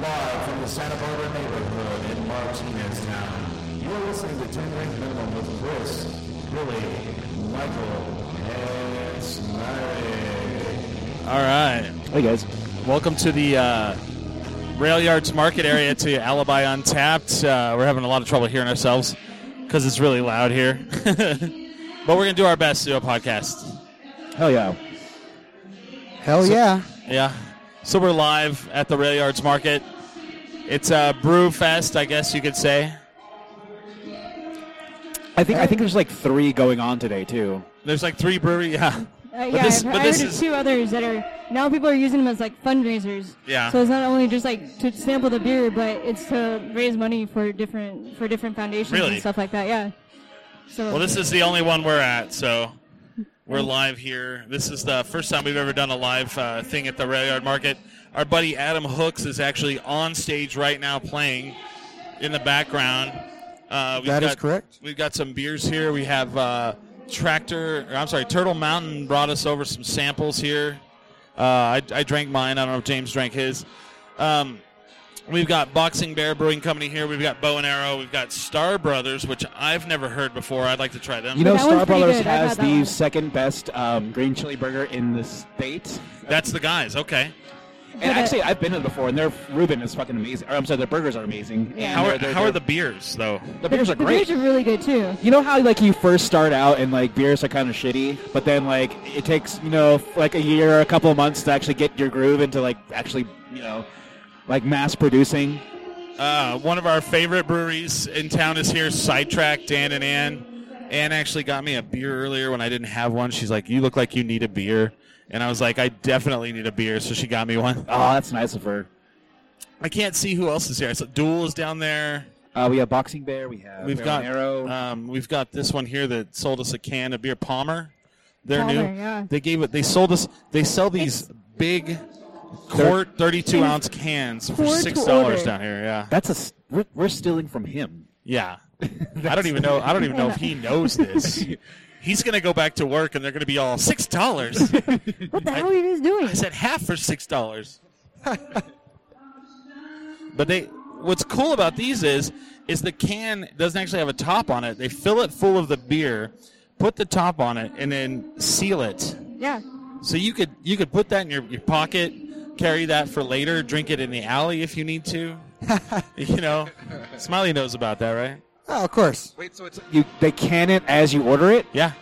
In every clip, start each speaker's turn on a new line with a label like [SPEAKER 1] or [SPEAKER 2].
[SPEAKER 1] the Santa Barbara neighborhood in Martinez Town. You are listening to 10 Ring Minimum with Chris, Billy, Michael, and Smiley.
[SPEAKER 2] All right.
[SPEAKER 3] Hey guys,
[SPEAKER 2] Welcome to the uh, Rail Yards Market area to Alibi Untapped. Uh, we're having a lot of trouble hearing ourselves because it's really loud here. but we're going to do our best to do a podcast.
[SPEAKER 3] hell yeah,
[SPEAKER 4] Hell yeah.
[SPEAKER 2] Yeah. So we're live at the Rail Yards Market. It's a brew fest, I guess you could say.
[SPEAKER 3] I think I think there's like three going on today too.
[SPEAKER 2] There's like three breweries. Yeah.
[SPEAKER 5] Uh, yeah,
[SPEAKER 2] but this,
[SPEAKER 5] I've,
[SPEAKER 2] but
[SPEAKER 5] I
[SPEAKER 2] this
[SPEAKER 5] heard of
[SPEAKER 2] is,
[SPEAKER 5] two others that are now people are using them as like fundraisers.
[SPEAKER 2] Yeah.
[SPEAKER 5] So it's not only just like to sample the beer, but it's to raise money for different for different foundations
[SPEAKER 2] Really?
[SPEAKER 5] and stuff like that. Yeah. So
[SPEAKER 2] Well, this is the only one we're at, so we're live here. This is the first time we've ever done a live uh, thing at the Rail Yard Market. Our buddy Adam Hooks is actually on stage right now playing in the background. Uh, we've
[SPEAKER 4] That is
[SPEAKER 2] got-
[SPEAKER 4] correct.
[SPEAKER 2] We've got some beers here. We have uh, Tractor, or I'm sorry, Turtle Mountain brought us over some samples here. Uh, I, I drank mine. I don't know if James drank his. Um, We've got Boxing Bear Brewing Company here. We've got Bow and Arrow. We've got Star Brothers, which I've never heard before. I'd like to try them.
[SPEAKER 3] You know,
[SPEAKER 5] That
[SPEAKER 3] Star
[SPEAKER 5] one's pretty
[SPEAKER 3] Brothers
[SPEAKER 5] good. I've
[SPEAKER 3] has
[SPEAKER 5] had
[SPEAKER 3] the
[SPEAKER 5] that one.
[SPEAKER 3] second best um, green chili burger in the state.
[SPEAKER 2] That's the guys. Okay.
[SPEAKER 3] And
[SPEAKER 5] But, uh,
[SPEAKER 3] actually, I've been to it before, and their Reuben is fucking amazing. Or, I'm sorry, their burgers are amazing.
[SPEAKER 5] Yeah.
[SPEAKER 3] And
[SPEAKER 2] How are,
[SPEAKER 3] their- their-
[SPEAKER 2] how are the
[SPEAKER 3] their-
[SPEAKER 2] beers though?
[SPEAKER 3] the beers are
[SPEAKER 5] the
[SPEAKER 3] great?
[SPEAKER 5] beers are really good too.
[SPEAKER 3] you know how like you first start out and like beers are kind of shitty, but then like it takes you know f- like a year, or a couple of months to actually get your groove into like actually you know like mass producing.
[SPEAKER 2] Uh, one of our favorite breweries in town is here. Sidetrack Dan and Ann. Ann actually got me a beer earlier when I didn't have one. She's like, "You look like you need a beer," and I was like, "I definitely need a beer." So she got me one.
[SPEAKER 3] Oh, that's nice of her.
[SPEAKER 2] I can't see who else is here. So Duel is down there.
[SPEAKER 3] Uh, we have Boxing Bear. We have
[SPEAKER 2] We've
[SPEAKER 3] Bow
[SPEAKER 2] got
[SPEAKER 3] and Arrow.
[SPEAKER 2] Um, we've got this one here that sold us a can of beer. Palmer, they're
[SPEAKER 5] Palmer,
[SPEAKER 2] new.
[SPEAKER 5] yeah.
[SPEAKER 2] They gave it. They sold us. They sell these big quart, thirty-two ounce cans for
[SPEAKER 5] Quart to
[SPEAKER 2] six dollars
[SPEAKER 5] order.
[SPEAKER 2] down here. Yeah,
[SPEAKER 3] That's a s- we're, we're stealing from him.
[SPEAKER 2] yeah. I don't even know. I don't even know if he knows this. He's gonna go back to work, and they're gonna be all six dollars.
[SPEAKER 5] What the hell are you guys doing?
[SPEAKER 2] I said half for six dollars. but they, what's cool about these is, is the can doesn't actually have a top on it. They fill it full of the beer, put the top on it, and then seal it.
[SPEAKER 5] Yeah.
[SPEAKER 2] So you could you could put that in your, your pocket, carry that for later, drink it in the alley if you need to. you know, Smiley knows about that, right?
[SPEAKER 4] Oh, of course.
[SPEAKER 3] Wait, so it's you? They can it as you order it.
[SPEAKER 2] Yeah,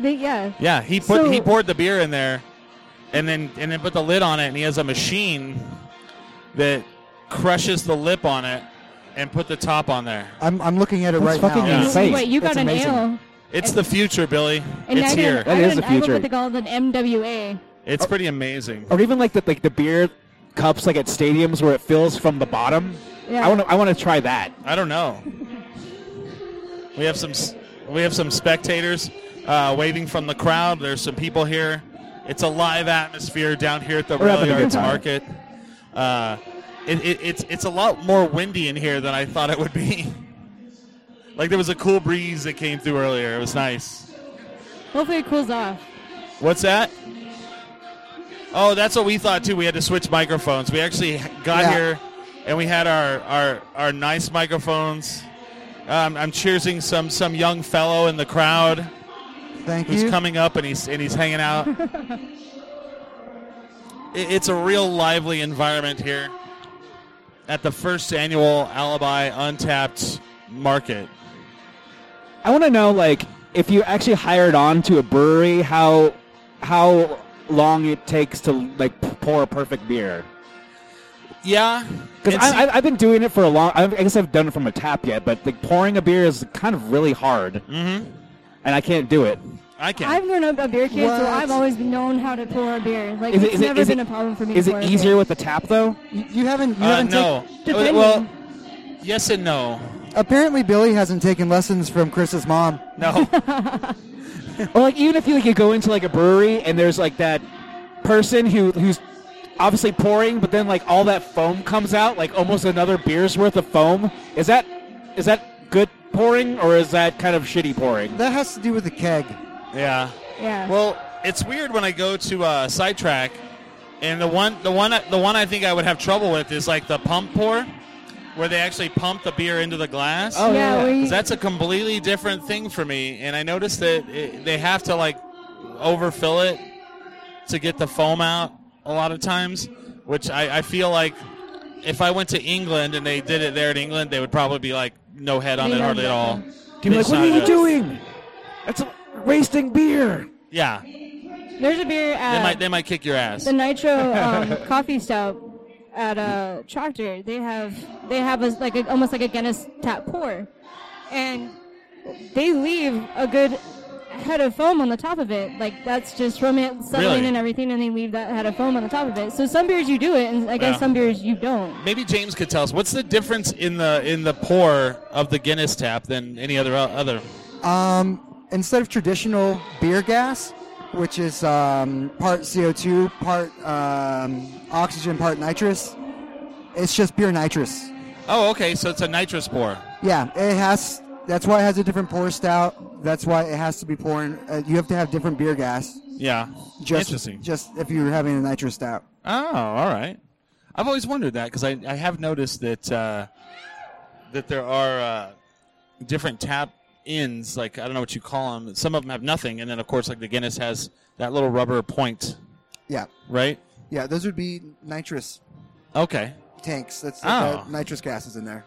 [SPEAKER 5] They, yeah.
[SPEAKER 2] yeah. He put
[SPEAKER 5] So-
[SPEAKER 2] he poured the beer in there, and then and then put the lid on it, and he has a machine that crushes the lip on it and put the top on there.
[SPEAKER 4] I'm, I'm looking at it
[SPEAKER 3] That's
[SPEAKER 4] right
[SPEAKER 3] fucking
[SPEAKER 4] now.
[SPEAKER 2] Yeah.
[SPEAKER 3] insane.
[SPEAKER 5] Wait, you got
[SPEAKER 4] That's
[SPEAKER 5] an
[SPEAKER 4] amazing.
[SPEAKER 5] ale.
[SPEAKER 2] It's the future, Billy.
[SPEAKER 5] And
[SPEAKER 2] It's
[SPEAKER 5] I got,
[SPEAKER 2] here.
[SPEAKER 3] That
[SPEAKER 5] I got
[SPEAKER 3] is
[SPEAKER 5] an
[SPEAKER 3] the
[SPEAKER 5] ale
[SPEAKER 3] future.
[SPEAKER 5] with the called an MWA.
[SPEAKER 2] It's pretty amazing.
[SPEAKER 3] Or even like the like the beer cups like at stadiums where it fills from the bottom.
[SPEAKER 5] Yeah.
[SPEAKER 3] I want to I want to try that.
[SPEAKER 2] I don't know. We have some s- we have some spectators uh, waving from the crowd. There's some people here. It's a live atmosphere down here at the
[SPEAKER 3] We're
[SPEAKER 2] Rail
[SPEAKER 3] having a good
[SPEAKER 2] Yards
[SPEAKER 3] time.
[SPEAKER 2] Market. Uh, it, it, it's it's a lot more windy in here than I thought it would be. like there was a cool breeze that came through earlier. It was nice.
[SPEAKER 5] Hopefully it cools off.
[SPEAKER 2] What's that? Oh, that's what we thought too. We had to switch microphones. We actually got
[SPEAKER 4] Yeah.
[SPEAKER 2] here and we had our our, our nice microphones. Um, I'm cheersing some some young fellow in the crowd
[SPEAKER 4] Thank
[SPEAKER 2] who's
[SPEAKER 4] you.
[SPEAKER 2] coming up and he's and he's hanging out. It- it's a real lively environment here at the first annual Alibi Untapped Market.
[SPEAKER 3] I want to know like if you actually hired on to a brewery, how how long it takes to like p- pour a perfect beer.
[SPEAKER 2] Yeah,
[SPEAKER 3] Because
[SPEAKER 2] and see-
[SPEAKER 3] I've been doing it for a long. I guess I've done it from a tap yet, but like pouring a beer is kind of really hard,
[SPEAKER 2] Mhm.
[SPEAKER 3] and I can't do it.
[SPEAKER 2] I can.
[SPEAKER 5] I've grown up a beer kid,
[SPEAKER 4] What?
[SPEAKER 5] so I've always known how to pour a beer. Like
[SPEAKER 3] Is it-
[SPEAKER 5] it's
[SPEAKER 3] is it-
[SPEAKER 5] never
[SPEAKER 3] is
[SPEAKER 5] been
[SPEAKER 3] it-
[SPEAKER 5] a problem for me. to
[SPEAKER 3] Is
[SPEAKER 5] pour
[SPEAKER 3] it
[SPEAKER 5] a beer.
[SPEAKER 3] easier with the tap though?
[SPEAKER 4] You, you haven't. You
[SPEAKER 2] uh,
[SPEAKER 4] haven't
[SPEAKER 2] no.
[SPEAKER 5] depending.
[SPEAKER 2] Well, yes and no.
[SPEAKER 4] Taken, apparently, Billy hasn't taken lessons from Chris's mom.
[SPEAKER 2] No.
[SPEAKER 3] Or like even if you like you go into like a brewery and there's like that person who who's obviously pouring, but then like all that foam comes out, like almost another beer's worth of foam. Is that is that good pouring or is that kind of shitty pouring?
[SPEAKER 4] That has to do with the keg.
[SPEAKER 2] yeah.
[SPEAKER 5] Yeah.
[SPEAKER 2] Well, it's weird when I go to uh, sidetrack, and the one, the one, the one I think I would have trouble with is like the pump pour. where they actually pump the beer into the glass.
[SPEAKER 3] Oh, yeah.
[SPEAKER 5] yeah, we,
[SPEAKER 2] 'Cause that's a completely different thing for me, and I noticed that it, they have to like overfill it to get the foam out a lot of times, which I, I feel like if I went to England and they did it there in England, they would probably be like no head on
[SPEAKER 5] They
[SPEAKER 2] it
[SPEAKER 5] know
[SPEAKER 2] hardly at all.
[SPEAKER 5] nothing.
[SPEAKER 3] You'd be like,
[SPEAKER 2] It's
[SPEAKER 3] what
[SPEAKER 2] not
[SPEAKER 3] are you
[SPEAKER 2] a-
[SPEAKER 3] doing? That's a- wasting beer.
[SPEAKER 2] Yeah,
[SPEAKER 5] there's a beer at
[SPEAKER 2] they might they might kick your ass.
[SPEAKER 5] the Nitro um, Coffee Stout at uh, Tractor. They have they have a, like a, almost like a Guinness tap pour, and they leave a good head of foam on the top of it. Like that's just from it settling
[SPEAKER 2] Really?
[SPEAKER 5] and everything, and they leave that head of foam on the top of it. So some beers you do it, and I guess
[SPEAKER 2] Yeah.
[SPEAKER 5] some beers you don't.
[SPEAKER 2] Maybe James could tell us what's the difference in the in the pour of the Guinness tap than any other other.
[SPEAKER 4] Um, instead of traditional beer gas, which is um, part CO2, part um, oxygen, part nitrous, it's just pure nitrous.
[SPEAKER 2] Oh, okay, so it's a nitrous pour.
[SPEAKER 4] Yeah, it has. That's why it has a different pour stout. That's why it has to be pouring. Uh, you have to have different beer gas.
[SPEAKER 2] Yeah,
[SPEAKER 4] Just,
[SPEAKER 2] interesting.
[SPEAKER 4] Just if you're having a nitrous stout.
[SPEAKER 2] Oh, all right. I've always wondered that because I, I have noticed that uh, that there are uh, different tap ins. Like I don't know what you call them. Some of them have nothing, and then of course, like the Guinness has that little rubber point,
[SPEAKER 4] Yeah,
[SPEAKER 2] right?
[SPEAKER 4] yeah. Those would be nitrous
[SPEAKER 2] Okay,
[SPEAKER 4] tanks. That's
[SPEAKER 2] Oh.
[SPEAKER 4] the nitrous gas is in there.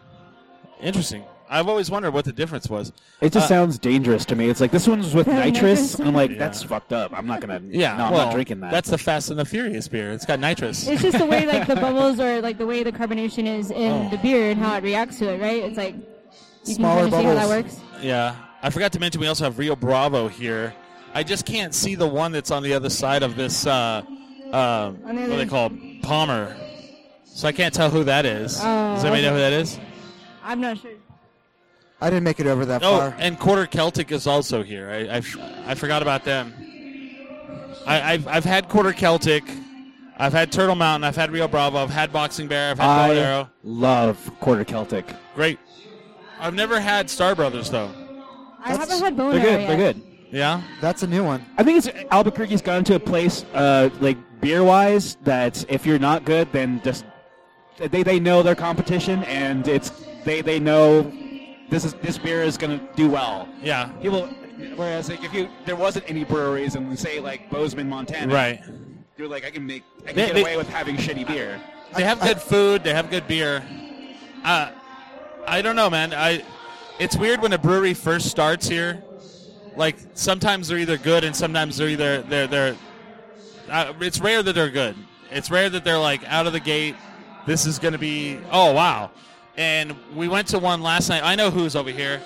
[SPEAKER 2] interesting. I've always wondered what the difference was.
[SPEAKER 3] It just
[SPEAKER 2] Uh,
[SPEAKER 3] sounds dangerous to me. It's like this one's with
[SPEAKER 5] Yeah,
[SPEAKER 3] nitrous.
[SPEAKER 5] nitrous.
[SPEAKER 3] I'm like, that's fucked up. I'm not gonna.
[SPEAKER 2] Yeah,
[SPEAKER 3] no, I'm
[SPEAKER 2] well,
[SPEAKER 3] not drinking that.
[SPEAKER 2] That's the Fast and the Furious beer. It's got nitrous.
[SPEAKER 5] It's just the way like the bubbles or like the way the carbonation is in
[SPEAKER 2] Oh.
[SPEAKER 5] the beer and how it reacts to it, right? It's like you
[SPEAKER 4] Smaller
[SPEAKER 5] can kind of see how that
[SPEAKER 4] bubbles.
[SPEAKER 5] works.
[SPEAKER 2] Yeah. I forgot to mention we also have Rio Bravo here. I just can't see the one that's on the other side of this. Uh, uh, what
[SPEAKER 5] the
[SPEAKER 2] do they
[SPEAKER 5] other-
[SPEAKER 2] call it? Palmer. So I can't tell who that is.
[SPEAKER 5] Oh,
[SPEAKER 2] Does anybody know who that is?
[SPEAKER 5] I'm not sure.
[SPEAKER 4] I didn't make it over that
[SPEAKER 2] Oh,
[SPEAKER 4] far.
[SPEAKER 2] and Quarter Celtic is also here. I, I, I forgot about them. I, I've, I've had Quarter Celtic. I've had Turtle Mountain. I've had Rio Bravo. I've had Boxing Bear. I've had Bow and
[SPEAKER 3] I
[SPEAKER 2] Arrow.
[SPEAKER 3] love quarter Celtic.
[SPEAKER 2] Great. I've never had Star Brothers, though.
[SPEAKER 5] I
[SPEAKER 4] That's-
[SPEAKER 5] haven't had bone
[SPEAKER 3] They're
[SPEAKER 5] arrow
[SPEAKER 3] good.
[SPEAKER 5] yet.
[SPEAKER 3] They're good.
[SPEAKER 2] Yeah?
[SPEAKER 4] That's a new one.
[SPEAKER 3] I think it's Albuquerque's gotten to a place, uh, like beer wise, that if you're not good, then just they they know their competition, and it's they they know this is this beer is gonna do well.
[SPEAKER 2] Yeah.
[SPEAKER 3] People, whereas like if you there wasn't any breweries, and we say like Bozeman, Montana,
[SPEAKER 2] Right.
[SPEAKER 3] You're like I can make I can
[SPEAKER 2] They-
[SPEAKER 3] get
[SPEAKER 2] they-
[SPEAKER 3] away with having shitty beer.
[SPEAKER 2] They have good food. They have good beer. Uh, I don't know, man. I it's weird when a brewery first starts here. Like sometimes they're either good and sometimes they're either they're they're. Uh, it's rare that they're good. It's rare that they're like out of the gate. This is going to be oh wow. And we went to one last night. I know who's over here.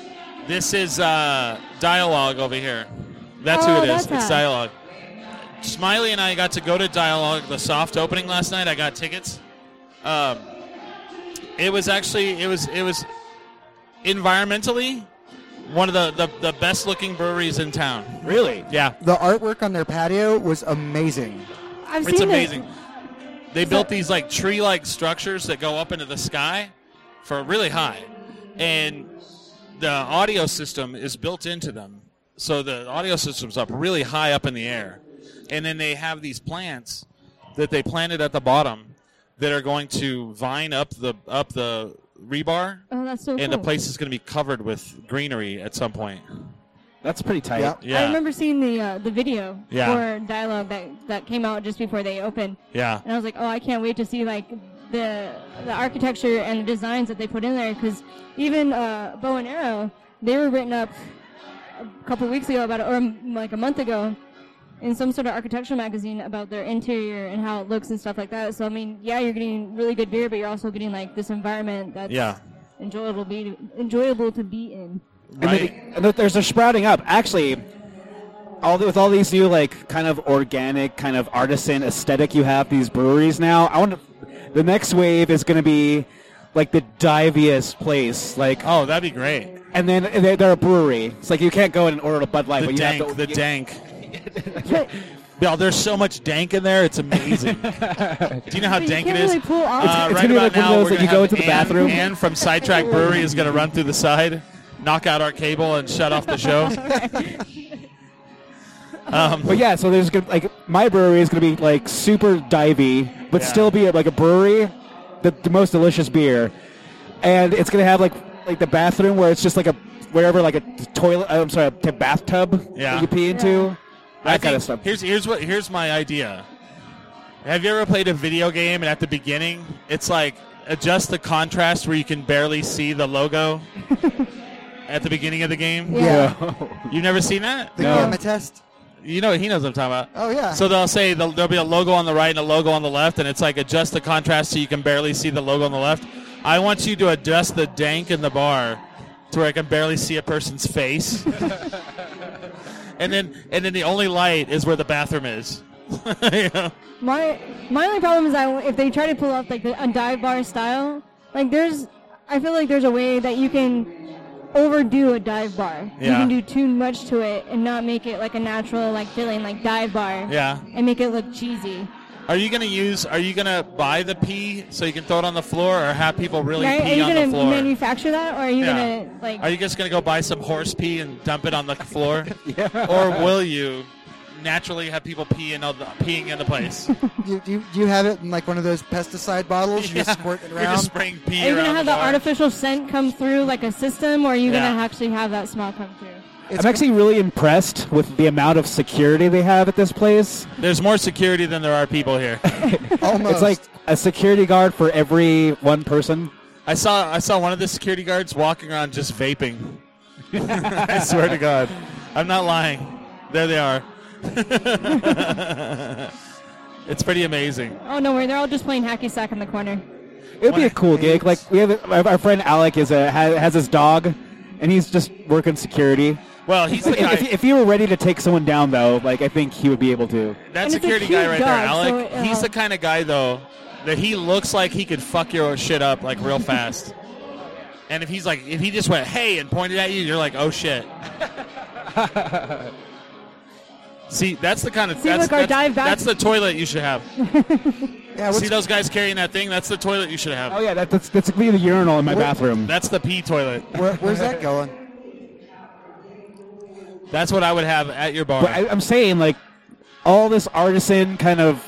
[SPEAKER 2] This is uh, dialogue over here. That's
[SPEAKER 5] Oh,
[SPEAKER 2] who it is.
[SPEAKER 5] that's
[SPEAKER 2] It's
[SPEAKER 5] us.
[SPEAKER 2] dialogue. Smiley and I got to go to Dialogue, the soft opening last night. I got tickets. Um, it was actually it was it was environmentally one of the, the, the best looking breweries in town.
[SPEAKER 3] Really?
[SPEAKER 2] Yeah,
[SPEAKER 4] The artwork on their patio was amazing.
[SPEAKER 5] I've
[SPEAKER 2] it's
[SPEAKER 5] seen it.
[SPEAKER 2] amazing. They built these like tree like structures that go up into the sky for really high, and the audio system is built into them. So the audio system's up really high up in the air, and then they have these plants that they planted at the bottom that are going to vine up the up the rebar
[SPEAKER 5] Oh, that's so cool.
[SPEAKER 2] and the place is going to be covered with greenery at some point.
[SPEAKER 3] That's pretty tight.
[SPEAKER 4] Yeah.
[SPEAKER 2] Yeah,
[SPEAKER 5] I remember seeing the uh, the video
[SPEAKER 2] Yeah.
[SPEAKER 5] for dialogue that that came out just before they opened,
[SPEAKER 2] yeah,
[SPEAKER 5] and I was like, oh, I can't wait to see like the the architecture and the designs that they put in there because even uh, bow and arrow they were written up a couple weeks ago about it, or um, like a month ago in some sort of architectural magazine about their interior and how it looks and stuff like that. So I mean, yeah, you're getting really good beer, but you're also getting like this environment that's
[SPEAKER 2] yeah,
[SPEAKER 5] enjoyable be enjoyable to be in.
[SPEAKER 3] And
[SPEAKER 2] right.
[SPEAKER 3] then- and that there's they're sprouting up. Actually, all the, with all these new like kind of organic, kind of artisan aesthetic you have these breweries now. I want to, the next wave is going to be like the diviest place, like
[SPEAKER 2] oh, that'd be great.
[SPEAKER 3] and then they- they're a brewery. It's like you can't go in and order a Bud Light,
[SPEAKER 2] The
[SPEAKER 3] but you
[SPEAKER 2] dank,
[SPEAKER 3] have to.
[SPEAKER 2] the
[SPEAKER 3] you-
[SPEAKER 2] dank. Yo, there's so much dank in there. It's amazing. Do you know how
[SPEAKER 5] But you
[SPEAKER 2] dank it
[SPEAKER 5] can't
[SPEAKER 2] is?
[SPEAKER 5] really pull off-
[SPEAKER 2] Uh,
[SPEAKER 3] It's- it's
[SPEAKER 2] right
[SPEAKER 3] gonna be like
[SPEAKER 2] about
[SPEAKER 3] one of
[SPEAKER 2] now,
[SPEAKER 3] those
[SPEAKER 2] we're
[SPEAKER 3] that you
[SPEAKER 2] gonna
[SPEAKER 3] go
[SPEAKER 2] have
[SPEAKER 3] to the
[SPEAKER 2] Ann-
[SPEAKER 3] bathroom.
[SPEAKER 2] Ann from Sidetrack Brewery is going to run through the side, knock out our cable, and shut off the show. um,
[SPEAKER 3] But yeah, so there's gonna, like my brewery is going to be like super divey, but
[SPEAKER 2] Yeah.
[SPEAKER 3] still be like a brewery, the, the most delicious beer. and it's gonna have like like the bathroom where it's just like a wherever like a toilet. uh, I'm sorry, a t- bathtub
[SPEAKER 2] Yeah.
[SPEAKER 3] that you pee into. That
[SPEAKER 2] I
[SPEAKER 3] kind
[SPEAKER 2] think-
[SPEAKER 3] of stuff.
[SPEAKER 2] Here's here's what here's my idea. Have you ever played a video game and at the beginning it's like adjust the contrast where you can barely see the logo at the beginning of the game?
[SPEAKER 5] Yeah.
[SPEAKER 2] You've never seen that?
[SPEAKER 4] The
[SPEAKER 3] No.
[SPEAKER 4] gamma test.
[SPEAKER 2] You know he knows what I'm talking about.
[SPEAKER 4] Oh yeah.
[SPEAKER 2] So they'll say there'll, there'll be a logo on the right and a logo on the left, and it's like adjust the contrast so you can barely see the logo on the left. I want you to adjust the dank in the bar to where I can barely see a person's face. and then and then the only light is where the bathroom is. You know?
[SPEAKER 5] My my only problem is that if they try to pull off like the, a dive bar style, like there's, I feel like there's a way that you can overdo a dive bar. You
[SPEAKER 2] Yeah.
[SPEAKER 5] can do too much to it and not make it like a natural like feeling like dive bar.
[SPEAKER 2] Yeah.
[SPEAKER 5] And make it look cheesy.
[SPEAKER 2] Are you gonna use? Are you gonna buy the pee so you can throw it on the floor, or have people really
[SPEAKER 5] right? Are
[SPEAKER 2] pee
[SPEAKER 5] you
[SPEAKER 2] on the
[SPEAKER 5] gonna
[SPEAKER 2] floor?
[SPEAKER 5] manufacture that, or are you
[SPEAKER 2] Yeah.
[SPEAKER 5] gonna like?
[SPEAKER 2] Are you just gonna go buy some horse pee and dump it on the floor, or will you naturally have people pee in all the, peeing in the place?
[SPEAKER 4] do, do, you, do you have it in like one of those pesticide bottles? You
[SPEAKER 2] Yeah.
[SPEAKER 4] just squirt it
[SPEAKER 2] We're just
[SPEAKER 4] around.
[SPEAKER 2] spraying pee
[SPEAKER 5] are you gonna
[SPEAKER 2] around
[SPEAKER 5] have
[SPEAKER 2] the
[SPEAKER 5] the
[SPEAKER 2] bar.
[SPEAKER 5] artificial scent come through like a system, or are you
[SPEAKER 2] Yeah.
[SPEAKER 5] gonna actually have that smell come through?
[SPEAKER 4] It's
[SPEAKER 3] I'm actually really impressed with the amount of security they have at this place.
[SPEAKER 2] There's more security than there are people here.
[SPEAKER 4] almost.
[SPEAKER 3] It's like a security guard for every one person.
[SPEAKER 2] I saw I saw one of the security guards walking around just vaping. I swear to God, I'm not lying. There they are. it's pretty amazing.
[SPEAKER 5] Oh no, worry, they're all just playing hacky sack in the corner.
[SPEAKER 3] It would be a cool gig. Like we have a- our friend Alec is a ha- has his dog, and he's just working security.
[SPEAKER 2] Well, he's the
[SPEAKER 3] If,
[SPEAKER 2] guy.
[SPEAKER 3] if, if you were ready to take someone down, though, like I think he would be able to.
[SPEAKER 2] That
[SPEAKER 5] And it's a
[SPEAKER 2] security guy
[SPEAKER 5] huge
[SPEAKER 2] right there,
[SPEAKER 5] dog, so
[SPEAKER 2] Alec.
[SPEAKER 5] it-
[SPEAKER 2] he's
[SPEAKER 5] uh,
[SPEAKER 2] the kind of guy though that he looks like he could fuck your shit up like real fast. and if he's like, if he just went hey and pointed at you, you're like, oh shit. See, that's the kind of
[SPEAKER 5] See,
[SPEAKER 2] that's,
[SPEAKER 5] look, our
[SPEAKER 2] that's,
[SPEAKER 5] dive back-
[SPEAKER 2] that's the toilet you should have.
[SPEAKER 4] yeah, what's-
[SPEAKER 2] See those guys carrying that thing? That's the toilet you should have.
[SPEAKER 3] Oh yeah, that, that's that's gonna be the urinal in my
[SPEAKER 4] What?
[SPEAKER 3] bathroom.
[SPEAKER 2] That's the pee toilet.
[SPEAKER 4] where, where's that going?
[SPEAKER 2] That's what I would have at your bar.
[SPEAKER 3] But I, I'm saying like all this artisan kind of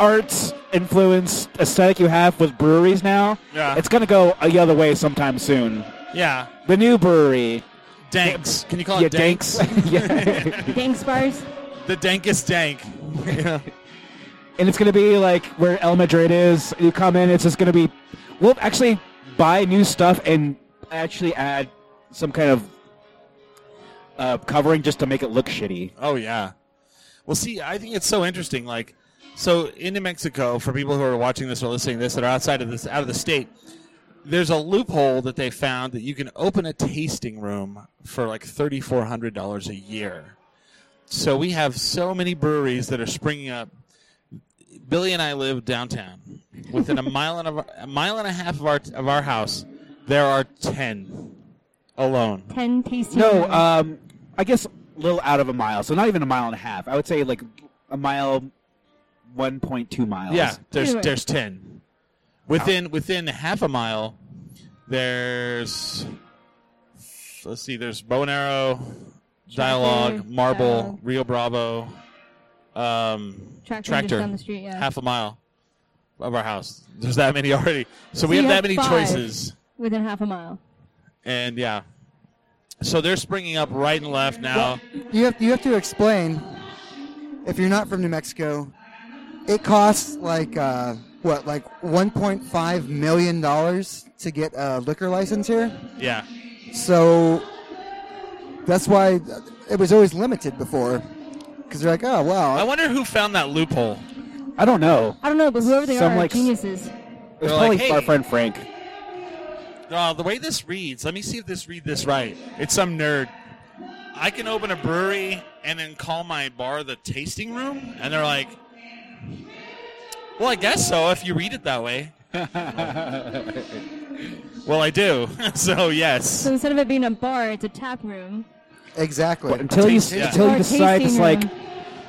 [SPEAKER 3] arts influenced aesthetic you have with breweries now.
[SPEAKER 2] Yeah.
[SPEAKER 3] it's gonna go the other way sometime soon.
[SPEAKER 2] yeah,
[SPEAKER 3] The new brewery.
[SPEAKER 2] danks. Can you call
[SPEAKER 3] yeah,
[SPEAKER 2] it danks?
[SPEAKER 3] Oh, Danks. yeah.
[SPEAKER 5] Gang spars.
[SPEAKER 2] The dankest dank.
[SPEAKER 3] and it's gonna be like where El Madrid is. You come in, it's just gonna be. We'll actually buy new stuff and actually add some kind of uh, covering just to make it look shitty.
[SPEAKER 2] Oh yeah. Well, see, I think it's so interesting. Like, so in New Mexico, for people who are watching this or listening to this that are outside of this, out of the state, there's a loophole that they found that you can open a tasting room for like thirty four hundred dollars a year. So we have so many breweries that are springing up. Billy and I live downtown. Within a mile and a, a mile and a half of our of our house, there are ten alone.
[SPEAKER 5] Ten tasty.
[SPEAKER 3] No,
[SPEAKER 5] moments.
[SPEAKER 3] um, I guess a little out of a mile, so not even a mile and a half. I would say like a mile, one point two miles.
[SPEAKER 2] Yeah, there's
[SPEAKER 5] Anyway.
[SPEAKER 2] there's ten. Within within half a mile, there's let's see, there's bow and arrow, dialogue,
[SPEAKER 5] Tractor,
[SPEAKER 2] marble,
[SPEAKER 5] Dialogue.
[SPEAKER 2] Rio Bravo, um,
[SPEAKER 5] Tractor just
[SPEAKER 2] tractor,
[SPEAKER 5] down the street, yeah.
[SPEAKER 2] half a mile of our house. There's that many already, so we
[SPEAKER 5] you
[SPEAKER 2] have that
[SPEAKER 5] have
[SPEAKER 2] many
[SPEAKER 5] five.
[SPEAKER 2] choices,
[SPEAKER 5] within half a mile.
[SPEAKER 2] and yeah. So they're springing up right and left now.
[SPEAKER 4] You have you have to explain if you're not from New Mexico. It costs like uh, what, like 1.5 million dollars to get a liquor license here.
[SPEAKER 2] Yeah.
[SPEAKER 4] So that's why it was always limited before, because they're like, oh
[SPEAKER 2] I
[SPEAKER 4] wow,
[SPEAKER 2] wonder who found that loophole.
[SPEAKER 3] I don't know.
[SPEAKER 5] I don't know, but whoever they
[SPEAKER 3] Some
[SPEAKER 5] are, are
[SPEAKER 3] like s-
[SPEAKER 5] geniuses.
[SPEAKER 3] It was
[SPEAKER 2] They're
[SPEAKER 3] probably
[SPEAKER 2] like, "Hey."
[SPEAKER 3] our friend Frank.
[SPEAKER 2] Uh, the way this reads, let me see if this read this right. It's some nerd. I can open a brewery and then call my bar the tasting room, and they're like, "Well, I guess so if you read it that way." well, I do. so yes,
[SPEAKER 5] So instead of it being a bar, it's a tap room.
[SPEAKER 4] exactly.
[SPEAKER 3] But until you
[SPEAKER 2] Taste- yeah.
[SPEAKER 3] until
[SPEAKER 5] Or
[SPEAKER 3] you
[SPEAKER 5] a
[SPEAKER 3] decide to
[SPEAKER 5] tasting
[SPEAKER 3] like
[SPEAKER 5] room.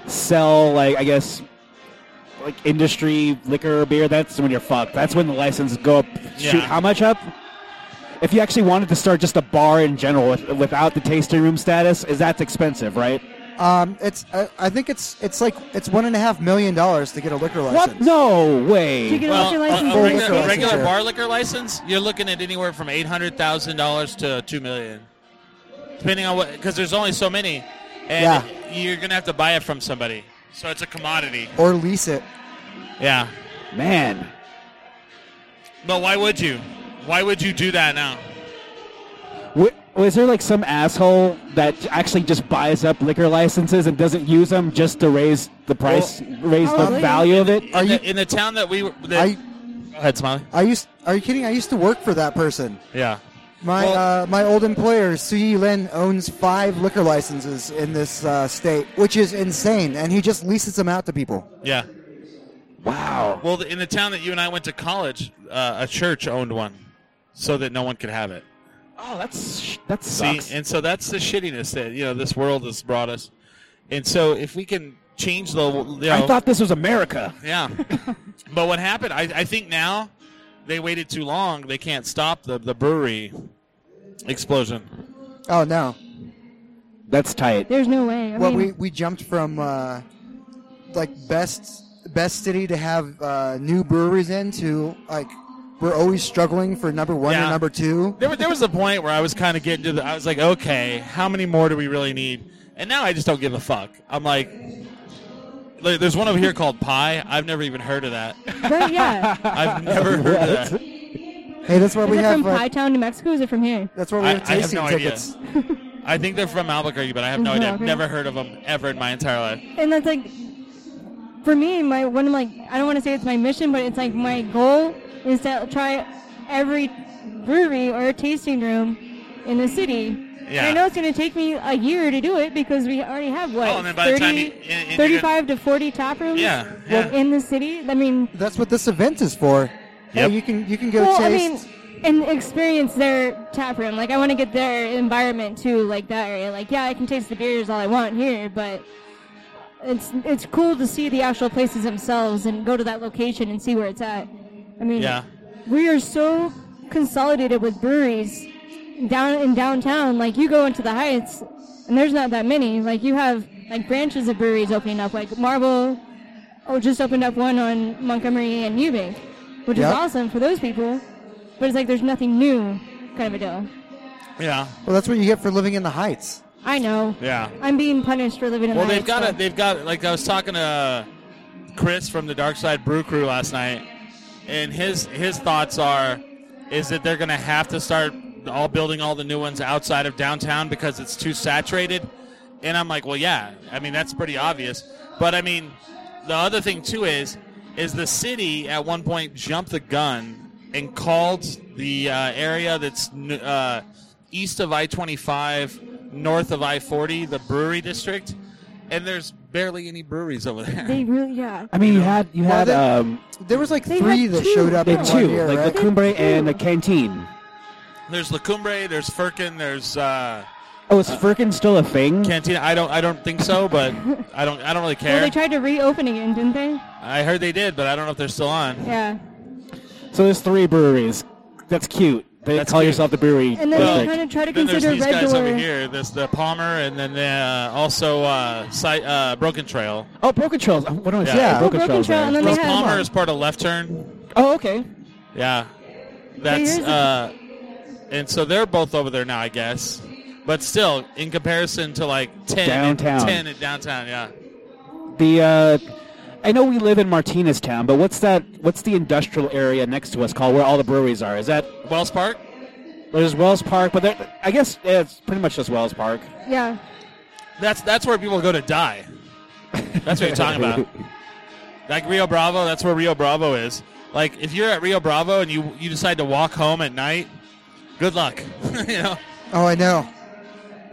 [SPEAKER 3] sell like I guess like industry liquor or beer, that's when you're fucked. That's when the licenses go up.
[SPEAKER 2] Yeah.
[SPEAKER 3] Shoot, how much up? If you actually wanted to start just a bar in general with, without the tasting room status, is that's expensive, right?
[SPEAKER 4] Um, it's I, I think it's it's like it's one and a half million dollars to get a liquor license.
[SPEAKER 3] What? No
[SPEAKER 5] You
[SPEAKER 3] way.
[SPEAKER 5] get
[SPEAKER 2] Well,
[SPEAKER 5] a liquor
[SPEAKER 2] a-
[SPEAKER 5] license.
[SPEAKER 2] a,
[SPEAKER 5] and
[SPEAKER 2] regular,
[SPEAKER 5] that's
[SPEAKER 2] a
[SPEAKER 5] it.
[SPEAKER 2] regular
[SPEAKER 4] Sure.
[SPEAKER 2] bar liquor license, you're looking at anywhere from eight hundred thousand dollars to two million, depending on what, because there's only so many, and you're gonna have to buy it from somebody. So it's a commodity.
[SPEAKER 4] Or lease it.
[SPEAKER 2] Yeah,
[SPEAKER 3] Man.
[SPEAKER 2] but why would you? Why would you do that now?
[SPEAKER 3] W- Was there like some asshole that actually just buys up liquor licenses and doesn't use them just to raise the price, raise the
[SPEAKER 5] Probably.
[SPEAKER 3] value of it?
[SPEAKER 4] Are
[SPEAKER 2] in,
[SPEAKER 4] you-
[SPEAKER 2] the, in the town that we were, that,
[SPEAKER 4] I
[SPEAKER 2] go ahead, Smiley.
[SPEAKER 4] I used. Are you kidding? I used to work for that person.
[SPEAKER 2] Yeah.
[SPEAKER 4] My
[SPEAKER 2] Well-
[SPEAKER 4] uh, my old employer, Suyi Lin, owns five liquor licenses in this uh, state, which is insane, and he just leases them out to people.
[SPEAKER 2] Yeah.
[SPEAKER 3] Wow.
[SPEAKER 2] Well, in the town that you and I went to college, uh, a church owned one, so that no one could have it.
[SPEAKER 3] Oh, that's sh- that
[SPEAKER 2] See,
[SPEAKER 3] sucks.
[SPEAKER 2] and so that's the shittiness that you know this world has brought us. And so if we can change the, you know,
[SPEAKER 3] I thought this was America.
[SPEAKER 2] yeah. but what happened? I, I think now they waited too long. They can't stop the the brewery explosion.
[SPEAKER 4] Oh no!
[SPEAKER 3] That's tight.
[SPEAKER 5] There's no way. I
[SPEAKER 4] Well,
[SPEAKER 5] mean,
[SPEAKER 4] we we jumped from uh, like best best city to have uh, new breweries in to like we're always struggling for number one
[SPEAKER 2] Yeah.
[SPEAKER 4] or number two.
[SPEAKER 2] There, wa- there was a point where I was kind of getting to the. I was like, okay, how many more do we really need? And now I just don't give a fuck. I'm like, like, there's one over here called Pie. I've never even heard of that.
[SPEAKER 5] right, yeah.
[SPEAKER 2] I've never heard of that.
[SPEAKER 4] Hey, that's why
[SPEAKER 5] Is
[SPEAKER 4] we
[SPEAKER 5] it
[SPEAKER 4] have
[SPEAKER 5] from Pie
[SPEAKER 4] uh,
[SPEAKER 5] Town, New Mexico? or Is it from here?
[SPEAKER 4] that's why we
[SPEAKER 2] I-
[SPEAKER 4] have
[SPEAKER 2] I have
[SPEAKER 4] tasting
[SPEAKER 2] no idea.
[SPEAKER 4] tickets.
[SPEAKER 2] I think they're from Albuquerque, but I have no idea. I've
[SPEAKER 5] Albuquerque.
[SPEAKER 2] never heard of them ever in my entire life.
[SPEAKER 5] And that's like, for me, my one of like I don't want to say it's my mission, but it's like my goal is to try every brewery or tasting room in the city. And
[SPEAKER 2] Yeah.
[SPEAKER 5] I know it's going to take me a year to do it because we already have what
[SPEAKER 2] Oh, and then by the time you- and- and you're
[SPEAKER 5] 35 to 40 tap rooms
[SPEAKER 2] Yeah, yeah.
[SPEAKER 5] in the city. I mean,
[SPEAKER 4] That's what this event is for. Yeah,
[SPEAKER 2] Yep.
[SPEAKER 4] you can you can go
[SPEAKER 5] well,
[SPEAKER 4] taste.
[SPEAKER 5] I mean, and experience their tap room. Like, I want to get their environment too, like that area. Like, yeah, I can taste the beers all I want here, but it's it's cool to see the actual places themselves and go to that location and see where it's at. I mean,
[SPEAKER 2] Yeah.
[SPEAKER 5] we are so consolidated with breweries down in downtown. Like, you go into the Heights, and there's not that many. Like, you have like branches of breweries opening up, like Marble. Oh, just opened up one on Montgomery and Eubank, which is
[SPEAKER 4] Yep.
[SPEAKER 5] awesome for those people. But it's like there's nothing new, kind of a deal.
[SPEAKER 2] Yeah,
[SPEAKER 4] well, that's what you get for living in the heights.
[SPEAKER 5] I know.
[SPEAKER 2] yeah.
[SPEAKER 5] I'm being punished for living in.
[SPEAKER 2] Well,
[SPEAKER 5] the
[SPEAKER 2] they've got
[SPEAKER 5] Heights,
[SPEAKER 2] a, they've got like I was talking to Chris from the Dark Side Brew Crew last night, and his his thoughts are is that they're going to have to start all building all the new ones outside of downtown because it's too saturated. And I'm like, well, yeah. I mean, that's pretty obvious. But I mean, the other thing too is is the city at one point jumped the gun and called the uh, area that's n- uh, east of I-25, north of I-40, the brewery district. And there's barely any breweries over there.
[SPEAKER 5] They really, yeah.
[SPEAKER 3] I mean, you had you
[SPEAKER 4] Well,
[SPEAKER 3] had
[SPEAKER 4] they-
[SPEAKER 3] um,
[SPEAKER 4] There was like
[SPEAKER 5] They
[SPEAKER 4] three
[SPEAKER 5] had
[SPEAKER 4] that
[SPEAKER 5] two.
[SPEAKER 4] showed up
[SPEAKER 3] they
[SPEAKER 4] in
[SPEAKER 3] had
[SPEAKER 4] one
[SPEAKER 3] two,
[SPEAKER 4] year,
[SPEAKER 3] like
[SPEAKER 4] right?
[SPEAKER 3] the Cumbre and the Canteen.
[SPEAKER 2] There's La Cumbre, there's Firkin, there's uh,
[SPEAKER 3] Oh, is Firkin still a thing?
[SPEAKER 2] Cantina. I don't, I don't think so, but I don't, I don't really
[SPEAKER 5] Well,
[SPEAKER 2] care.
[SPEAKER 5] they tried to reopen again, didn't they?
[SPEAKER 2] I heard they did, but I don't know if they're still on.
[SPEAKER 5] Yeah.
[SPEAKER 3] So there's three breweries. That's cute. They
[SPEAKER 2] That's
[SPEAKER 3] call
[SPEAKER 2] cute.
[SPEAKER 3] yourself the brewery.
[SPEAKER 5] And then
[SPEAKER 2] Well,
[SPEAKER 5] they kind of try to
[SPEAKER 2] then there's
[SPEAKER 5] consider
[SPEAKER 2] these
[SPEAKER 5] Red
[SPEAKER 2] guys over
[SPEAKER 5] Door.
[SPEAKER 2] here. There's the Palmer, and then uh, also uh, Si- uh, Broken Trail.
[SPEAKER 3] oh, Broken Trails. Uh, What do I say?
[SPEAKER 2] Yeah.
[SPEAKER 4] Oh,
[SPEAKER 3] Broken,
[SPEAKER 5] Broken
[SPEAKER 3] Trails.
[SPEAKER 5] Trail,
[SPEAKER 3] there.
[SPEAKER 5] and then
[SPEAKER 2] Rose
[SPEAKER 5] had-
[SPEAKER 2] Palmer is part of Left Turn.
[SPEAKER 3] oh, okay.
[SPEAKER 2] Yeah, that's
[SPEAKER 5] here's the-
[SPEAKER 2] uh, and so they're both over there now, I guess. But still, in comparison to like ten, and-
[SPEAKER 3] Downtown.
[SPEAKER 2] ten in downtown, yeah.
[SPEAKER 3] The uh, I know we live in Martinez Town, but what's that? What's the industrial area next to us called? Where all the breweries are? Is that
[SPEAKER 2] Wells Park.
[SPEAKER 3] there's Wells Park? But there, I guess yeah, it's pretty much just Wells Park.
[SPEAKER 5] Yeah.
[SPEAKER 2] That's that's where people go to die. That's what you're talking about. Like Rio Bravo, that's where Rio Bravo is. Like if you're at Rio Bravo and you you decide to walk home at night, good luck. you know,
[SPEAKER 4] Oh, I know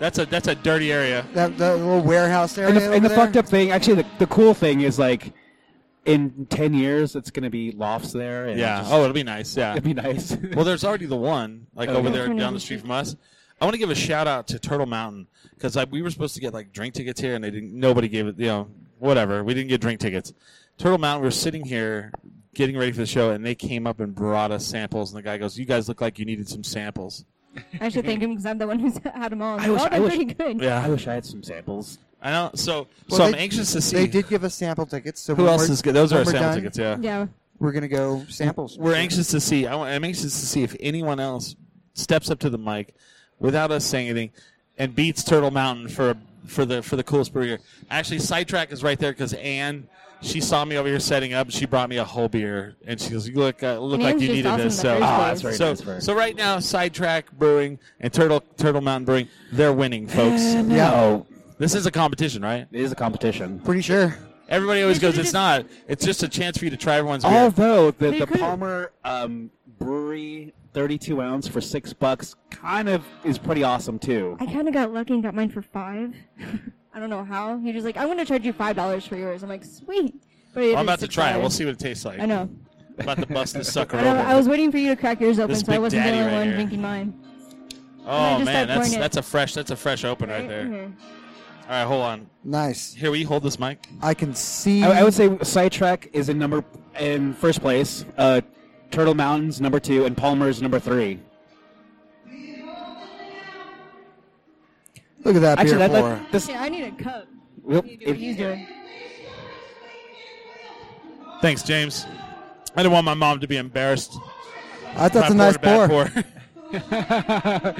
[SPEAKER 2] that's a that's a dirty area.
[SPEAKER 4] that, that little warehouse area.
[SPEAKER 3] and the, and
[SPEAKER 4] over
[SPEAKER 3] the
[SPEAKER 4] there.
[SPEAKER 3] fucked up thing, actually, the, the cool thing is like, in ten years, it's gonna be lofts there. And
[SPEAKER 2] Yeah.
[SPEAKER 3] just-
[SPEAKER 2] Oh, it'll be nice. Yeah.
[SPEAKER 3] it'd be nice.
[SPEAKER 2] Well, there's already the one like over
[SPEAKER 3] yeah.
[SPEAKER 2] there down the street from us. I want to give a shout out to Turtle Mountain because we were supposed to get like drink tickets here, and they didn't. Nobody gave it. You know, whatever. We didn't get drink tickets. Turtle Mountain. We were sitting here getting ready for the show, and they came up and brought us samples. And the guy goes, "You guys look like you needed some samples."
[SPEAKER 5] I should thank him because I'm the one who's had them all.
[SPEAKER 3] I wish-
[SPEAKER 5] oh,
[SPEAKER 3] I
[SPEAKER 5] they're
[SPEAKER 3] wish-
[SPEAKER 5] pretty good.
[SPEAKER 3] I wish I had some samples.
[SPEAKER 2] I know. So,
[SPEAKER 4] Well,
[SPEAKER 2] so I'm
[SPEAKER 4] they-
[SPEAKER 2] anxious to see
[SPEAKER 4] They did give us sample tickets. So
[SPEAKER 2] who
[SPEAKER 4] when
[SPEAKER 2] else
[SPEAKER 4] we're-
[SPEAKER 2] is good. Those
[SPEAKER 4] when
[SPEAKER 2] are our
[SPEAKER 4] we're
[SPEAKER 2] sample
[SPEAKER 4] done,
[SPEAKER 2] tickets. Yeah.
[SPEAKER 5] Yeah.
[SPEAKER 4] We're gonna go samples.
[SPEAKER 2] We're anxious to see. I, wa- I'm anxious to see if anyone else steps up to the mic without us saying anything and beats Turtle Mountain for for the for the coolest brew here. Actually, sidetrack is right there because Anne. She saw me over here setting up. and She brought me a whole beer, and she goes, "You look, uh, look like
[SPEAKER 5] Anne's
[SPEAKER 2] you
[SPEAKER 5] just
[SPEAKER 2] needed
[SPEAKER 5] awesome
[SPEAKER 2] this."
[SPEAKER 5] in
[SPEAKER 2] So,
[SPEAKER 5] the first place.
[SPEAKER 3] Very
[SPEAKER 2] so,
[SPEAKER 3] nice, very
[SPEAKER 2] so right now, Sidetrack Brewing and Turtle Turtle Mountain Brewing, they're winning, folks.
[SPEAKER 4] Yeah.
[SPEAKER 3] Oh,
[SPEAKER 2] This is a competition, right?
[SPEAKER 3] it is a competition.
[SPEAKER 4] Pretty sure.
[SPEAKER 2] Everybody always
[SPEAKER 5] They
[SPEAKER 2] goes,
[SPEAKER 5] should've
[SPEAKER 2] "It's
[SPEAKER 5] just-
[SPEAKER 2] not. It's just a chance for you to try everyone's beer."
[SPEAKER 3] Although the,
[SPEAKER 5] They
[SPEAKER 3] the
[SPEAKER 5] could-
[SPEAKER 3] Palmer um, Brewery 32 ounce for six bucks kind of is pretty awesome too.
[SPEAKER 5] I kind of got lucky and got mine for five. I don't know how. He was like, I'm going to charge you $5 for yours. I'm like, sweet. But it
[SPEAKER 2] I'm
[SPEAKER 5] is
[SPEAKER 2] about to try it.
[SPEAKER 5] $6.
[SPEAKER 2] We'll see what it tastes like.
[SPEAKER 5] I know.
[SPEAKER 2] I'm about to bust this sucker
[SPEAKER 5] I, know.
[SPEAKER 2] open.
[SPEAKER 5] I was waiting for you to crack yours open,
[SPEAKER 2] This
[SPEAKER 5] so I
[SPEAKER 2] big
[SPEAKER 5] wasn't the
[SPEAKER 2] daddy
[SPEAKER 5] only
[SPEAKER 2] right
[SPEAKER 5] one
[SPEAKER 2] here.
[SPEAKER 5] drinking mine.
[SPEAKER 2] oh
[SPEAKER 5] just
[SPEAKER 2] man,
[SPEAKER 5] started
[SPEAKER 2] that's
[SPEAKER 5] pouring it.
[SPEAKER 2] that's a fresh that's a fresh open right, there.
[SPEAKER 5] Mhm.
[SPEAKER 2] All right, hold on.
[SPEAKER 4] Nice.
[SPEAKER 2] Here, will you hold this mic?
[SPEAKER 4] I can see.
[SPEAKER 3] I, I would say Sidetrack is in number in first place. Uh, Turtle Mountains number two, and Palmer's number three.
[SPEAKER 4] Look at that
[SPEAKER 3] Actually,
[SPEAKER 4] beer
[SPEAKER 3] that,
[SPEAKER 4] pour.
[SPEAKER 3] that this.
[SPEAKER 5] Shit, I need a cup.
[SPEAKER 3] Whoop,
[SPEAKER 5] You do
[SPEAKER 3] if-
[SPEAKER 5] what he's doing.
[SPEAKER 2] Thanks, James. I didn't want my mom to be embarrassed.
[SPEAKER 4] I thought
[SPEAKER 2] I
[SPEAKER 4] it's a nice
[SPEAKER 2] poured a
[SPEAKER 4] pour.
[SPEAKER 2] bad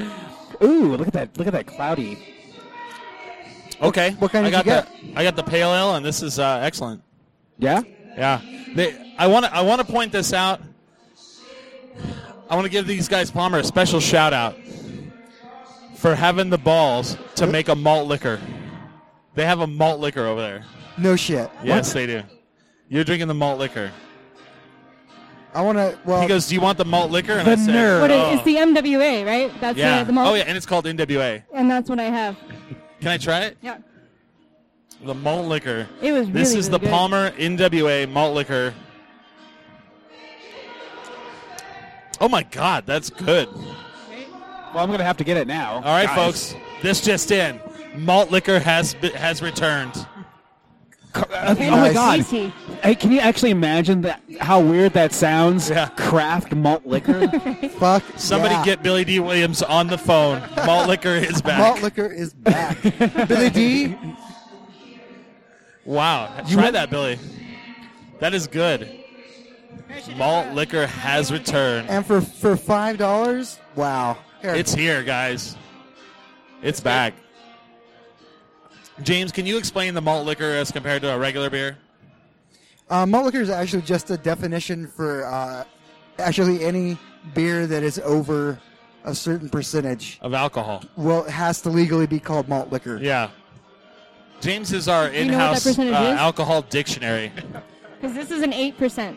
[SPEAKER 2] pour.
[SPEAKER 3] ooh, look at that! Look at that cloudy.
[SPEAKER 2] okay.
[SPEAKER 4] what kind
[SPEAKER 2] I got
[SPEAKER 4] did you get?
[SPEAKER 2] The, I got the pale ale, and this is uh, excellent.
[SPEAKER 3] Yeah.
[SPEAKER 2] Yeah. They, I want to I want to point this out. I want to give these guys Palmer a special shout out for having the balls to make a malt liquor. They have a malt liquor over there.
[SPEAKER 4] No shit.
[SPEAKER 2] Yes, they do. You're drinking the malt liquor.
[SPEAKER 4] I want to. Well,
[SPEAKER 2] He goes, "Do you want the malt liquor?" And I
[SPEAKER 6] The
[SPEAKER 2] said,
[SPEAKER 6] nerve.
[SPEAKER 5] What it-
[SPEAKER 2] "Oh."
[SPEAKER 5] It's the MWA, right? That's
[SPEAKER 2] yeah.
[SPEAKER 5] uh, the malt.
[SPEAKER 2] Oh yeah, and it's called NWA.
[SPEAKER 5] And that's what I have.
[SPEAKER 2] Can I try it?
[SPEAKER 5] Yeah.
[SPEAKER 2] The malt liquor.
[SPEAKER 5] It was
[SPEAKER 2] This
[SPEAKER 5] really,
[SPEAKER 2] is
[SPEAKER 5] really
[SPEAKER 2] the
[SPEAKER 5] good.
[SPEAKER 2] Palmer NWA malt liquor. Oh my God, that's good.
[SPEAKER 3] Well, I'm gonna have to get it now.
[SPEAKER 2] All right, folks. This just in: malt liquor has be- has returned.
[SPEAKER 3] Oh my
[SPEAKER 4] Nice.
[SPEAKER 3] God!
[SPEAKER 5] Tasty.
[SPEAKER 3] Hey, can you actually imagine that? How weird that sounds.
[SPEAKER 2] Yeah.
[SPEAKER 3] Craft malt liquor.
[SPEAKER 4] fuck.
[SPEAKER 2] Somebody
[SPEAKER 4] yeah.
[SPEAKER 2] get Billy D. Williams on the phone. Malt liquor is back.
[SPEAKER 4] Malt liquor is back. Billy D,
[SPEAKER 2] wow, try that, Billy. That is good. Malt liquor has returned.
[SPEAKER 4] and for for five dollars, wow. Here,
[SPEAKER 2] It's here, guys. It's back. James, can you explain the malt liquor as compared to a regular beer?
[SPEAKER 4] uh, malt liquor is actually just a definition for uh, actually any beer that is over a certain percentage.
[SPEAKER 2] Of alcohol.
[SPEAKER 4] Well, it has to legally be called malt liquor.
[SPEAKER 2] Yeah. James is our
[SPEAKER 5] know what that
[SPEAKER 2] in-house
[SPEAKER 5] percentage
[SPEAKER 2] uh,
[SPEAKER 5] is?
[SPEAKER 2] alcohol dictionary.
[SPEAKER 5] Because this is an 8%.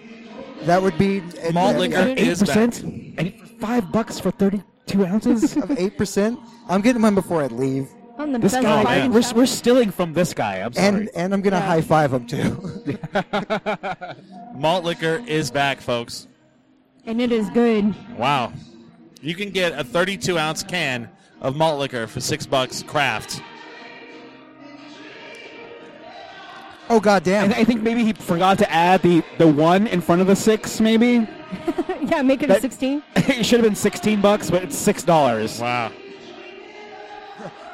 [SPEAKER 4] That would be
[SPEAKER 2] Malt liquor
[SPEAKER 3] Eight
[SPEAKER 2] is back.
[SPEAKER 3] percent, and for five bucks for thirty-two ounces.
[SPEAKER 4] of eight percent. I'm getting mine before I leave,
[SPEAKER 5] On the
[SPEAKER 3] This
[SPEAKER 5] best
[SPEAKER 3] guy,
[SPEAKER 5] bargain
[SPEAKER 2] man.
[SPEAKER 3] we're,
[SPEAKER 5] shop.
[SPEAKER 3] we're stealing from this guy. I'm sorry.
[SPEAKER 4] and and I'm gonna
[SPEAKER 5] Yeah.
[SPEAKER 4] high five them too.
[SPEAKER 2] Malt liquor is back, folks.
[SPEAKER 5] and it is good.
[SPEAKER 2] Wow. You can get a 32 ounce can of malt liquor for six bucks craft.
[SPEAKER 4] oh goddamn!
[SPEAKER 3] And I think maybe he forgot to add the, the one in front of the six. Maybe
[SPEAKER 5] yeah, make it a
[SPEAKER 3] That-
[SPEAKER 5] 16.
[SPEAKER 3] it should have been sixteen bucks, but it's six dollars.
[SPEAKER 2] Wow.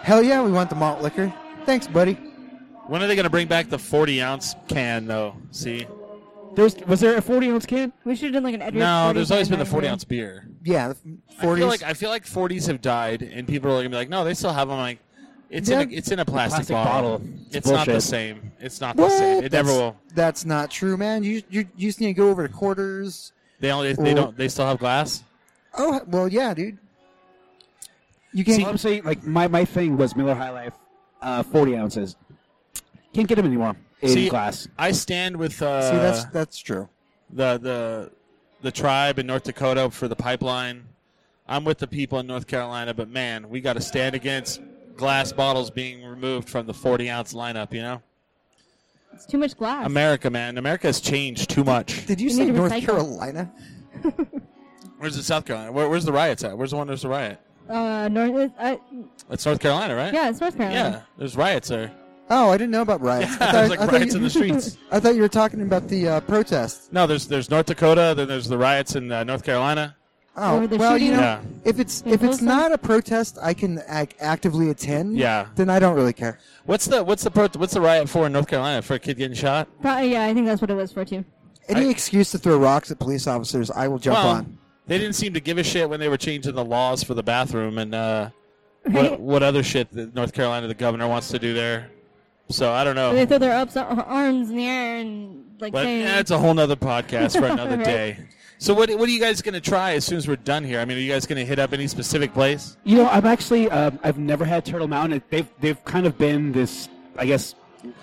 [SPEAKER 4] Hell yeah, we want the malt liquor. Thanks, buddy.
[SPEAKER 2] When are they going to bring back the 40 ounce can, though? See?
[SPEAKER 3] There's was there a forty ounce can?
[SPEAKER 5] We should have done like an Edward.
[SPEAKER 2] No, there's
[SPEAKER 5] 45
[SPEAKER 2] always been the
[SPEAKER 5] back
[SPEAKER 2] 40
[SPEAKER 5] there.
[SPEAKER 2] ounce beer.
[SPEAKER 4] Yeah,
[SPEAKER 2] I
[SPEAKER 4] forties.
[SPEAKER 2] feel like I feel like 40s have died, and people are gonna be like, "No, they still have them." Like, it's in a,
[SPEAKER 4] Yeah.
[SPEAKER 2] it's in a plastic,
[SPEAKER 3] Plastic
[SPEAKER 2] bottle.
[SPEAKER 3] bottle.
[SPEAKER 2] It's,
[SPEAKER 3] It's
[SPEAKER 2] not the
[SPEAKER 3] bullshit.
[SPEAKER 2] same. It's not
[SPEAKER 4] What?
[SPEAKER 2] the same. It never
[SPEAKER 4] That's-
[SPEAKER 2] will.
[SPEAKER 4] That's not true, man. You, you you just need to go over to quarters.
[SPEAKER 2] They only they
[SPEAKER 4] Ooh.
[SPEAKER 2] don't they still have glass.
[SPEAKER 4] Oh well, yeah, dude. You
[SPEAKER 3] See,
[SPEAKER 4] can't.
[SPEAKER 3] honestly, like my, my thing was Miller High Life, uh, forty ounces. Can't get them anymore in
[SPEAKER 2] See,
[SPEAKER 3] class.
[SPEAKER 2] I stand with uh,
[SPEAKER 4] see, that's that's true.
[SPEAKER 2] the the the tribe in North Dakota for the pipeline. I'm with the people in North Carolina, but man, we got to stand against glass bottles being removed from the 40 ounce lineup. You know,
[SPEAKER 5] It's too much glass.
[SPEAKER 2] America, man, America has changed too much.
[SPEAKER 4] Did you
[SPEAKER 5] We
[SPEAKER 4] say
[SPEAKER 5] need to
[SPEAKER 4] North
[SPEAKER 5] recycle.
[SPEAKER 4] Carolina?
[SPEAKER 2] Where's the South Carolina? Where, where's the riots at? Where's the one? There's the riot.
[SPEAKER 5] uh, North, uh,
[SPEAKER 2] That's North Carolina, right?
[SPEAKER 5] yeah, it's North
[SPEAKER 2] Yeah,
[SPEAKER 5] Carolina.
[SPEAKER 2] there's riots there.
[SPEAKER 4] Oh, I didn't know about riots. I thought,
[SPEAKER 2] there's like
[SPEAKER 4] I thought
[SPEAKER 2] riots
[SPEAKER 4] you,
[SPEAKER 2] in the streets.
[SPEAKER 4] I thought you were talking about the uh, protests.
[SPEAKER 2] No, there's there's North Dakota, then there's the riots in uh, North Carolina.
[SPEAKER 4] Oh,
[SPEAKER 5] Or they're
[SPEAKER 4] well, you
[SPEAKER 5] shooting
[SPEAKER 4] know,
[SPEAKER 2] Yeah.
[SPEAKER 4] if it's
[SPEAKER 5] They
[SPEAKER 4] if it's
[SPEAKER 5] post them?
[SPEAKER 4] not a protest I can ac- actively attend,
[SPEAKER 2] Yeah.
[SPEAKER 4] then I don't really care.
[SPEAKER 2] What's the what's the pro- what's the riot for in North Carolina for a kid getting shot?
[SPEAKER 5] Probably, yeah, I think that's what it was for too.
[SPEAKER 4] Any
[SPEAKER 2] I-
[SPEAKER 4] excuse to throw rocks at police officers, I will jump on.
[SPEAKER 2] they didn't seem to give a shit when they were changing the laws for the bathroom and uh, what what other shit that North Carolina the governor wants to do there. So I don't
[SPEAKER 5] They
[SPEAKER 2] know,
[SPEAKER 5] throw their ups, uh, arms in the air and like
[SPEAKER 2] but
[SPEAKER 5] say,
[SPEAKER 2] that's a whole nother podcast for another
[SPEAKER 5] Right.
[SPEAKER 2] day. So what what are you guys gonna try as soon as we're done here? I mean, are you guys gonna hit up any specific place?
[SPEAKER 7] You know, I've actually um, I've never had Turtle Mountain. It- They've they've kind of been this, I guess,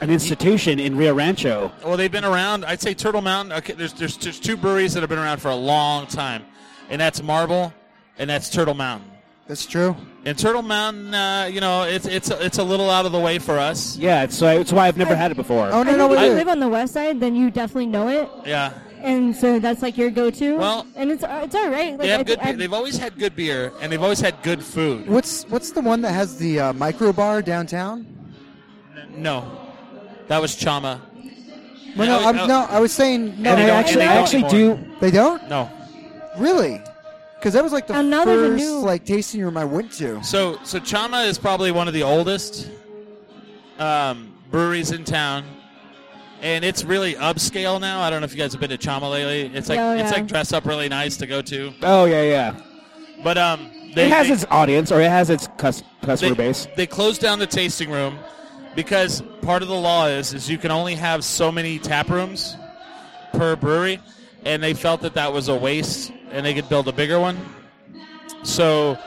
[SPEAKER 7] an institution in Rio Rancho.
[SPEAKER 2] Well, they've been around. I'd say Turtle Mountain. Okay, there's there's there's two breweries that have been around for a long time, and that's Marble, and that's Turtle Mountain.
[SPEAKER 4] That's true.
[SPEAKER 2] And Turtle Mountain, uh, you know, it's it's it's a little out of the way for us.
[SPEAKER 7] Yeah, it's, so it's why I've never had it before.
[SPEAKER 4] Oh
[SPEAKER 5] I
[SPEAKER 4] no,
[SPEAKER 5] think
[SPEAKER 4] no,
[SPEAKER 5] if
[SPEAKER 4] wait,
[SPEAKER 5] you
[SPEAKER 4] wait.
[SPEAKER 5] live on the west side, then you definitely know it,
[SPEAKER 2] Yeah.
[SPEAKER 5] and so that's like your go-to.
[SPEAKER 2] Well-
[SPEAKER 5] and it's uh, it's all right. Like,
[SPEAKER 2] They
[SPEAKER 5] I
[SPEAKER 2] have good. Beer.
[SPEAKER 5] think
[SPEAKER 2] They've always had good beer, and they've always had good food.
[SPEAKER 4] What's what's the one that has the uh, micro bar downtown?
[SPEAKER 2] No, that was Chama.
[SPEAKER 4] Well, no,
[SPEAKER 2] Yeah,
[SPEAKER 4] I'm,
[SPEAKER 2] oh.
[SPEAKER 4] no, I was saying no.
[SPEAKER 7] and
[SPEAKER 2] And they
[SPEAKER 7] I
[SPEAKER 2] don't-
[SPEAKER 7] actually,
[SPEAKER 2] and they
[SPEAKER 7] I
[SPEAKER 2] don't
[SPEAKER 7] actually
[SPEAKER 2] anymore.
[SPEAKER 7] do.
[SPEAKER 4] They don't
[SPEAKER 2] No.
[SPEAKER 4] really, because that was like the
[SPEAKER 5] And now there's a
[SPEAKER 4] first
[SPEAKER 5] new-
[SPEAKER 4] like tasting room I went to.
[SPEAKER 2] So so Chama is probably one of the oldest um, breweries in town, and it's really upscale now. I don't know if you guys have been to Chama lately. It's like
[SPEAKER 5] Oh,
[SPEAKER 2] it's
[SPEAKER 5] yeah.
[SPEAKER 2] like dress up really nice to go to,
[SPEAKER 7] Oh yeah, yeah.
[SPEAKER 2] but um, they,
[SPEAKER 7] it has
[SPEAKER 2] they-
[SPEAKER 7] its audience, or it has its cus- customer
[SPEAKER 2] they,
[SPEAKER 7] base.
[SPEAKER 2] They closed down the tasting room because part of the law is is you can only have so many tap rooms per brewery, and they felt that that was a waste, and they could build a bigger one. So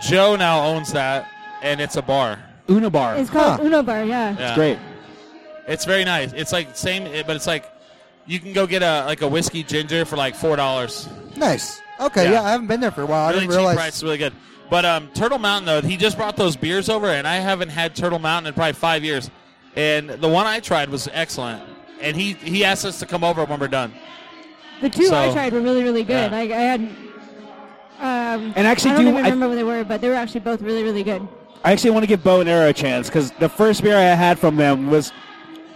[SPEAKER 2] Joe now owns that, and it's a bar.
[SPEAKER 7] Unabar,
[SPEAKER 5] It's called
[SPEAKER 4] Huh.
[SPEAKER 5] Uno Bar. Yeah.
[SPEAKER 2] Yeah.
[SPEAKER 7] great.
[SPEAKER 2] It's very nice. It's like same, eh, but it's like you can go get a like a whiskey ginger for like four dollars.
[SPEAKER 4] Nice. Okay,
[SPEAKER 2] Yeah.
[SPEAKER 4] yeah. I haven't been there for a while. I
[SPEAKER 2] really
[SPEAKER 4] didn't realize.
[SPEAKER 2] cheap price, really good. But um, Turtle Mountain though, he just brought those beers over, and I haven't had Turtle Mountain in probably five years. And the one I tried was excellent. And he he asked us to come over when we're done.
[SPEAKER 5] The two I
[SPEAKER 2] So-
[SPEAKER 5] tried were really, really good.
[SPEAKER 2] Yeah.
[SPEAKER 5] Like I had. Um,
[SPEAKER 7] And actually
[SPEAKER 5] I don't
[SPEAKER 7] do-
[SPEAKER 5] even
[SPEAKER 7] I-
[SPEAKER 5] remember what they were, but they were actually both really, really good.
[SPEAKER 7] I actually want to give Bow and Arrow a chance because the first beer I had from them was,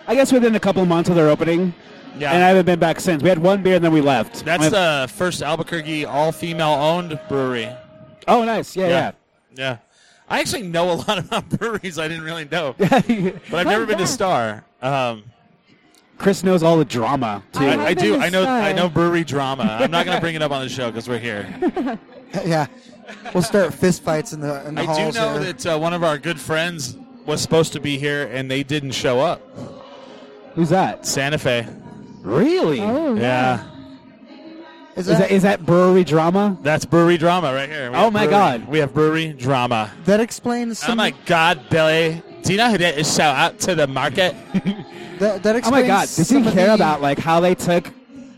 [SPEAKER 7] I guess, within a couple of months of their opening.
[SPEAKER 2] Yeah.
[SPEAKER 7] And I haven't been back since. We had one beer and then we left.
[SPEAKER 2] That's
[SPEAKER 7] My-
[SPEAKER 2] the first Albuquerque all female owned brewery.
[SPEAKER 7] oh, nice. Yeah, yeah.
[SPEAKER 2] yeah. I actually know a lot about breweries I didn't really know, but I've never been to
[SPEAKER 5] yeah.
[SPEAKER 2] Star. Um,
[SPEAKER 7] Chris knows all the drama too.
[SPEAKER 5] I-
[SPEAKER 2] I, I
[SPEAKER 5] I've been
[SPEAKER 2] do.
[SPEAKER 5] to
[SPEAKER 2] I know.
[SPEAKER 5] Star.
[SPEAKER 2] I know brewery drama. I'm not going to bring it up on the show because we're here.
[SPEAKER 4] yeah, we'll start fistfights in the in the
[SPEAKER 2] I do
[SPEAKER 4] halls.
[SPEAKER 2] know
[SPEAKER 4] there.
[SPEAKER 2] that uh, one of our good friends was supposed to be here and they didn't show up.
[SPEAKER 7] Who's that?
[SPEAKER 2] Santa Fe.
[SPEAKER 7] Really?
[SPEAKER 5] Oh,
[SPEAKER 2] Yeah.
[SPEAKER 7] Is
[SPEAKER 4] Is that,
[SPEAKER 7] that is that brewery drama?
[SPEAKER 2] That's brewery drama right here. We
[SPEAKER 7] Oh
[SPEAKER 2] have
[SPEAKER 7] my
[SPEAKER 2] brewery-
[SPEAKER 7] God.
[SPEAKER 2] We have brewery drama.
[SPEAKER 4] that explains some.
[SPEAKER 2] oh my God, Billy. Do you know who that is shout out to the market?
[SPEAKER 4] that, that
[SPEAKER 7] Oh
[SPEAKER 4] explains
[SPEAKER 7] my God! Did you
[SPEAKER 4] some of
[SPEAKER 7] hear
[SPEAKER 4] the-
[SPEAKER 7] about like how they took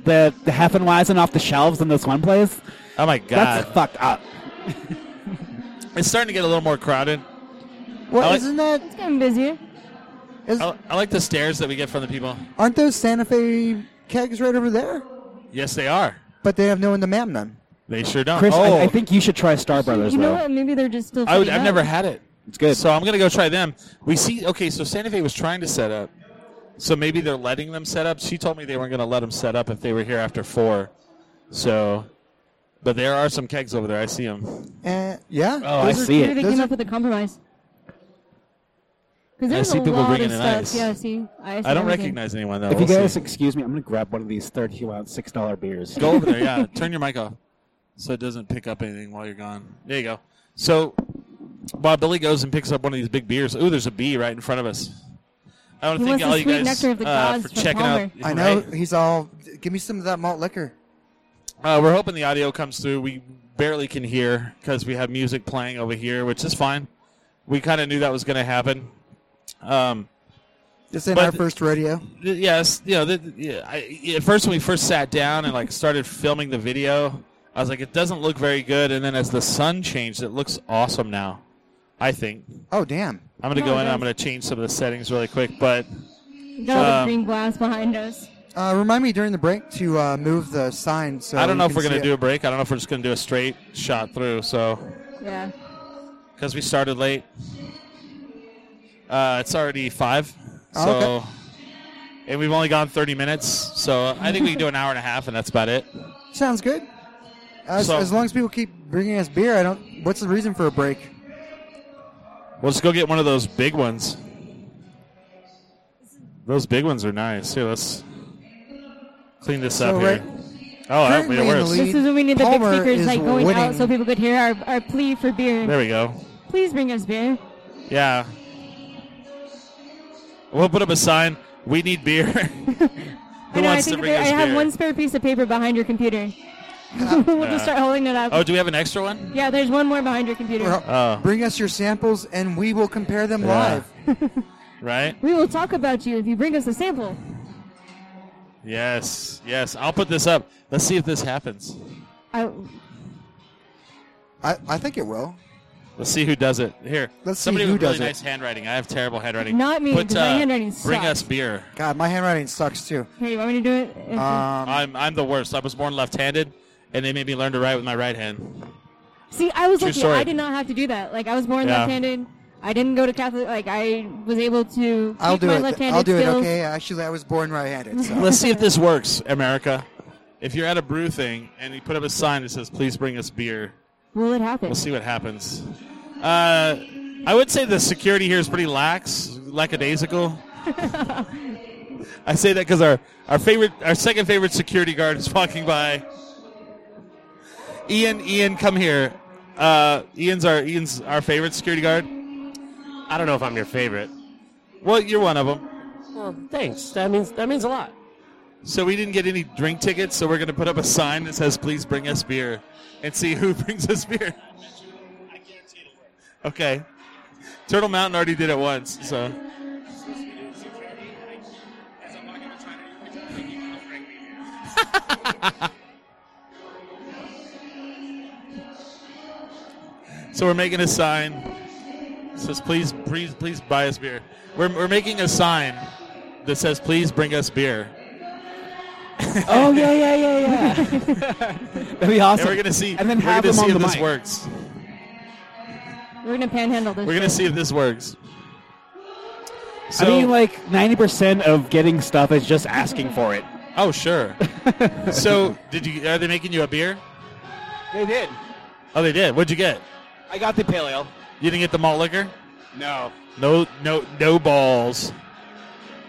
[SPEAKER 7] the the Heffenweizen off the shelves in this one place?
[SPEAKER 2] Oh my God.
[SPEAKER 7] That's fucked up.
[SPEAKER 2] it's starting to get a little more crowded. I
[SPEAKER 4] What
[SPEAKER 2] like-
[SPEAKER 4] isn't that?
[SPEAKER 5] It's getting busy.
[SPEAKER 4] Is,
[SPEAKER 2] I, I like the stares that we get from the people.
[SPEAKER 4] aren't those Santa Fe kegs right over there?
[SPEAKER 2] Yes, they are.
[SPEAKER 4] But they have no one to man them.
[SPEAKER 2] They sure don't.
[SPEAKER 7] Chris,
[SPEAKER 2] oh,
[SPEAKER 7] I, I think you should try Star Brothers.
[SPEAKER 5] You know
[SPEAKER 7] though.
[SPEAKER 5] what? Maybe they're just still.
[SPEAKER 2] I would,
[SPEAKER 5] setting
[SPEAKER 2] I've
[SPEAKER 5] up.
[SPEAKER 2] never had it.
[SPEAKER 7] It's good.
[SPEAKER 2] So I'm gonna go try them. We see. Okay, so Santa Fe was trying to set up, so maybe they're letting them set up. She told me they weren't gonna let them set up if they were here after four. So, but there are some kegs over there. I see them.
[SPEAKER 4] Eh, yeah.
[SPEAKER 7] oh, I
[SPEAKER 4] Those are-
[SPEAKER 7] see
[SPEAKER 5] Maybe
[SPEAKER 7] it.
[SPEAKER 5] they
[SPEAKER 4] Those
[SPEAKER 5] came
[SPEAKER 4] are-
[SPEAKER 5] up with a compromise. Because
[SPEAKER 2] I
[SPEAKER 5] there's
[SPEAKER 2] see
[SPEAKER 5] a
[SPEAKER 2] people
[SPEAKER 5] lot
[SPEAKER 2] bringing
[SPEAKER 5] of
[SPEAKER 2] in
[SPEAKER 5] stuff.
[SPEAKER 2] ice.
[SPEAKER 5] Yeah, see, ice
[SPEAKER 2] I don't
[SPEAKER 5] and everything.
[SPEAKER 2] recognize anyone though.
[SPEAKER 7] If you
[SPEAKER 2] We'll
[SPEAKER 7] guys
[SPEAKER 2] see.
[SPEAKER 7] excuse me, I'm gonna grab one of these thirty ounce six dollar beers.
[SPEAKER 2] go over there, yeah. Turn your mic off so it doesn't pick up anything while you're gone. There you go. So, Bob Billy goes and picks up one of these big beers. Ooh, there's a bee right in front of us. I want to
[SPEAKER 5] He
[SPEAKER 2] thank
[SPEAKER 5] wants the
[SPEAKER 2] all you
[SPEAKER 5] sweet
[SPEAKER 2] guys
[SPEAKER 5] nectar of the
[SPEAKER 2] uh,
[SPEAKER 5] gods
[SPEAKER 2] for
[SPEAKER 5] from
[SPEAKER 2] checking out.
[SPEAKER 5] Palmer.
[SPEAKER 4] I know.
[SPEAKER 2] Right.
[SPEAKER 4] He's all. Give me some of that malt liquor.
[SPEAKER 2] Uh, we're hoping the audio comes through. We barely can hear because we have music playing over here, which is fine. We kind of knew that was going to happen. Um,
[SPEAKER 4] This ain't
[SPEAKER 2] But-
[SPEAKER 4] our first rodeo.
[SPEAKER 2] th- yes, you know, th- th- yeah, I, at first when we first sat down and like started filming the video, I was like, it doesn't look very good. And then as the sun changed, it looks awesome now. I think
[SPEAKER 4] Oh damn.
[SPEAKER 2] I'm going to
[SPEAKER 5] No,
[SPEAKER 2] go
[SPEAKER 5] it
[SPEAKER 2] in. I'm
[SPEAKER 5] does.
[SPEAKER 2] going to change some of the settings really quick, but
[SPEAKER 5] We Got all
[SPEAKER 2] Um,
[SPEAKER 5] the green glass behind us.
[SPEAKER 4] Uh, remind me during the break to uh, move the sign. So
[SPEAKER 2] I don't
[SPEAKER 4] you
[SPEAKER 2] know if
[SPEAKER 4] can
[SPEAKER 2] we're going
[SPEAKER 4] see
[SPEAKER 2] to do
[SPEAKER 4] it.
[SPEAKER 2] a break. I don't know if we're just going to do a straight shot through. So
[SPEAKER 5] Yeah.
[SPEAKER 2] because we started late. Uh, it's already five,
[SPEAKER 4] Oh,
[SPEAKER 2] so
[SPEAKER 4] okay.
[SPEAKER 2] and we've only gone thirty minutes. So I think we can do an hour and a half, and that's about it.
[SPEAKER 4] Sounds good. As,
[SPEAKER 2] So-
[SPEAKER 4] as long as people keep bringing us beer, I don't. What's the reason for a break?
[SPEAKER 2] Well, let's go get one of those big ones. Those big ones are nice. Here, let's clean this
[SPEAKER 4] So
[SPEAKER 2] up
[SPEAKER 4] right-
[SPEAKER 2] here. Oh, that
[SPEAKER 4] currently
[SPEAKER 2] made it
[SPEAKER 4] in the
[SPEAKER 2] worse.
[SPEAKER 4] lead-
[SPEAKER 5] This is when we need the
[SPEAKER 4] Palmer
[SPEAKER 5] big
[SPEAKER 4] is
[SPEAKER 5] speakers like going out
[SPEAKER 4] winning.
[SPEAKER 5] so people could hear our, our plea for beer.
[SPEAKER 2] There we go.
[SPEAKER 5] Please bring us beer.
[SPEAKER 2] Yeah. We'll put up a sign. We need beer. Who
[SPEAKER 5] I know, I
[SPEAKER 2] wants to
[SPEAKER 5] think
[SPEAKER 2] bring
[SPEAKER 5] there, I
[SPEAKER 2] us
[SPEAKER 5] have
[SPEAKER 2] beer?
[SPEAKER 5] one spare piece of paper behind your computer. we'll
[SPEAKER 2] Yeah.
[SPEAKER 5] just start holding it up.
[SPEAKER 2] oh, do we have an extra one?
[SPEAKER 5] Yeah, there's one more behind your computer.
[SPEAKER 4] Or-
[SPEAKER 2] Oh,
[SPEAKER 4] Bring us your samples, and we will compare them
[SPEAKER 2] Yeah.
[SPEAKER 4] live.
[SPEAKER 2] right.
[SPEAKER 5] We will talk about you if you bring us a sample.
[SPEAKER 2] Yes. Yes. I'll put this up. Let's see if this happens.
[SPEAKER 5] I,
[SPEAKER 4] I, I think it will.
[SPEAKER 2] Let's see who does it. Here.
[SPEAKER 4] Let's see
[SPEAKER 2] Somebody
[SPEAKER 4] who
[SPEAKER 2] with really
[SPEAKER 4] does it.
[SPEAKER 2] nice handwriting. I have terrible handwriting.
[SPEAKER 5] Not me,
[SPEAKER 2] Put, uh,
[SPEAKER 5] 'cause my handwriting
[SPEAKER 2] Bring
[SPEAKER 5] sucks.
[SPEAKER 2] us beer.
[SPEAKER 4] God, my handwriting sucks too.
[SPEAKER 5] here, you want me to do it?
[SPEAKER 2] Uh,
[SPEAKER 4] Um,
[SPEAKER 2] I'm I'm the worst. I was born left-handed, and they made me learn to write with my right hand.
[SPEAKER 5] See, I was
[SPEAKER 2] True
[SPEAKER 5] lucky.
[SPEAKER 2] story.
[SPEAKER 5] I did not have to do that. Like, I was born
[SPEAKER 2] Yeah.
[SPEAKER 5] left-handed. I didn't go to Catholic. Like, I was able to keep
[SPEAKER 4] I'll do
[SPEAKER 5] my
[SPEAKER 4] it.
[SPEAKER 5] left-handed
[SPEAKER 4] I'll do it.
[SPEAKER 5] skills.
[SPEAKER 4] Okay. Actually, I was born right-handed. So.
[SPEAKER 2] Let's see if this works, America. If you're at a brew thing and you put up a sign that says "Please bring us beer,"
[SPEAKER 5] Will it happen?
[SPEAKER 2] we'll see what happens. Uh, I would say the security here is pretty lax, lackadaisical. I say that because our our favorite, our second favorite security guard is walking by. Ian, Ian, come here. Uh, Ian's our Ian's our favorite security guard.
[SPEAKER 8] I don't know if I'm your favorite.
[SPEAKER 2] Well, you're one of them.
[SPEAKER 8] Well, Um, thanks. That means that means a lot.
[SPEAKER 2] So we didn't get any drink tickets, so we're going to put up a sign that says, please bring us beer, and see who brings us beer. Okay. Turtle Mountain already did it once, so. so we're making a sign. It says, please, please, please buy us beer. We're, we're making a sign that says, please bring us beer.
[SPEAKER 3] oh yeah, yeah, yeah, yeah. That'd be
[SPEAKER 2] And
[SPEAKER 3] awesome.
[SPEAKER 2] we're gonna see.
[SPEAKER 3] And then
[SPEAKER 2] we're
[SPEAKER 3] have
[SPEAKER 2] gonna
[SPEAKER 3] them
[SPEAKER 2] see
[SPEAKER 3] on
[SPEAKER 2] if
[SPEAKER 3] the
[SPEAKER 2] this
[SPEAKER 3] mic.
[SPEAKER 2] works.
[SPEAKER 5] We're gonna panhandle this.
[SPEAKER 2] We're gonna
[SPEAKER 5] shit.
[SPEAKER 2] see if this works.
[SPEAKER 3] I
[SPEAKER 2] So,
[SPEAKER 3] mean, like ninety percent of getting stuff is just asking for it.
[SPEAKER 2] oh sure. so, did you? Are they making you a beer?
[SPEAKER 3] They did.
[SPEAKER 2] Oh, they did. What'd you get?
[SPEAKER 3] I got the pale ale.
[SPEAKER 2] You didn't get the malt liquor?
[SPEAKER 3] No,
[SPEAKER 2] No, no, no balls.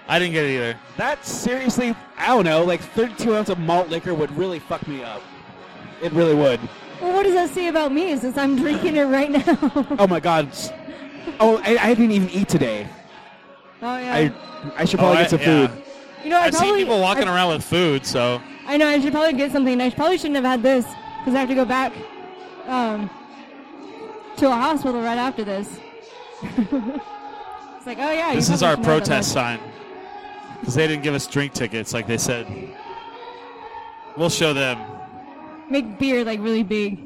[SPEAKER 2] I didn't get it either.
[SPEAKER 3] that seriously, I don't know. Like thirty-two ounce of malt liquor would really fuck me up. It really would.
[SPEAKER 5] Well, what does that say about me? Since I'm drinking it right now.
[SPEAKER 3] Oh my god. Oh, I, I didn't even eat today.
[SPEAKER 5] oh yeah.
[SPEAKER 3] I I should probably
[SPEAKER 2] Oh,
[SPEAKER 3] get some
[SPEAKER 2] I- yeah.
[SPEAKER 3] food.
[SPEAKER 5] you know, I
[SPEAKER 2] I've
[SPEAKER 5] probably,
[SPEAKER 2] seen people walking
[SPEAKER 5] I,
[SPEAKER 2] around with food, so
[SPEAKER 5] I know. I should probably get something. I probably shouldn't have had this because I have to go back um, to a hospital right after this. it's like, oh yeah. you
[SPEAKER 2] this is
[SPEAKER 5] probably
[SPEAKER 2] our
[SPEAKER 5] shouldn't have that
[SPEAKER 2] protest
[SPEAKER 5] much.
[SPEAKER 2] sign because they didn't give us drink tickets like they said. We'll show them.
[SPEAKER 5] Make beer like really big.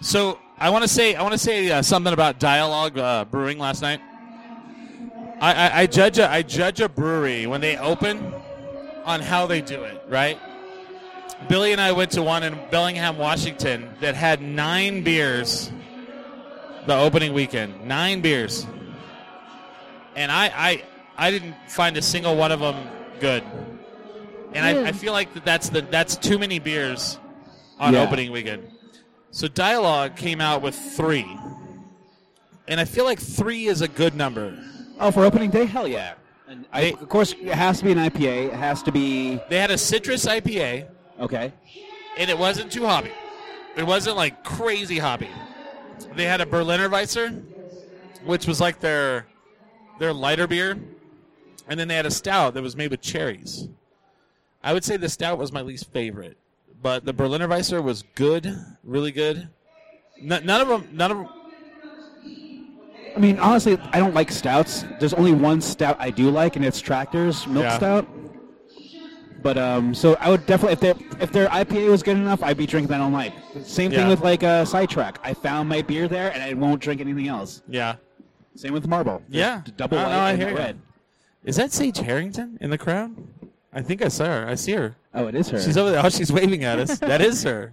[SPEAKER 2] So I want to say I want to say uh, something about dialogue uh, brewing last night. I, I, I judge a, I judge a brewery when they open on how they do it. Right? Billy and I went to one in Bellingham, Washington, that had nine beers the opening weekend. Nine beers, and I I, I didn't find a single one of them good. And I, I
[SPEAKER 5] Really?
[SPEAKER 2] feel like that that's the that's too many beers on
[SPEAKER 3] Yeah.
[SPEAKER 2] opening weekend. So dialogue came out with three, and I feel like three is a good number.
[SPEAKER 3] Oh, for opening day, hell yeah. And I,
[SPEAKER 2] They-
[SPEAKER 3] of course, it has to be an IPA. It has to be
[SPEAKER 2] They had a citrus IPA,
[SPEAKER 3] okay.
[SPEAKER 2] and it wasn't too hoppy. It wasn't like crazy hoppy. They had a Berliner Weisser, which was like their their lighter beer, and then they had a stout that was made with cherries. I would say the stout was my least favorite, but the Berliner Weisser was good, really good. N- none of them, none of 'em-
[SPEAKER 3] I mean, honestly, I don't like stouts. There's only one stout I do like, and it's Tractor's Milk
[SPEAKER 2] Yeah.
[SPEAKER 3] Stout. But um, so I would definitely if their if their IPA was good enough, I'd be drinking that all night. Same thing
[SPEAKER 2] Yeah.
[SPEAKER 3] with like uh, sidetrack. I found my beer there, and I won't drink anything else.
[SPEAKER 2] yeah.
[SPEAKER 3] Same with Marble.
[SPEAKER 2] Yeah.
[SPEAKER 3] D- double
[SPEAKER 2] I know,
[SPEAKER 3] white
[SPEAKER 2] I
[SPEAKER 3] and
[SPEAKER 2] hear ya.
[SPEAKER 3] red.
[SPEAKER 2] Is that Sage Harrington in the crowd? I think I saw her. I see her.
[SPEAKER 3] Oh, it is her.
[SPEAKER 2] She's over there. Oh, she's waving at us. That is her.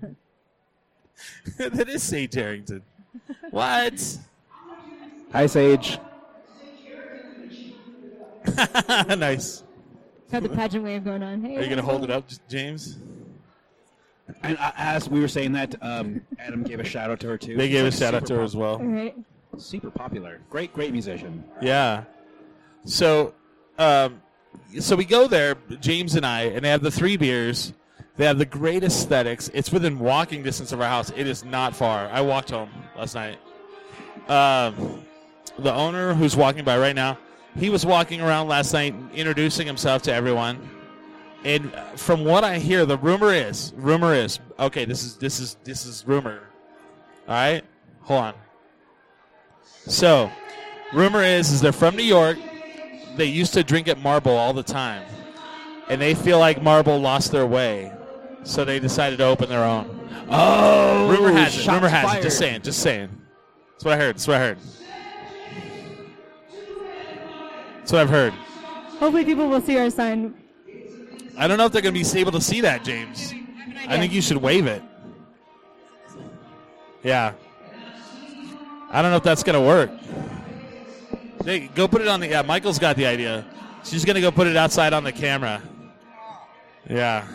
[SPEAKER 2] that is Sage Harrington. What?
[SPEAKER 3] Hi, Sage.
[SPEAKER 2] nice.
[SPEAKER 5] Got the pageant wave going on. Hey,
[SPEAKER 2] Are you gonna hold it up, J- James?
[SPEAKER 3] And uh, as we were saying that, um, Adam gave a shout out to her too.
[SPEAKER 2] They gave a
[SPEAKER 3] She's, like,
[SPEAKER 2] shout out
[SPEAKER 3] super
[SPEAKER 2] to her as well.
[SPEAKER 5] All right.
[SPEAKER 3] pop- super popular, great, great musician.
[SPEAKER 2] Yeah. So, um, so we go there, James and I, and they have the three beers. They have the great aesthetics. It's within walking distance of our house. It is not far. I walked home last night. Um, the owner, who's walking by right now, he was walking around last night, introducing himself to everyone. And from what I hear, the rumor is, rumor is, okay, this is this is this is rumor. All right, hold on. So, rumor is is they're from New York. They used to drink at Marble all the time, and they feel like Marble lost their way, so they decided to open their own.
[SPEAKER 3] Oh,
[SPEAKER 2] Rumor has it. Rumor has it. Just saying. Just saying. That's what I heard. That's what I heard. That's what I've heard.
[SPEAKER 5] Hopefully, people will see our sign.
[SPEAKER 2] I don't know if they're going to be able to see that, James. I think you should wave it. Yeah. I don't know if that's going to work. Hey, go put it on the. Yeah, Michael's got the idea. She's going to go put it outside on the camera. Yeah.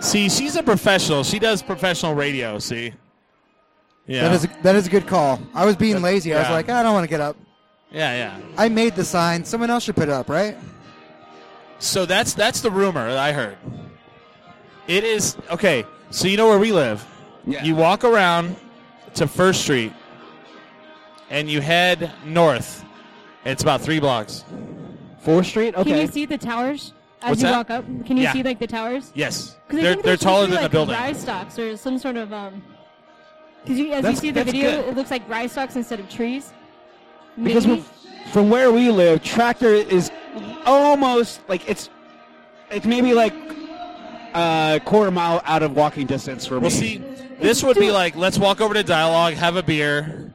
[SPEAKER 2] See, she's a professional. She does professional radio, see? Yeah.
[SPEAKER 4] That is a, that is a good call. I was being lazy. I was
[SPEAKER 2] yeah.
[SPEAKER 4] like, I don't want to get up.
[SPEAKER 2] yeah, yeah.
[SPEAKER 4] I made the sign. Someone else should put it up, right?
[SPEAKER 2] So that's that's the rumor that I heard. It is okay. So you know where we live.
[SPEAKER 3] Yeah.
[SPEAKER 2] You walk around to First Street, and you head north. It's about three blocks.
[SPEAKER 3] Fourth Street.
[SPEAKER 5] Can
[SPEAKER 3] Okay.
[SPEAKER 5] you see the towers as
[SPEAKER 2] What's
[SPEAKER 5] you
[SPEAKER 2] that?
[SPEAKER 5] walk up? Can you
[SPEAKER 2] Yeah.
[SPEAKER 5] see like the towers?
[SPEAKER 2] Yes,
[SPEAKER 5] 'Cause I
[SPEAKER 2] they're
[SPEAKER 5] think
[SPEAKER 2] they're
[SPEAKER 5] should
[SPEAKER 2] taller
[SPEAKER 5] do,
[SPEAKER 2] than
[SPEAKER 5] like,
[SPEAKER 2] the building.
[SPEAKER 5] Rye stalks or some sort of um. Because you, as
[SPEAKER 3] That's-
[SPEAKER 5] you see the
[SPEAKER 3] that's
[SPEAKER 5] video,
[SPEAKER 3] good.
[SPEAKER 5] it looks like rye stalks instead of trees.
[SPEAKER 3] because
[SPEAKER 5] Maybe.
[SPEAKER 3] we from where we live, tractor is almost like it's it's maybe like a quarter mile out of walking distance for me.
[SPEAKER 2] Well, see, this would be
[SPEAKER 5] do-
[SPEAKER 2] like let's walk over to Dialogue, have a beer,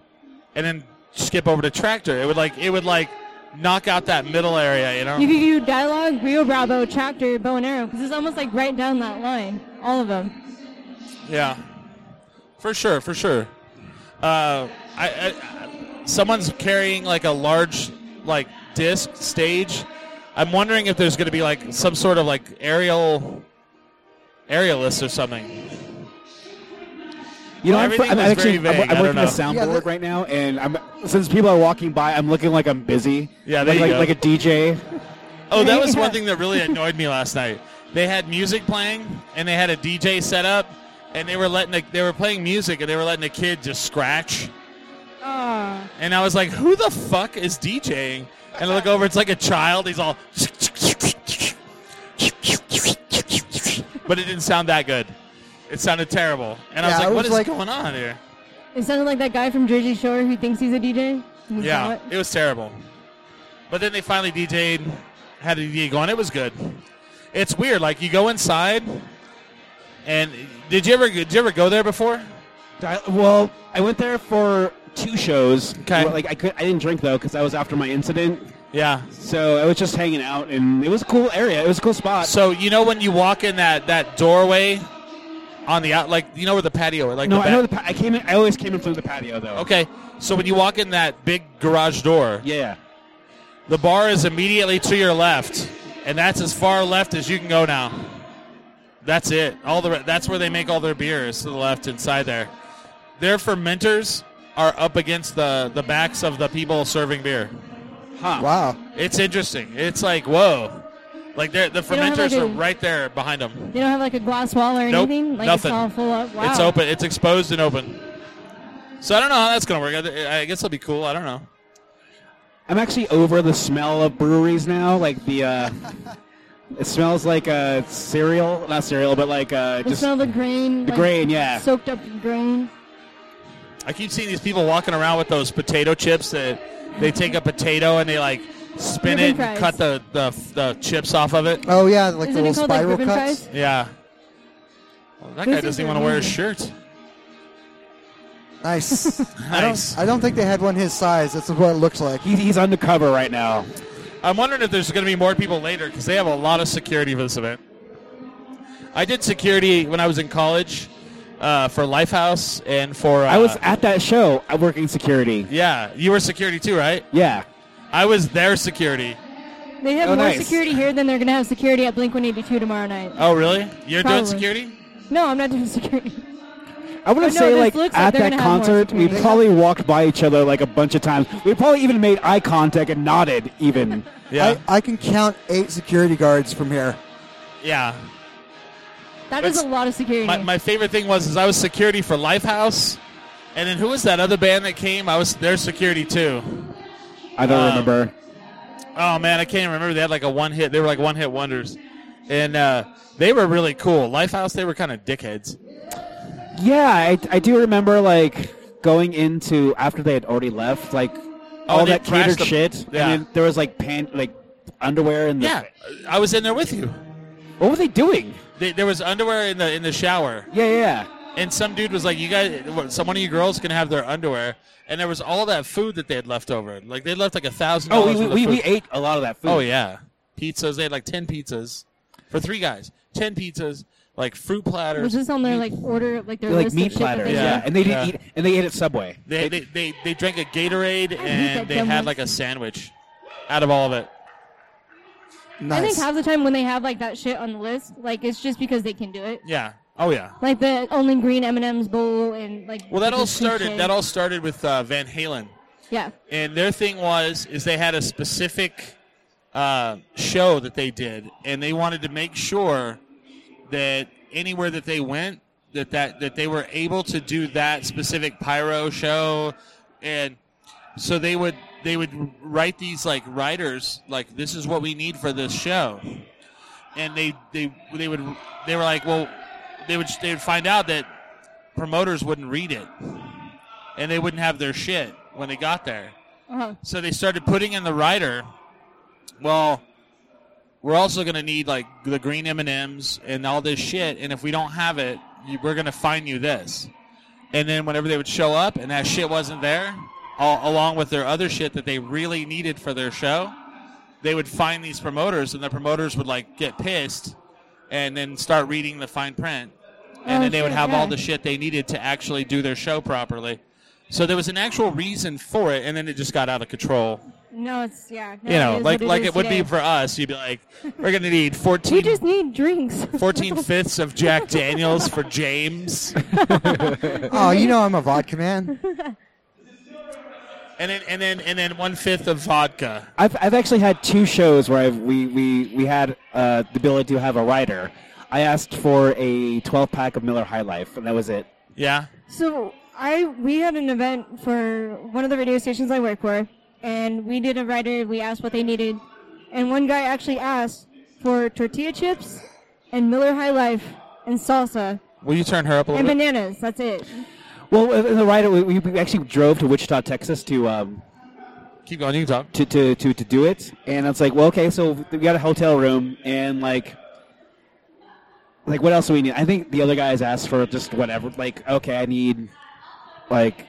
[SPEAKER 2] and then skip over to Tractor. It would like it would like knock out that middle area, you know.
[SPEAKER 5] You could do dialogue, Rio Bravo, Tractor, Bow and Arrow, because it's almost like right down that line, all of them.
[SPEAKER 2] Yeah, for sure, for sure. Uh, I, I someone's carrying like a large like disc stage. I'm wondering if there's going to be like some sort of like aerial aerialist or something.
[SPEAKER 3] You know, I'm, fr-
[SPEAKER 2] Everything
[SPEAKER 3] I'm
[SPEAKER 2] was
[SPEAKER 3] actually
[SPEAKER 2] very
[SPEAKER 3] I'm,
[SPEAKER 2] vague. I
[SPEAKER 3] I'm
[SPEAKER 2] don't
[SPEAKER 3] working a
[SPEAKER 2] know.
[SPEAKER 3] soundboard
[SPEAKER 4] Yeah, the-
[SPEAKER 3] right now, and I'm since people are walking by, I'm looking like I'm busy.
[SPEAKER 2] Yeah,
[SPEAKER 3] like,
[SPEAKER 2] there you
[SPEAKER 3] like,
[SPEAKER 2] go.
[SPEAKER 3] like a DJ.
[SPEAKER 2] Oh, that was one thing that really annoyed me last night. They had music playing and they had a DJ set up and they were letting a, they were playing music and they were letting a kid just scratch.
[SPEAKER 5] Ah,
[SPEAKER 2] And I was like, who the fuck is DJing? And I look over, it's like a child. He's all. But it didn't sound that good. It sounded terrible. And I was
[SPEAKER 4] Yeah,
[SPEAKER 2] like,
[SPEAKER 4] it
[SPEAKER 2] what
[SPEAKER 4] was
[SPEAKER 2] is
[SPEAKER 4] like-
[SPEAKER 2] going on here?
[SPEAKER 5] it sounded like that guy from Jersey Shore who thinks he's a DJ. and he's
[SPEAKER 2] Yeah,
[SPEAKER 5] not.
[SPEAKER 2] it was terrible. But then they finally DJ'd, had a DJ going. It was good. It's weird. Like, you go inside, and did you ever, did you ever go there before?
[SPEAKER 3] Di- Well, I went there for two shows.
[SPEAKER 2] 'Kay.
[SPEAKER 3] Well, like I could, I didn't drink though because I was after my incident,
[SPEAKER 2] Yeah.
[SPEAKER 3] so I was just hanging out, and it was a cool area. It was a cool spot.
[SPEAKER 2] So, you know when you walk in that, that doorway on the out, like, you know where the patio, like
[SPEAKER 3] no,
[SPEAKER 2] the
[SPEAKER 3] I
[SPEAKER 2] back-
[SPEAKER 3] know the pa- I came. In, I always came in through the patio though.
[SPEAKER 2] Okay, so when you walk in that big garage door,
[SPEAKER 3] Yeah.
[SPEAKER 2] the bar is immediately to your left, and that's as far left as you can go now. That's it. All the re- that's where they make all their beers to the left inside there. Their fermenters are up against the the backs of the people serving beer.
[SPEAKER 3] Huh.
[SPEAKER 4] Wow.
[SPEAKER 2] It's interesting. It's like whoa, like they're- the
[SPEAKER 5] They don't have,
[SPEAKER 2] fermenters
[SPEAKER 5] like,
[SPEAKER 2] are
[SPEAKER 5] a-
[SPEAKER 2] right there behind them.
[SPEAKER 5] They don't have like a glass wall or
[SPEAKER 2] Nope,
[SPEAKER 5] anything. Like
[SPEAKER 2] nothing.
[SPEAKER 5] it's all full up. Wow.
[SPEAKER 2] It's open. It's exposed and open. So I don't know how that's gonna work. I, I guess it'll be cool. I don't know.
[SPEAKER 3] I'm actually over the smell of breweries now. Like the, uh, it smells like uh, cereal, not cereal, but like uh,
[SPEAKER 5] The
[SPEAKER 3] just
[SPEAKER 5] smell of the grain.
[SPEAKER 3] the
[SPEAKER 5] like,
[SPEAKER 3] grain. Yeah.
[SPEAKER 5] Soaked up grain.
[SPEAKER 2] I keep seeing these people walking around with those potato chips that they take a potato and they like spin
[SPEAKER 5] Ribbon
[SPEAKER 2] it and
[SPEAKER 5] fries.
[SPEAKER 2] cut the, the the chips off of it.
[SPEAKER 4] Oh yeah, like
[SPEAKER 5] Isn't
[SPEAKER 4] the little
[SPEAKER 5] it called like
[SPEAKER 4] spiral
[SPEAKER 5] ribbon
[SPEAKER 4] cuts.
[SPEAKER 5] fries?
[SPEAKER 2] Yeah. Well, that
[SPEAKER 5] Those
[SPEAKER 2] guy
[SPEAKER 5] things
[SPEAKER 2] doesn't
[SPEAKER 5] are
[SPEAKER 2] even want to wear his
[SPEAKER 5] amazing.
[SPEAKER 2] shirt.
[SPEAKER 4] Nice.
[SPEAKER 2] Nice.
[SPEAKER 4] I don't think they had one his size. That's what it looks like.
[SPEAKER 3] He, he's undercover right now.
[SPEAKER 2] I'm wondering if there's going to be more people later because they have a lot of security for this event. I did security when I was in college uh, for Lifehouse and for. Uh,
[SPEAKER 3] I was at that show. I'm working security.
[SPEAKER 2] Yeah, you were security too, right?
[SPEAKER 3] Yeah.
[SPEAKER 2] I was their security.
[SPEAKER 5] They have
[SPEAKER 3] Oh,
[SPEAKER 5] more
[SPEAKER 3] nice.
[SPEAKER 5] security here than they're gonna have security at Blink 182 tomorrow night.
[SPEAKER 2] Oh, really? You're doing
[SPEAKER 5] Probably.
[SPEAKER 2] security?
[SPEAKER 5] No, I'm not doing security.
[SPEAKER 3] I want
[SPEAKER 5] But
[SPEAKER 3] to
[SPEAKER 5] no,
[SPEAKER 3] say,
[SPEAKER 5] this
[SPEAKER 3] like,
[SPEAKER 5] looks like
[SPEAKER 3] at
[SPEAKER 5] they're
[SPEAKER 3] that
[SPEAKER 5] gonna have more
[SPEAKER 3] concert, we
[SPEAKER 5] security.
[SPEAKER 3] probably walked by each other, like, a bunch of times. We probably even made eye contact and nodded, even.
[SPEAKER 2] Yeah.
[SPEAKER 4] I, I can count eight security guards from here.
[SPEAKER 2] yeah.
[SPEAKER 5] That is
[SPEAKER 2] That's-
[SPEAKER 5] a lot of security.
[SPEAKER 2] My, my favorite thing was is I was security for Lifehouse, and then who was that other band that came? I was their security too.
[SPEAKER 3] I don't
[SPEAKER 2] Um,
[SPEAKER 3] remember.
[SPEAKER 2] Oh man, I can't remember. They had like a one hit. They were like one hit wonders, and uh, they were really cool. Lifehouse, they were kind of dickheads.
[SPEAKER 3] Yeah, I, I do remember, like, going into, after they had already left, like, all
[SPEAKER 2] they
[SPEAKER 3] that
[SPEAKER 2] trashed
[SPEAKER 3] catered
[SPEAKER 2] the-
[SPEAKER 3] shit.
[SPEAKER 2] yeah.
[SPEAKER 3] And then there was, like, pant, like, underwear and the,
[SPEAKER 2] Yeah, I was in there with you.
[SPEAKER 3] What were they doing?
[SPEAKER 2] They, there was underwear in the in the shower,
[SPEAKER 3] Yeah, yeah,
[SPEAKER 2] and some dude was like, "You guys, what, some one of you girls can have their underwear." And there was all that food that they had left over. Like they left like a thousand.
[SPEAKER 3] Oh, we,
[SPEAKER 2] dollars
[SPEAKER 3] we,
[SPEAKER 2] worth of
[SPEAKER 3] we, we
[SPEAKER 2] food.
[SPEAKER 3] ate a lot of that food.
[SPEAKER 2] Oh yeah, pizzas. They had like ten pizzas for three guys. Ten pizzas, like fruit platters.
[SPEAKER 5] was this on their like order, like their
[SPEAKER 3] They're like
[SPEAKER 5] list
[SPEAKER 3] meat
[SPEAKER 5] of shit that
[SPEAKER 3] platters,
[SPEAKER 5] they
[SPEAKER 3] yeah.
[SPEAKER 2] yeah.
[SPEAKER 3] And they didn't
[SPEAKER 2] Yeah.
[SPEAKER 3] eat, and they ate at Subway.
[SPEAKER 2] They, they, they, they drank a Gatorade
[SPEAKER 5] that
[SPEAKER 2] and they
[SPEAKER 5] dumb
[SPEAKER 2] had
[SPEAKER 5] one.
[SPEAKER 2] like a sandwich out of all of it.
[SPEAKER 4] Nice.
[SPEAKER 5] I think half the time when they have like that shit on the list, like it's just because they can do it.
[SPEAKER 2] Yeah. Oh yeah.
[SPEAKER 5] Like the only green M and M's bowl and like.
[SPEAKER 2] Well, that all
[SPEAKER 5] the sushi.
[SPEAKER 2] started. That all started with uh, Van Halen,
[SPEAKER 5] Yeah.
[SPEAKER 2] and their thing was is they had a specific uh, show that they did, and they wanted to make sure that anywhere that they went, that that that they were able to do that specific pyro show, and so they would they would write these like writers like this is what we need for this show and they they they would they were like well they would they would find out that promoters wouldn't read it and they wouldn't have their shit when they got there
[SPEAKER 5] Uh-huh.
[SPEAKER 2] so they started putting in the writer well we're also going to need like the green m&ms and all this shit and if we don't have it you, we're going to find you this and then whenever they would show up and that shit wasn't there all, along with their other shit that they really needed for their show they would find these promoters and the promoters would like get pissed and then start reading the fine print and
[SPEAKER 5] Oh,
[SPEAKER 2] then they would
[SPEAKER 5] shit,
[SPEAKER 2] have
[SPEAKER 5] yeah.
[SPEAKER 2] all the shit they needed to actually do their show properly so there was an actual reason for it and then it just got out of control
[SPEAKER 5] No, it's yeah. No,
[SPEAKER 2] you
[SPEAKER 5] it
[SPEAKER 2] know
[SPEAKER 5] is
[SPEAKER 2] like
[SPEAKER 5] what
[SPEAKER 2] like
[SPEAKER 5] is
[SPEAKER 2] it would
[SPEAKER 5] today.
[SPEAKER 2] be for us you'd be like we're gonna need 14
[SPEAKER 5] We just need drinks.
[SPEAKER 2] 14 fifths of Jack Daniels for James.
[SPEAKER 4] oh, you know I'm a vodka man. Oh,
[SPEAKER 2] And then and then and then one fifth of vodka.
[SPEAKER 3] I've, I've actually had two shows where I've, we, we, we had uh, the ability to have a rider. I asked for a 12 pack of Miller High Life, and that was it.
[SPEAKER 2] Yeah.
[SPEAKER 5] So I we had an event for one of the radio stations I work for, and we did a writer. We asked what they needed, and one guy actually asked for tortilla chips, and Miller High Life, and salsa,
[SPEAKER 2] Will you turn her up a
[SPEAKER 5] and
[SPEAKER 2] little bit?
[SPEAKER 5] bananas. That's it.
[SPEAKER 3] Well, uh, the rider, we, we actually drove to Wichita, Texas to, um,
[SPEAKER 2] Keep going, you can talk.
[SPEAKER 3] to, to, to, to do it. And it's like, well, okay, so we got a hotel room, and like, like what else do we need? I think the other guys asked for just whatever. Like, okay, I need like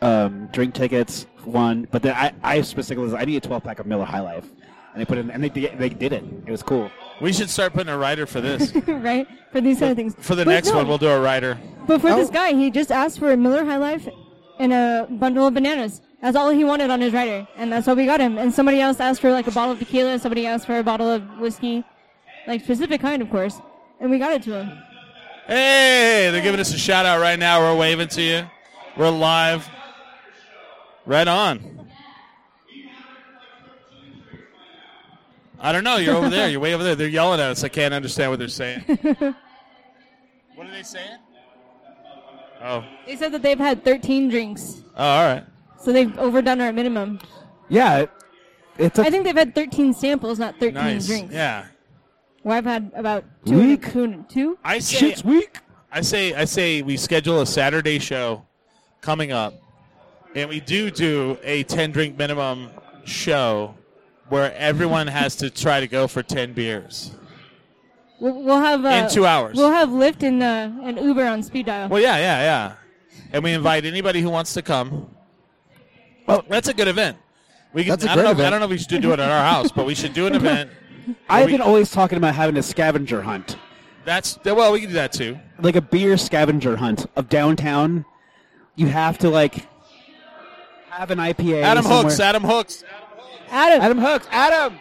[SPEAKER 3] um, drink tickets, one. But then I, I specifically was, I need a 12 pack of Miller High Life. And they put in, and they, did- they did it. It was cool.
[SPEAKER 2] We should start putting a rider for this.
[SPEAKER 5] right for these kind of things.
[SPEAKER 2] For the
[SPEAKER 5] But
[SPEAKER 2] next
[SPEAKER 5] no,
[SPEAKER 2] one, we'll do a rider.
[SPEAKER 5] But for this
[SPEAKER 4] Oh.
[SPEAKER 5] guy, he just asked for a Miller High Life and a bundle of bananas. That's all he wanted on his rider, and that's what we got him. And somebody else asked for like a bottle of tequila. Somebody asked for a bottle of whiskey, like specific kind, of course. And we got it to him.
[SPEAKER 2] Hey, they're giving us a shout out right now. We're waving to you. We're live. Right on. I don't know. You're over there. You're way over there. They're yelling at us. I can't understand what they're saying. what are they saying? Oh.
[SPEAKER 5] They said that they've had 13 drinks,
[SPEAKER 2] Oh, all right.
[SPEAKER 5] so they've overdone our minimum.
[SPEAKER 3] Yeah, it, it's
[SPEAKER 5] I
[SPEAKER 3] a
[SPEAKER 5] think they've had 13 samples, not 13
[SPEAKER 2] Nice.
[SPEAKER 5] drinks.
[SPEAKER 2] Yeah.
[SPEAKER 5] Well, I've had about two. and a-
[SPEAKER 3] Weak.
[SPEAKER 5] Two. and- two?
[SPEAKER 2] I say
[SPEAKER 3] shit's weak.
[SPEAKER 2] I say I say we schedule a Saturday show coming up, and we do do a ten drink minimum show where everyone has to try to go for ten beers.
[SPEAKER 5] We'll, we'll have uh,
[SPEAKER 2] In two hours.
[SPEAKER 5] We'll have Lyft and uh, and Uber on speed dial.
[SPEAKER 2] Well, yeah, yeah, yeah, and we invite anybody who wants to come. Well, that's a good event. We can,
[SPEAKER 4] That's a
[SPEAKER 2] I don't
[SPEAKER 4] great
[SPEAKER 2] know. I
[SPEAKER 4] event.
[SPEAKER 2] don't know if we should do it at our house, but we should do an event.
[SPEAKER 3] I've
[SPEAKER 2] we-
[SPEAKER 3] been always talking about having a scavenger hunt,
[SPEAKER 2] That's well, we can do that too.
[SPEAKER 3] like a beer scavenger hunt of downtown. You have to like have an IPA.
[SPEAKER 2] Adam
[SPEAKER 3] somewhere.
[SPEAKER 2] Hooks. Adam Hooks.
[SPEAKER 5] Adam,
[SPEAKER 3] Adam Hooks. Adam.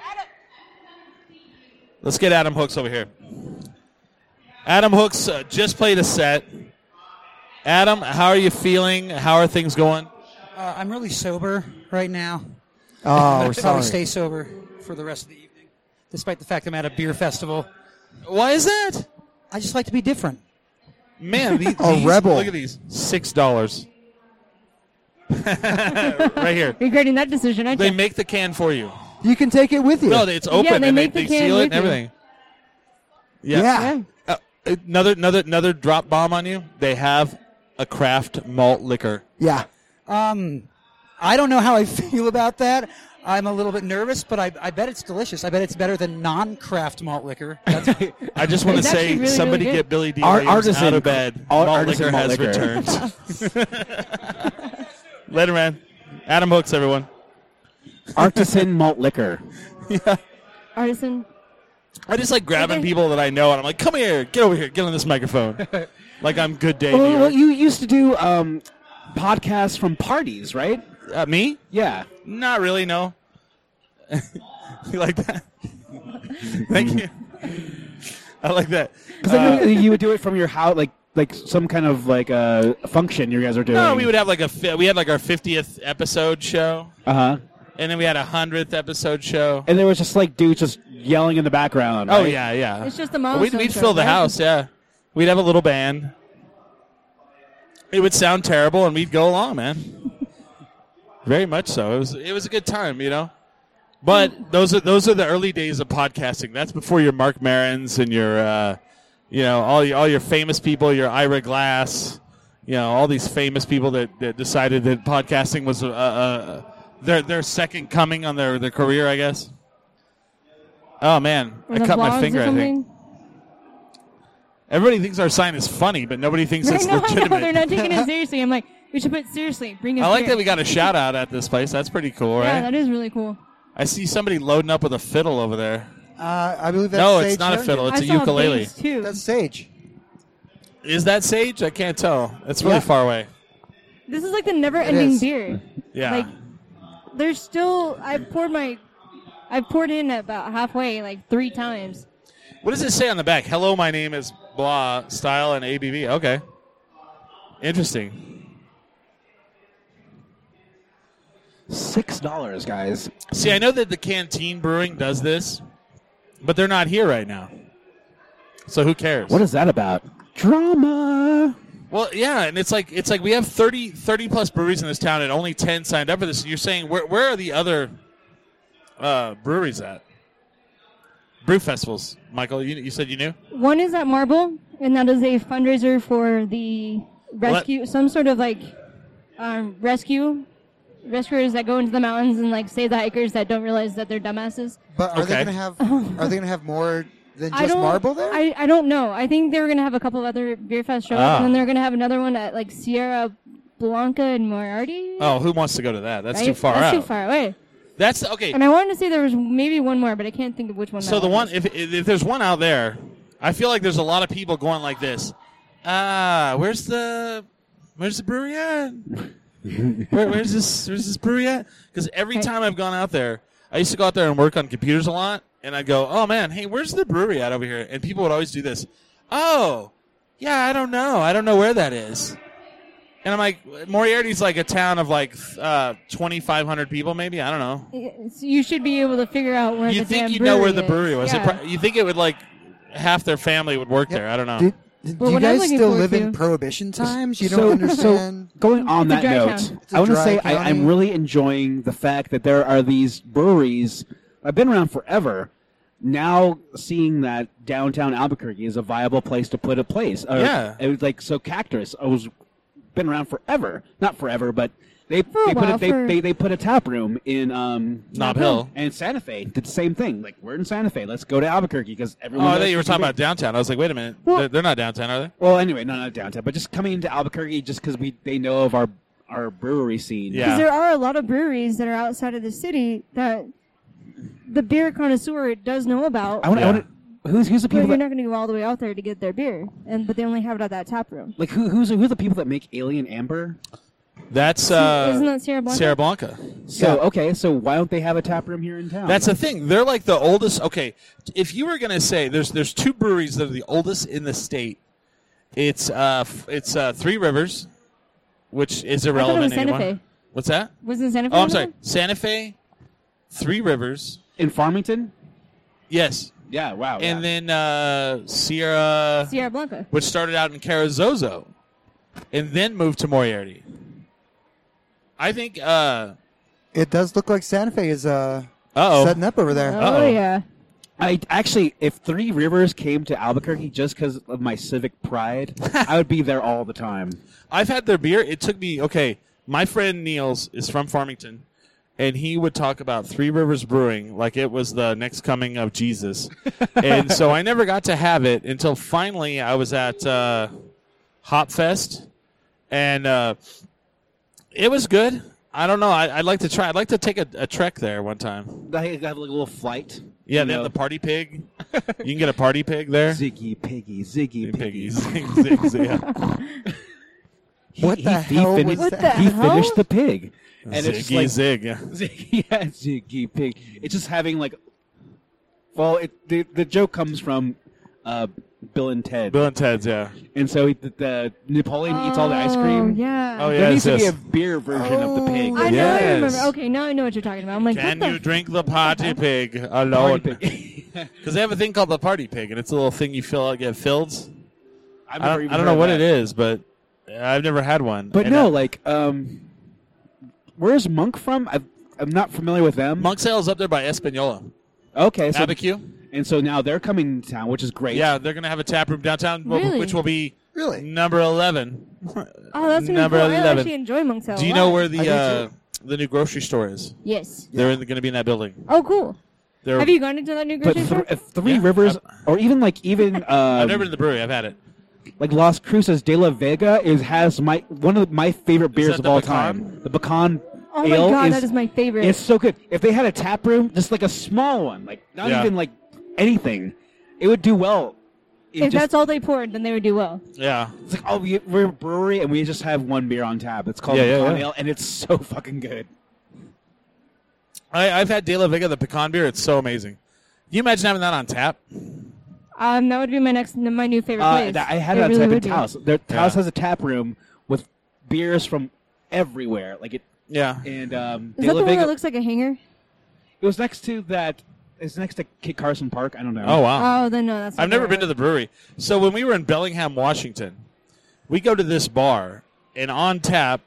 [SPEAKER 2] Let's get Adam Hooks over here. Adam Hooks uh, just played a set. Adam, how are you feeling? How are things going?
[SPEAKER 9] Uh, I'm really sober right now.
[SPEAKER 4] Oh, we're
[SPEAKER 9] Should probably
[SPEAKER 4] sorry.
[SPEAKER 9] stay sober for the rest of the evening, despite the fact I'm at a beer festival.
[SPEAKER 2] Why is that?
[SPEAKER 9] I just like to be different.
[SPEAKER 2] Man, the-
[SPEAKER 4] A
[SPEAKER 2] these-
[SPEAKER 4] rebel.
[SPEAKER 2] Look at these. Six dollars. right here.
[SPEAKER 5] Regretting that decision, I
[SPEAKER 2] They
[SPEAKER 5] think.
[SPEAKER 2] make the can for you.
[SPEAKER 4] you can take it with you.
[SPEAKER 2] No, it's open.
[SPEAKER 5] they
[SPEAKER 2] and
[SPEAKER 5] make the
[SPEAKER 2] they
[SPEAKER 5] can
[SPEAKER 2] seal it and
[SPEAKER 5] with you.
[SPEAKER 2] everything.
[SPEAKER 4] yeah.
[SPEAKER 5] yeah.
[SPEAKER 2] Uh, another, another, another drop bomb on you. They have a craft malt liquor.
[SPEAKER 4] Yeah.
[SPEAKER 9] Um, I don't know how I feel about that. I'm a little bit nervous, but I, I bet it's delicious. I bet it's better than non-craft malt liquor.
[SPEAKER 4] Uh,
[SPEAKER 9] That's,
[SPEAKER 2] I just want to
[SPEAKER 5] It's actually
[SPEAKER 2] say,
[SPEAKER 5] really, really
[SPEAKER 2] somebody
[SPEAKER 5] good.
[SPEAKER 2] get Billy D.
[SPEAKER 3] Ar-
[SPEAKER 2] Williams
[SPEAKER 3] artisan-
[SPEAKER 2] out of bed.
[SPEAKER 3] ar-
[SPEAKER 2] malt
[SPEAKER 3] artisan
[SPEAKER 2] liquor
[SPEAKER 3] malt
[SPEAKER 2] has
[SPEAKER 3] liquor.
[SPEAKER 2] returned. Later, man. Adam Hooks, everyone.
[SPEAKER 3] Artisan malt liquor.
[SPEAKER 5] Artisan.
[SPEAKER 2] I just like grabbing
[SPEAKER 5] Okay.
[SPEAKER 2] people that I know, and I'm like, "Come here, get over here, get on this microphone." like I'm good day.
[SPEAKER 3] Well, Oh, well,
[SPEAKER 2] New
[SPEAKER 3] you
[SPEAKER 2] York.
[SPEAKER 3] used to do um, podcasts from parties, right?
[SPEAKER 2] Uh, me?
[SPEAKER 3] Yeah.
[SPEAKER 2] Not really. No. you like that? Thank you. I like that.
[SPEAKER 3] Because I know you would do it from your house, like like some kind of like uh, function you guys are doing.
[SPEAKER 2] No, we would have like a fi- we had like our 50th episode show,
[SPEAKER 3] Uh huh.
[SPEAKER 2] and then we had a hundredth episode show.
[SPEAKER 3] And there was just like dudes just yelling in the background.
[SPEAKER 2] Oh
[SPEAKER 3] right?
[SPEAKER 2] yeah, yeah.
[SPEAKER 5] It's just a
[SPEAKER 2] But
[SPEAKER 5] milestone.
[SPEAKER 2] We'd, we'd
[SPEAKER 5] show,
[SPEAKER 2] fill the
[SPEAKER 5] right?
[SPEAKER 2] house, yeah. We'd have a little band. It would sound terrible, and we'd go along, man. Very much so. It was it was a good time, you know. But those are those are the early days of podcasting. That's before your Mark Marins and your, uh, you know, all your, all your famous people, your Ira Glass, you know, all these famous people that, that decided that podcasting was uh, uh, their their second coming on their, their career, I guess. Oh man,
[SPEAKER 5] Or
[SPEAKER 2] I
[SPEAKER 5] the
[SPEAKER 2] cut
[SPEAKER 5] vlogs
[SPEAKER 2] my
[SPEAKER 5] or
[SPEAKER 2] finger. I think.
[SPEAKER 5] something.
[SPEAKER 2] Everybody thinks our sign is funny, but nobody thinks
[SPEAKER 5] I
[SPEAKER 2] it's
[SPEAKER 5] know, I know.
[SPEAKER 2] legitimate.
[SPEAKER 5] They're not taking it seriously. I'm like, we should put seriously. Bring us
[SPEAKER 2] I like
[SPEAKER 5] here.
[SPEAKER 2] that we got a shout out at this place. That's pretty cool, right?
[SPEAKER 5] Yeah, that is really cool.
[SPEAKER 2] I see somebody loading up with a fiddle over there.
[SPEAKER 4] Uh, I believe that's
[SPEAKER 2] no,
[SPEAKER 4] Sage
[SPEAKER 2] it's not a
[SPEAKER 4] Harrington.
[SPEAKER 2] fiddle. It's
[SPEAKER 5] I
[SPEAKER 2] a
[SPEAKER 5] saw
[SPEAKER 2] ukulele.
[SPEAKER 5] bass, too.
[SPEAKER 4] That's Sage.
[SPEAKER 2] Is that sage? I can't tell. It's really
[SPEAKER 4] Yeah.
[SPEAKER 2] far away.
[SPEAKER 5] This is like the never-ending
[SPEAKER 4] is.
[SPEAKER 5] beer.
[SPEAKER 2] Yeah.
[SPEAKER 5] Like, there's still. I poured my. I poured in about halfway, like three times.
[SPEAKER 2] what does it say on the back? Hello, my name is blah style and ABV. Okay. Interesting.
[SPEAKER 3] Six dollars, guys.
[SPEAKER 2] See, I know that the Canteen Brewing does this, but they're not here right now. So who cares?
[SPEAKER 3] What is that about? Drama.
[SPEAKER 2] Well, yeah, and it's like it's like we have 30, 30 plus breweries in this town, and only ten signed up for this. And you're saying where where are the other uh, breweries at? Brew festivals, Michael. You, you said you knew.
[SPEAKER 5] One is at Marble, and that is a fundraiser for the rescue, some sort of like um, rescue rescuers that go into the mountains and like save the hikers that don't realize that they're dumbasses.
[SPEAKER 4] But are they
[SPEAKER 2] Okay.
[SPEAKER 4] gonna have? Are they gonna have more than
[SPEAKER 5] I
[SPEAKER 4] just
[SPEAKER 5] don't,
[SPEAKER 4] marble there?
[SPEAKER 5] I, I don't know. I think they were gonna have a couple of other beer fest shows,
[SPEAKER 2] Ah.
[SPEAKER 5] and then they're gonna have another one at like Sierra Blanca and Moriarty.
[SPEAKER 2] Oh, who wants to go to that? That's
[SPEAKER 5] right?
[SPEAKER 2] too far
[SPEAKER 5] That's
[SPEAKER 2] out.
[SPEAKER 5] too far away.
[SPEAKER 2] That's okay.
[SPEAKER 5] And I wanted to say there was maybe one more, but I can't think of which one.
[SPEAKER 2] So
[SPEAKER 5] that
[SPEAKER 2] the one
[SPEAKER 5] was.
[SPEAKER 2] if, if if there's one out there, I feel like there's a lot of people going like this. Ah, where's the where's the brewery at? Where, where's this where's this brewery at? Because every time I've gone out there, I used to go out there and work on computers a lot, and I'd go, oh man, hey, where's the brewery at over here? And people would always do this. Oh, yeah, I don't know, I don't know where that is. And I'm like, Moriarty's like a town of like th- uh, 2,500 people, maybe. I don't know
[SPEAKER 5] So you should be able to figure out where
[SPEAKER 2] you
[SPEAKER 5] the
[SPEAKER 2] think
[SPEAKER 5] damn
[SPEAKER 2] you know where the
[SPEAKER 5] is.
[SPEAKER 2] brewery was? It
[SPEAKER 5] Yeah.
[SPEAKER 2] pro- you think it would like half their family would work there? I don't know.
[SPEAKER 4] Do, do
[SPEAKER 5] Well,
[SPEAKER 4] you
[SPEAKER 5] what I'm
[SPEAKER 4] guys
[SPEAKER 5] looking
[SPEAKER 4] still
[SPEAKER 5] forward
[SPEAKER 4] live in
[SPEAKER 5] to-
[SPEAKER 4] prohibition times? You don't
[SPEAKER 3] so,
[SPEAKER 4] understand.
[SPEAKER 3] So going on
[SPEAKER 5] It's
[SPEAKER 3] that
[SPEAKER 5] a dry
[SPEAKER 3] note,
[SPEAKER 5] town.
[SPEAKER 4] It's a
[SPEAKER 3] I want to
[SPEAKER 4] dry
[SPEAKER 3] say I,
[SPEAKER 4] county.
[SPEAKER 3] I'm really enjoying the fact that there are these breweries. I've been around forever. Now seeing that downtown Albuquerque is a viable place to put a place. Or,
[SPEAKER 2] Yeah.
[SPEAKER 3] it was like so. Cactus I was been around forever, not forever, but they
[SPEAKER 5] a
[SPEAKER 3] they put
[SPEAKER 5] while,
[SPEAKER 3] a, they,
[SPEAKER 5] for-
[SPEAKER 3] they they put a tap room in um
[SPEAKER 2] Knob Hill.
[SPEAKER 3] and Santa Fe did the same thing. Like we're in Santa Fe, let's go to Albuquerque because
[SPEAKER 2] Oh,
[SPEAKER 3] everyone.
[SPEAKER 2] I
[SPEAKER 3] knows
[SPEAKER 2] thought you were
[SPEAKER 3] it's
[SPEAKER 2] talking
[SPEAKER 3] big.
[SPEAKER 2] about downtown. I was like, wait a minute,
[SPEAKER 3] Well-
[SPEAKER 2] they're, they're not downtown, are they?
[SPEAKER 3] Well, anyway, no, not downtown, but just coming into Albuquerque just because we they know of our our brewery scene.
[SPEAKER 2] Yeah.
[SPEAKER 5] Because there are a lot of breweries that are outside of the city that the beer connoisseur does know about.
[SPEAKER 3] I want. to
[SPEAKER 2] Yeah.
[SPEAKER 3] I want Who's who's the
[SPEAKER 5] but
[SPEAKER 3] people
[SPEAKER 5] you're
[SPEAKER 3] that
[SPEAKER 5] not going to go all the way out there to get their beer, and but they only have it at that tap room.
[SPEAKER 3] like who who's who are the people that make Alien Amber?
[SPEAKER 2] That's uh,
[SPEAKER 5] Isn't that Sierra Blanca?
[SPEAKER 2] Sierra Blanca.
[SPEAKER 3] So okay, so why don't they have a tap room here in town?
[SPEAKER 2] That's the thing. They're like the oldest. Okay, if you were gonna say there's there's two breweries that are the oldest in the state, it's uh f- it's uh, Three Rivers, which is
[SPEAKER 5] was
[SPEAKER 2] irrelevant
[SPEAKER 5] Santa
[SPEAKER 2] anymore.
[SPEAKER 5] Fe.
[SPEAKER 2] What's that?
[SPEAKER 5] Wasn't Santa Fe?
[SPEAKER 2] Oh,
[SPEAKER 5] one
[SPEAKER 2] I'm
[SPEAKER 5] of
[SPEAKER 2] sorry.
[SPEAKER 5] them?
[SPEAKER 2] Santa Fe, Three Rivers.
[SPEAKER 3] in Farmington.
[SPEAKER 2] Yes,
[SPEAKER 3] Yeah, wow.
[SPEAKER 2] and
[SPEAKER 3] yeah.
[SPEAKER 2] then uh, Sierra,
[SPEAKER 5] Sierra Blanca.
[SPEAKER 2] which started out in Carrizozo, and then moved to Moriarty. I think. Uh
[SPEAKER 4] It does look like Santa Fe is uh,
[SPEAKER 2] oh.
[SPEAKER 4] setting up over there.
[SPEAKER 5] Oh yeah.
[SPEAKER 3] I actually, if Three Rivers came to Albuquerque just because of my civic pride, I would be there all the time.
[SPEAKER 2] I've had their beer. It took me okay. My friend Niels is from Farmington, and he would talk about Three Rivers Brewing like it was the next coming of Jesus. and so I never got to have it until finally I was at uh, Hop Fest, and uh, it was good. I don't know. I, I'd like to try. I'd like to take a, a trek there one time.
[SPEAKER 3] They have like a little flight.
[SPEAKER 2] Yeah,
[SPEAKER 3] you
[SPEAKER 2] they have
[SPEAKER 3] know.
[SPEAKER 2] the party pig. you can get a party pig there.
[SPEAKER 3] Ziggy Piggy, Ziggy Piggy.
[SPEAKER 2] Piggies. Zig, zig, zig, yeah.
[SPEAKER 4] What the
[SPEAKER 3] he
[SPEAKER 4] hell was
[SPEAKER 3] finished,
[SPEAKER 4] What
[SPEAKER 5] that?
[SPEAKER 3] He
[SPEAKER 5] the hell?
[SPEAKER 3] finished the pig. And it's just
[SPEAKER 2] Ziggy
[SPEAKER 3] like,
[SPEAKER 2] zig. Yeah.
[SPEAKER 3] Ziggy, yeah, Ziggy Pig. It's just having like, well, it, the the joke comes from uh, Bill and Ted,
[SPEAKER 2] Bill and Ted's. Yeah.
[SPEAKER 3] and so he, the, the Napoleon eats all the ice
[SPEAKER 5] Oh
[SPEAKER 3] cream.
[SPEAKER 5] yeah. Oh,
[SPEAKER 2] Oh yeah.
[SPEAKER 3] there
[SPEAKER 2] it's
[SPEAKER 3] needs to be
[SPEAKER 2] this.
[SPEAKER 3] a beer version of the pig.
[SPEAKER 5] I know. I remember.
[SPEAKER 2] Yes.
[SPEAKER 5] Okay, now I know what you're talking about. I'm like,
[SPEAKER 2] Can
[SPEAKER 5] what
[SPEAKER 2] you
[SPEAKER 5] the?
[SPEAKER 2] drink the party pig alone? Because they have a thing called the party pig, and it's a little thing you fill out, get filled.
[SPEAKER 3] I've
[SPEAKER 2] I
[SPEAKER 3] never
[SPEAKER 2] don't,
[SPEAKER 3] even
[SPEAKER 2] I
[SPEAKER 3] heard
[SPEAKER 2] don't know
[SPEAKER 3] of
[SPEAKER 2] what
[SPEAKER 3] that.
[SPEAKER 2] it is, but I've never had one.
[SPEAKER 3] But
[SPEAKER 2] And,
[SPEAKER 3] no,
[SPEAKER 2] uh,
[SPEAKER 3] like, um, where's Monk from? i I'm not familiar with them.
[SPEAKER 2] Monk Sale's up there by Espanola.
[SPEAKER 3] Okay, so
[SPEAKER 2] Abiquiu?
[SPEAKER 3] and so now they're coming to town, which is great.
[SPEAKER 2] Yeah, they're going to have a tap room downtown, wh-
[SPEAKER 5] Really?
[SPEAKER 2] which will be
[SPEAKER 4] Really?
[SPEAKER 2] number 11.
[SPEAKER 5] Oh, that's gonna be
[SPEAKER 2] Number
[SPEAKER 5] cool. I
[SPEAKER 2] 11.
[SPEAKER 5] actually enjoy Monk's Hill a
[SPEAKER 2] Do you
[SPEAKER 5] lot.
[SPEAKER 2] know where the
[SPEAKER 4] do
[SPEAKER 2] uh, the new grocery store is?
[SPEAKER 5] Yes.
[SPEAKER 2] They're going to be in that building.
[SPEAKER 5] Oh, cool.
[SPEAKER 2] They're,
[SPEAKER 5] Have you gone into that new
[SPEAKER 3] But
[SPEAKER 5] grocery
[SPEAKER 3] th-
[SPEAKER 5] store?
[SPEAKER 3] if Three
[SPEAKER 2] Yeah,
[SPEAKER 3] Rivers, or even like even uh,
[SPEAKER 2] I've never been to the brewery. I've had it.
[SPEAKER 3] like Las Cruces de la Vega is has my one of my favorite beers
[SPEAKER 2] that
[SPEAKER 3] of
[SPEAKER 2] the
[SPEAKER 3] all
[SPEAKER 2] pecan?
[SPEAKER 3] time. The pecan
[SPEAKER 5] Oh my
[SPEAKER 3] ale
[SPEAKER 5] god,
[SPEAKER 3] is,
[SPEAKER 5] that is my favorite.
[SPEAKER 3] it's so good. If they had a tap room, just like a small one, like not
[SPEAKER 2] Yeah.
[SPEAKER 3] even like anything, it would do well. It
[SPEAKER 5] if
[SPEAKER 3] just,
[SPEAKER 5] that's all they poured, then they would do well.
[SPEAKER 2] Yeah.
[SPEAKER 3] it's like oh, we, we're a brewery and we just have one beer on tap. It's called
[SPEAKER 2] Yeah,
[SPEAKER 3] the
[SPEAKER 2] yeah,
[SPEAKER 3] pecan
[SPEAKER 2] yeah.
[SPEAKER 3] ale, and it's so fucking good.
[SPEAKER 2] I, I've had De La Vega, the pecan beer. It's so amazing. Can you imagine having that on tap?
[SPEAKER 5] Um, that would be my next, my new favorite
[SPEAKER 3] Uh,
[SPEAKER 5] place.
[SPEAKER 3] that I had
[SPEAKER 5] It
[SPEAKER 3] it on
[SPEAKER 5] really
[SPEAKER 3] tap
[SPEAKER 5] would
[SPEAKER 3] in
[SPEAKER 5] be.
[SPEAKER 3] Taos. Their Taos
[SPEAKER 2] Yeah.
[SPEAKER 3] has a tap room with beers from everywhere. Like it
[SPEAKER 2] Yeah.
[SPEAKER 3] and um,
[SPEAKER 5] Is
[SPEAKER 3] De
[SPEAKER 5] that
[SPEAKER 3] La
[SPEAKER 5] the one
[SPEAKER 3] Vega-
[SPEAKER 5] that looks like a hanger?
[SPEAKER 3] It was next to that. It's next to Kit Carson Park. I don't know.
[SPEAKER 2] Oh, wow.
[SPEAKER 5] Oh, then no, that's.
[SPEAKER 2] I've never been to the brewery. So when we were in Bellingham, Washington, we go to this bar, and on tap,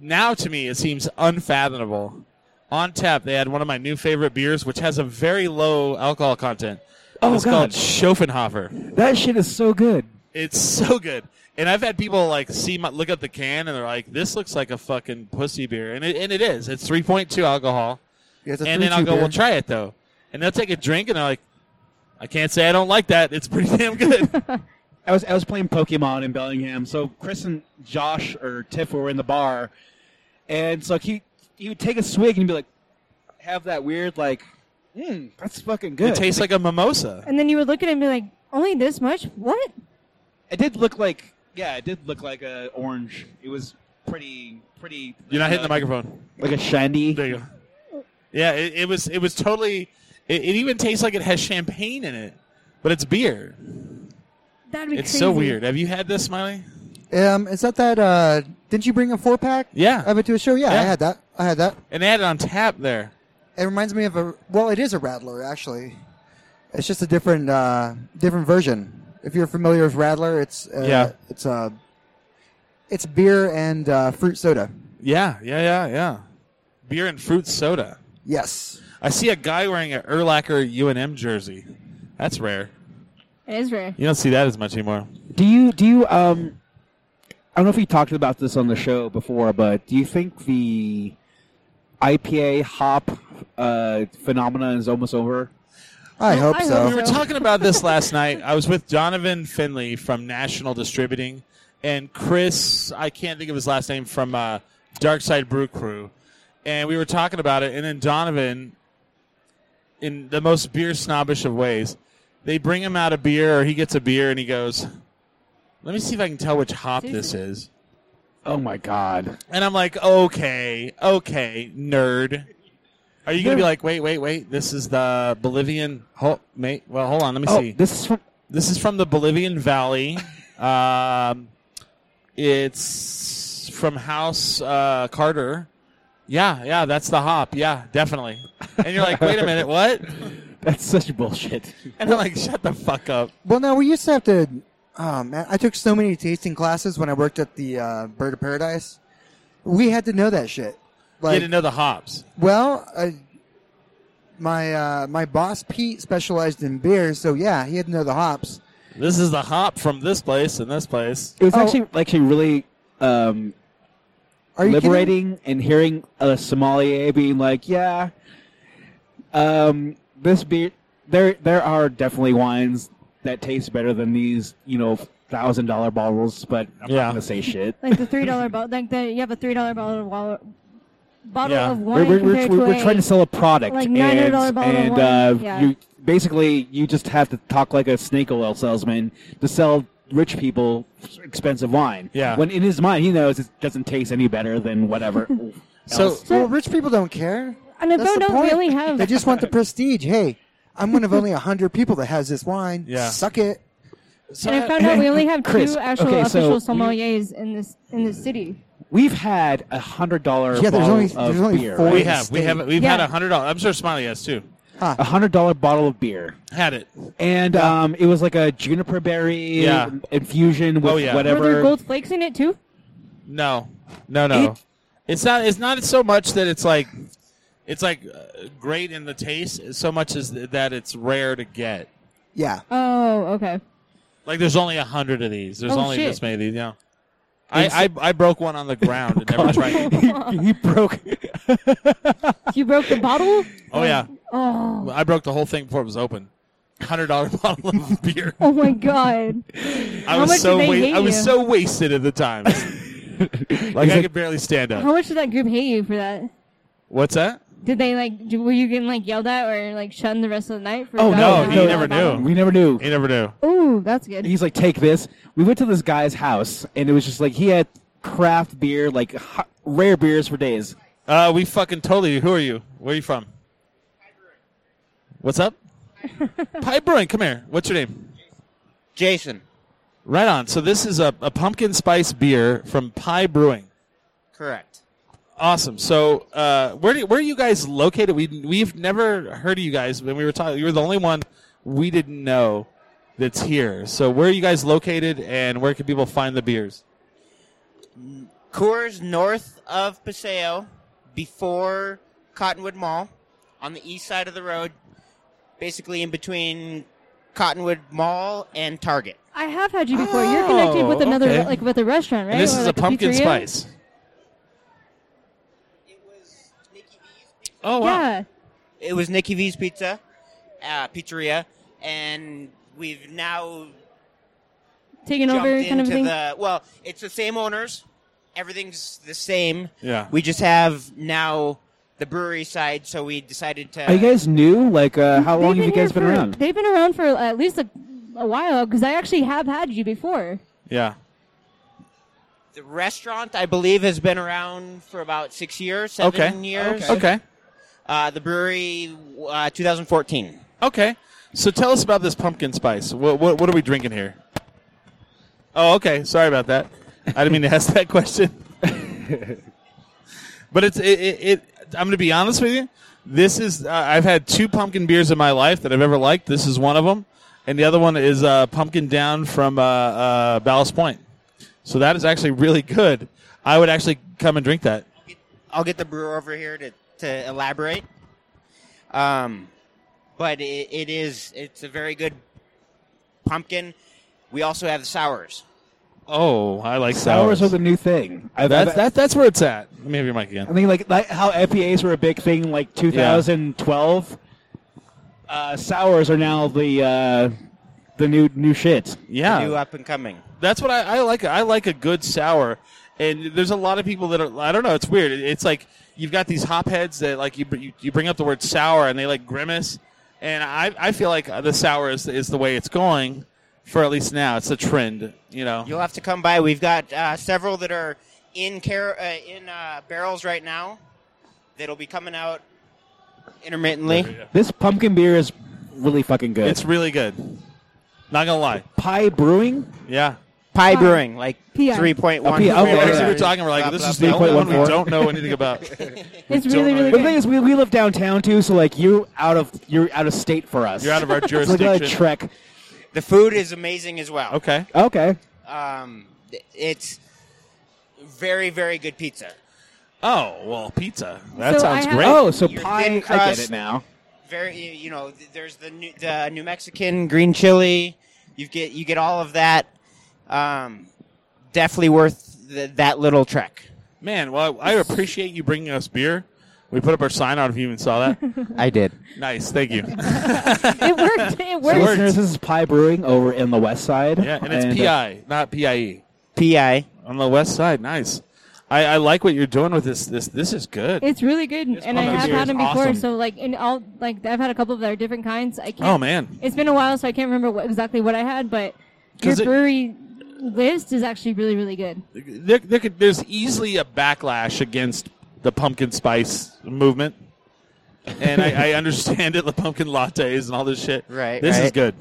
[SPEAKER 2] now to me it seems unfathomable. On tap, they had one of my new favorite beers, which has a very low alcohol content.
[SPEAKER 3] Oh,
[SPEAKER 2] it's
[SPEAKER 3] God.
[SPEAKER 2] called Schopenhofer.
[SPEAKER 3] That shit is so good.
[SPEAKER 2] It's so good. And I've had people like see my look at the can and they're like, "This looks like a fucking pussy beer," and it, and it is. It's three point two alcohol
[SPEAKER 4] Yeah, it's a
[SPEAKER 2] and then I'll
[SPEAKER 4] 3-2
[SPEAKER 2] go,
[SPEAKER 4] beer.
[SPEAKER 2] "We'll try it though," and they'll take a drink, and they're like, "I can't say I don't like that. It's pretty damn good."
[SPEAKER 3] I was I was playing Pokemon in Bellingham, so Chris and Josh or Tiff were in the bar, and so he he would take a swig and be like, have that weird like, mm, that's fucking good.
[SPEAKER 2] It tastes like a mimosa.
[SPEAKER 5] And then you would look at it and be like, "Only this much? What?"
[SPEAKER 3] it did look like yeah, it did look like a orange. It was pretty pretty.
[SPEAKER 2] You're not hitting the
[SPEAKER 3] like
[SPEAKER 2] microphone.
[SPEAKER 3] a- like a shandy.
[SPEAKER 2] There you go. Yeah, it, it was. It was totally. It, it even tastes like it has champagne in it, but it's beer.
[SPEAKER 5] That'd be
[SPEAKER 2] It's
[SPEAKER 5] crazy.
[SPEAKER 2] so weird. Have you had this, Smiley?
[SPEAKER 4] Um, is that that? Uh, didn't you bring a four pack?
[SPEAKER 2] Yeah.
[SPEAKER 4] I went to a show. Yeah,
[SPEAKER 2] Yeah.
[SPEAKER 4] I had that. I had that.
[SPEAKER 2] And they had it on tap there.
[SPEAKER 4] It reminds me of a. Well, it is a rattler actually. It's just a different, uh, different version. If you're familiar with rattler, it's uh,
[SPEAKER 2] Yeah.
[SPEAKER 4] it's uh, it's beer and uh, fruit soda.
[SPEAKER 2] Yeah, yeah, yeah, yeah. Beer and fruit soda.
[SPEAKER 4] Yes.
[SPEAKER 2] I see a guy wearing an Erlacher UNM jersey. That's rare.
[SPEAKER 5] It is rare.
[SPEAKER 2] You don't see that as much anymore.
[SPEAKER 3] Do you do you um I don't know if you talked about this on the show before, but do you think the IPA hop uh, phenomenon is almost over?
[SPEAKER 4] I hope
[SPEAKER 5] I hope
[SPEAKER 4] so.
[SPEAKER 2] We were talking about this last night. I was with Donovan Finley from National Distributing and Chris, I can't think of his last name, from uh, Dark Side Brew Crew. And we were talking about it. And then Donovan, in the most beer snobbish of ways, they bring him out a beer or he gets a beer and he goes, Let me see if I can tell which hop this is.
[SPEAKER 3] Oh my god.
[SPEAKER 2] And I'm like, okay, okay, nerd. Are you gonna be like, wait, wait, wait? This is the Bolivian. Ho- mate, well, hold on. Let me
[SPEAKER 3] Oh,
[SPEAKER 2] see. This-,
[SPEAKER 3] this is from
[SPEAKER 2] is from the Bolivian Valley. um, it's from House uh, Carter. Yeah, yeah, that's the hop. Yeah, definitely. And you're like, wait a minute, what?
[SPEAKER 3] that's such bullshit.
[SPEAKER 2] And I'm like, shut the fuck up.
[SPEAKER 4] Well, no, we used to have to. Oh man, I took so many tasting classes when I worked at the uh, Bird of Paradise. We had to know that shit.
[SPEAKER 2] you
[SPEAKER 4] Like,
[SPEAKER 2] didn't know the hops.
[SPEAKER 4] well, I, my uh, my boss Pete specialized in beer, so yeah, he had to know the hops.
[SPEAKER 2] This is the hop from this place and this place.
[SPEAKER 3] It was
[SPEAKER 4] Oh.
[SPEAKER 3] actually actually really um,
[SPEAKER 4] Are you kidding?
[SPEAKER 3] liberating and hearing a sommelier being like, "Yeah, um, this beer. There, there are definitely wines that taste better than these, you know, thousand dollar bottles." But I'm
[SPEAKER 2] Yeah.
[SPEAKER 3] not gonna say shit.
[SPEAKER 5] Like the three dollar bottle, like the you have a three dollar bottle of wall- bottle
[SPEAKER 2] Yeah.
[SPEAKER 5] of
[SPEAKER 3] We're,
[SPEAKER 5] wine
[SPEAKER 3] we're, we're,
[SPEAKER 5] compared
[SPEAKER 3] we're,
[SPEAKER 5] to
[SPEAKER 3] we're
[SPEAKER 5] a-
[SPEAKER 3] trying to sell a product,
[SPEAKER 5] like
[SPEAKER 3] and,
[SPEAKER 5] $900 bottle of
[SPEAKER 3] and
[SPEAKER 5] wine.
[SPEAKER 3] uh,
[SPEAKER 5] Yeah.
[SPEAKER 3] you basically you just have to talk like a snake oil salesman to sell rich people expensive wine.
[SPEAKER 2] Yeah.
[SPEAKER 3] When in his mind, he knows it doesn't taste any better than whatever.
[SPEAKER 2] So,
[SPEAKER 3] else.
[SPEAKER 4] Well, rich people don't care.
[SPEAKER 5] and if
[SPEAKER 4] That's
[SPEAKER 5] they
[SPEAKER 4] the
[SPEAKER 5] don't
[SPEAKER 4] point.
[SPEAKER 5] really have
[SPEAKER 4] They just want the prestige. Hey, I'm one of only hundred people that has this wine.
[SPEAKER 2] Yeah.
[SPEAKER 4] suck it.
[SPEAKER 5] and I found out we only have
[SPEAKER 3] Chris,
[SPEAKER 5] two actual
[SPEAKER 3] okay, so
[SPEAKER 5] official
[SPEAKER 3] you-
[SPEAKER 5] sommeliers in this in this city.
[SPEAKER 3] We've had a hundred dollar
[SPEAKER 4] Yeah, there's
[SPEAKER 3] bottle
[SPEAKER 4] only-
[SPEAKER 3] of
[SPEAKER 4] there's only
[SPEAKER 3] beer.
[SPEAKER 4] four-
[SPEAKER 3] right?
[SPEAKER 2] we have, we have, we've had
[SPEAKER 5] Yeah.
[SPEAKER 2] a hundred dollars. I'm sure Smiley has too.
[SPEAKER 3] A hundred dollar bottle of beer,
[SPEAKER 2] Had it.
[SPEAKER 3] and um, it was like a juniper berry
[SPEAKER 2] Yeah.
[SPEAKER 3] infusion with
[SPEAKER 2] Oh, yeah.
[SPEAKER 5] Were there
[SPEAKER 3] whatever.
[SPEAKER 5] gold flakes in it too?
[SPEAKER 2] No, no, no.
[SPEAKER 3] It-
[SPEAKER 2] it's not. It's not so much that it's like, it's like uh, great in the taste, so much as th- that it's rare to get.
[SPEAKER 4] Yeah,
[SPEAKER 5] Oh, okay.
[SPEAKER 2] Like, there's only a hundred of these. There's
[SPEAKER 5] Oh,
[SPEAKER 2] only
[SPEAKER 5] shit.
[SPEAKER 2] this many of these. Yeah. I, I, I broke one on the ground and never tried. it.
[SPEAKER 3] he, he broke.
[SPEAKER 5] You broke the bottle?
[SPEAKER 2] Oh yeah,
[SPEAKER 5] Oh,
[SPEAKER 2] I broke the whole thing before it was open. Hundred dollar bottle of beer.
[SPEAKER 5] oh my god.
[SPEAKER 2] I
[SPEAKER 5] How
[SPEAKER 2] was
[SPEAKER 5] much
[SPEAKER 2] so
[SPEAKER 5] did they
[SPEAKER 2] wa-
[SPEAKER 5] hate
[SPEAKER 2] I was
[SPEAKER 5] you?
[SPEAKER 2] so wasted at the time. like I could barely stand up.
[SPEAKER 5] How much did that group hate you for that?
[SPEAKER 2] What's that?
[SPEAKER 5] Did they like? Do, were you getting like yelled at or like shunned the rest of the night? For
[SPEAKER 3] Oh
[SPEAKER 5] dropping
[SPEAKER 2] no,
[SPEAKER 5] the
[SPEAKER 2] he
[SPEAKER 5] bottle?
[SPEAKER 2] never knew.
[SPEAKER 3] We never knew.
[SPEAKER 2] You never knew.
[SPEAKER 5] Ooh, that's good.
[SPEAKER 3] He's like, take this. We went to this guy's house, and it was just like he had craft beer, like hot, rare beers for days.
[SPEAKER 2] Uh, we fucking totally. Who are you? Where are you from? What's up? Pie Brewing, come here. What's your name?
[SPEAKER 10] Jason,
[SPEAKER 2] Right on. So this is a, a pumpkin spice beer from Pie Brewing.
[SPEAKER 10] correct.
[SPEAKER 2] Awesome. So uh, where do, where are you guys located? We we've never heard of you guys when we were talking. You were the only one we didn't know that's here. So where are you guys located, and where can people find the beers?
[SPEAKER 10] Coors north of Paseo, before Cottonwood Mall, on the east side of the road, basically in between Cottonwood Mall and Target.
[SPEAKER 5] I have had you before. You're connected with
[SPEAKER 2] Oh,
[SPEAKER 5] another
[SPEAKER 2] okay.
[SPEAKER 5] like with a restaurant, right?
[SPEAKER 2] And this
[SPEAKER 5] Or,
[SPEAKER 2] is a
[SPEAKER 5] like,
[SPEAKER 2] pumpkin
[SPEAKER 5] pizzeria?
[SPEAKER 2] spice. Oh wow!
[SPEAKER 5] Yeah.
[SPEAKER 10] It was Nikki V's Pizza, uh, pizzeria, and we've now
[SPEAKER 5] Taking
[SPEAKER 10] jumped
[SPEAKER 5] over kind of
[SPEAKER 10] into
[SPEAKER 5] thing.
[SPEAKER 10] the. Well, it's the same owners. Everything's the same.
[SPEAKER 2] Yeah.
[SPEAKER 10] We just have now the brewery side, so we decided to.
[SPEAKER 3] Are you guys new? Like, uh, how
[SPEAKER 5] They've
[SPEAKER 3] long have you guys been
[SPEAKER 5] here for-
[SPEAKER 3] around?
[SPEAKER 5] They've been around for at least a, a while because I actually have had you before.
[SPEAKER 2] Yeah.
[SPEAKER 10] The restaurant, I believe, has been around for about six years, seven
[SPEAKER 2] Okay.
[SPEAKER 10] years.
[SPEAKER 2] Okay.
[SPEAKER 10] Uh, the brewery, uh, 2014.
[SPEAKER 2] Okay. So tell us about this pumpkin spice. What, what, what are we drinking here? Oh, okay. Sorry about that. I didn't mean to ask that question. but it's it, it, it I'm going to be honest with you. This is uh, I've had two pumpkin beers in my life that I've ever liked. This is one of them, and the other one is uh, pumpkin down from uh, uh, Ballast Point. So that is actually really good. I would actually come and drink that.
[SPEAKER 10] I'll get the brewer over here to, to elaborate. Um, but it, it is, it's a very good pumpkin. We also have the sours.
[SPEAKER 2] Oh, I like
[SPEAKER 3] Sours
[SPEAKER 2] sours.
[SPEAKER 3] was a new thing. I,
[SPEAKER 2] that's
[SPEAKER 3] I-
[SPEAKER 2] that, that's where it's at. Let me have your mic again.
[SPEAKER 3] I think like, like how IPAs were a big thing like 2012. Uh, sours are now the uh, the new new shit.
[SPEAKER 2] Yeah,
[SPEAKER 3] uh,
[SPEAKER 10] New up and coming.
[SPEAKER 2] That's what I, I like. I like a good sour. And there's a lot of people that are. I don't know. It's weird. It- It's like you've got these hop heads that like you br- you, you bring up the word sour and they like grimace. And I I feel like the sour is is the way it's going for at least now. It's a trend. You know.
[SPEAKER 10] You'll have to come by. We've got uh, several that are in car- uh, in uh, barrels right now that'll be coming out intermittently.
[SPEAKER 3] This pumpkin beer is really fucking good.
[SPEAKER 2] It's really good. Not gonna lie.
[SPEAKER 3] Pie Brewing.
[SPEAKER 2] Yeah.
[SPEAKER 10] Pie
[SPEAKER 5] Pie.
[SPEAKER 10] brewing, like
[SPEAKER 5] PI.
[SPEAKER 10] three point
[SPEAKER 3] Oh,
[SPEAKER 10] one.
[SPEAKER 3] P- okay,
[SPEAKER 2] Actually,
[SPEAKER 3] yeah.
[SPEAKER 2] we were talking. We're like, this is the
[SPEAKER 3] blah,
[SPEAKER 2] only
[SPEAKER 3] blah,
[SPEAKER 2] one we
[SPEAKER 3] blah.
[SPEAKER 2] don't know anything about.
[SPEAKER 5] It's really,
[SPEAKER 2] know
[SPEAKER 5] really
[SPEAKER 3] But the thing
[SPEAKER 5] good.
[SPEAKER 3] is, we, we live downtown too, so like you're out of you're out of state for us.
[SPEAKER 2] You're out of our
[SPEAKER 3] it's like a
[SPEAKER 2] jurisdiction.
[SPEAKER 3] trek.
[SPEAKER 10] The food is amazing as well.
[SPEAKER 2] Okay.
[SPEAKER 3] Okay.
[SPEAKER 10] Um, it's very very good pizza.
[SPEAKER 2] Oh well, pizza. That
[SPEAKER 5] So
[SPEAKER 2] sounds
[SPEAKER 5] I have-
[SPEAKER 2] great.
[SPEAKER 3] Oh, so
[SPEAKER 10] Your
[SPEAKER 3] pie.
[SPEAKER 10] thin
[SPEAKER 3] I get
[SPEAKER 10] crust.
[SPEAKER 3] it now.
[SPEAKER 10] Very you- you know th- there's the new, the New Mexican green chili. You get you get all of that. Um, definitely worth th- that little trek.
[SPEAKER 2] Man, well, I appreciate you bringing us beer. We put up our sign out if you even saw that.
[SPEAKER 10] I did.
[SPEAKER 2] nice, thank you.
[SPEAKER 5] It worked. It
[SPEAKER 3] So
[SPEAKER 5] worked.
[SPEAKER 3] listeners, this is Pie Brewing over in the West Side.
[SPEAKER 2] Yeah, and it's
[SPEAKER 3] uh,
[SPEAKER 2] PI, not PIE.
[SPEAKER 10] Pi.
[SPEAKER 2] On the West Side, nice. I, I like what you're doing with this. This this is good.
[SPEAKER 5] It's really good, and
[SPEAKER 2] pumpkin
[SPEAKER 5] I have
[SPEAKER 2] beer
[SPEAKER 5] had
[SPEAKER 2] is
[SPEAKER 5] them before.
[SPEAKER 2] awesome.
[SPEAKER 5] So like in all, like I've had a couple of their different kinds. I can't.
[SPEAKER 2] Oh man,
[SPEAKER 5] it's been a while, so I can't remember what, exactly what I had, but your
[SPEAKER 2] 'Cause it-
[SPEAKER 5] brewery list is actually really, really good.
[SPEAKER 2] there, there could, there's easily a backlash against the pumpkin spice movement, and I, I understand it. The pumpkin lattes and all this shit.
[SPEAKER 10] Right,
[SPEAKER 2] This is
[SPEAKER 10] right.
[SPEAKER 2] good.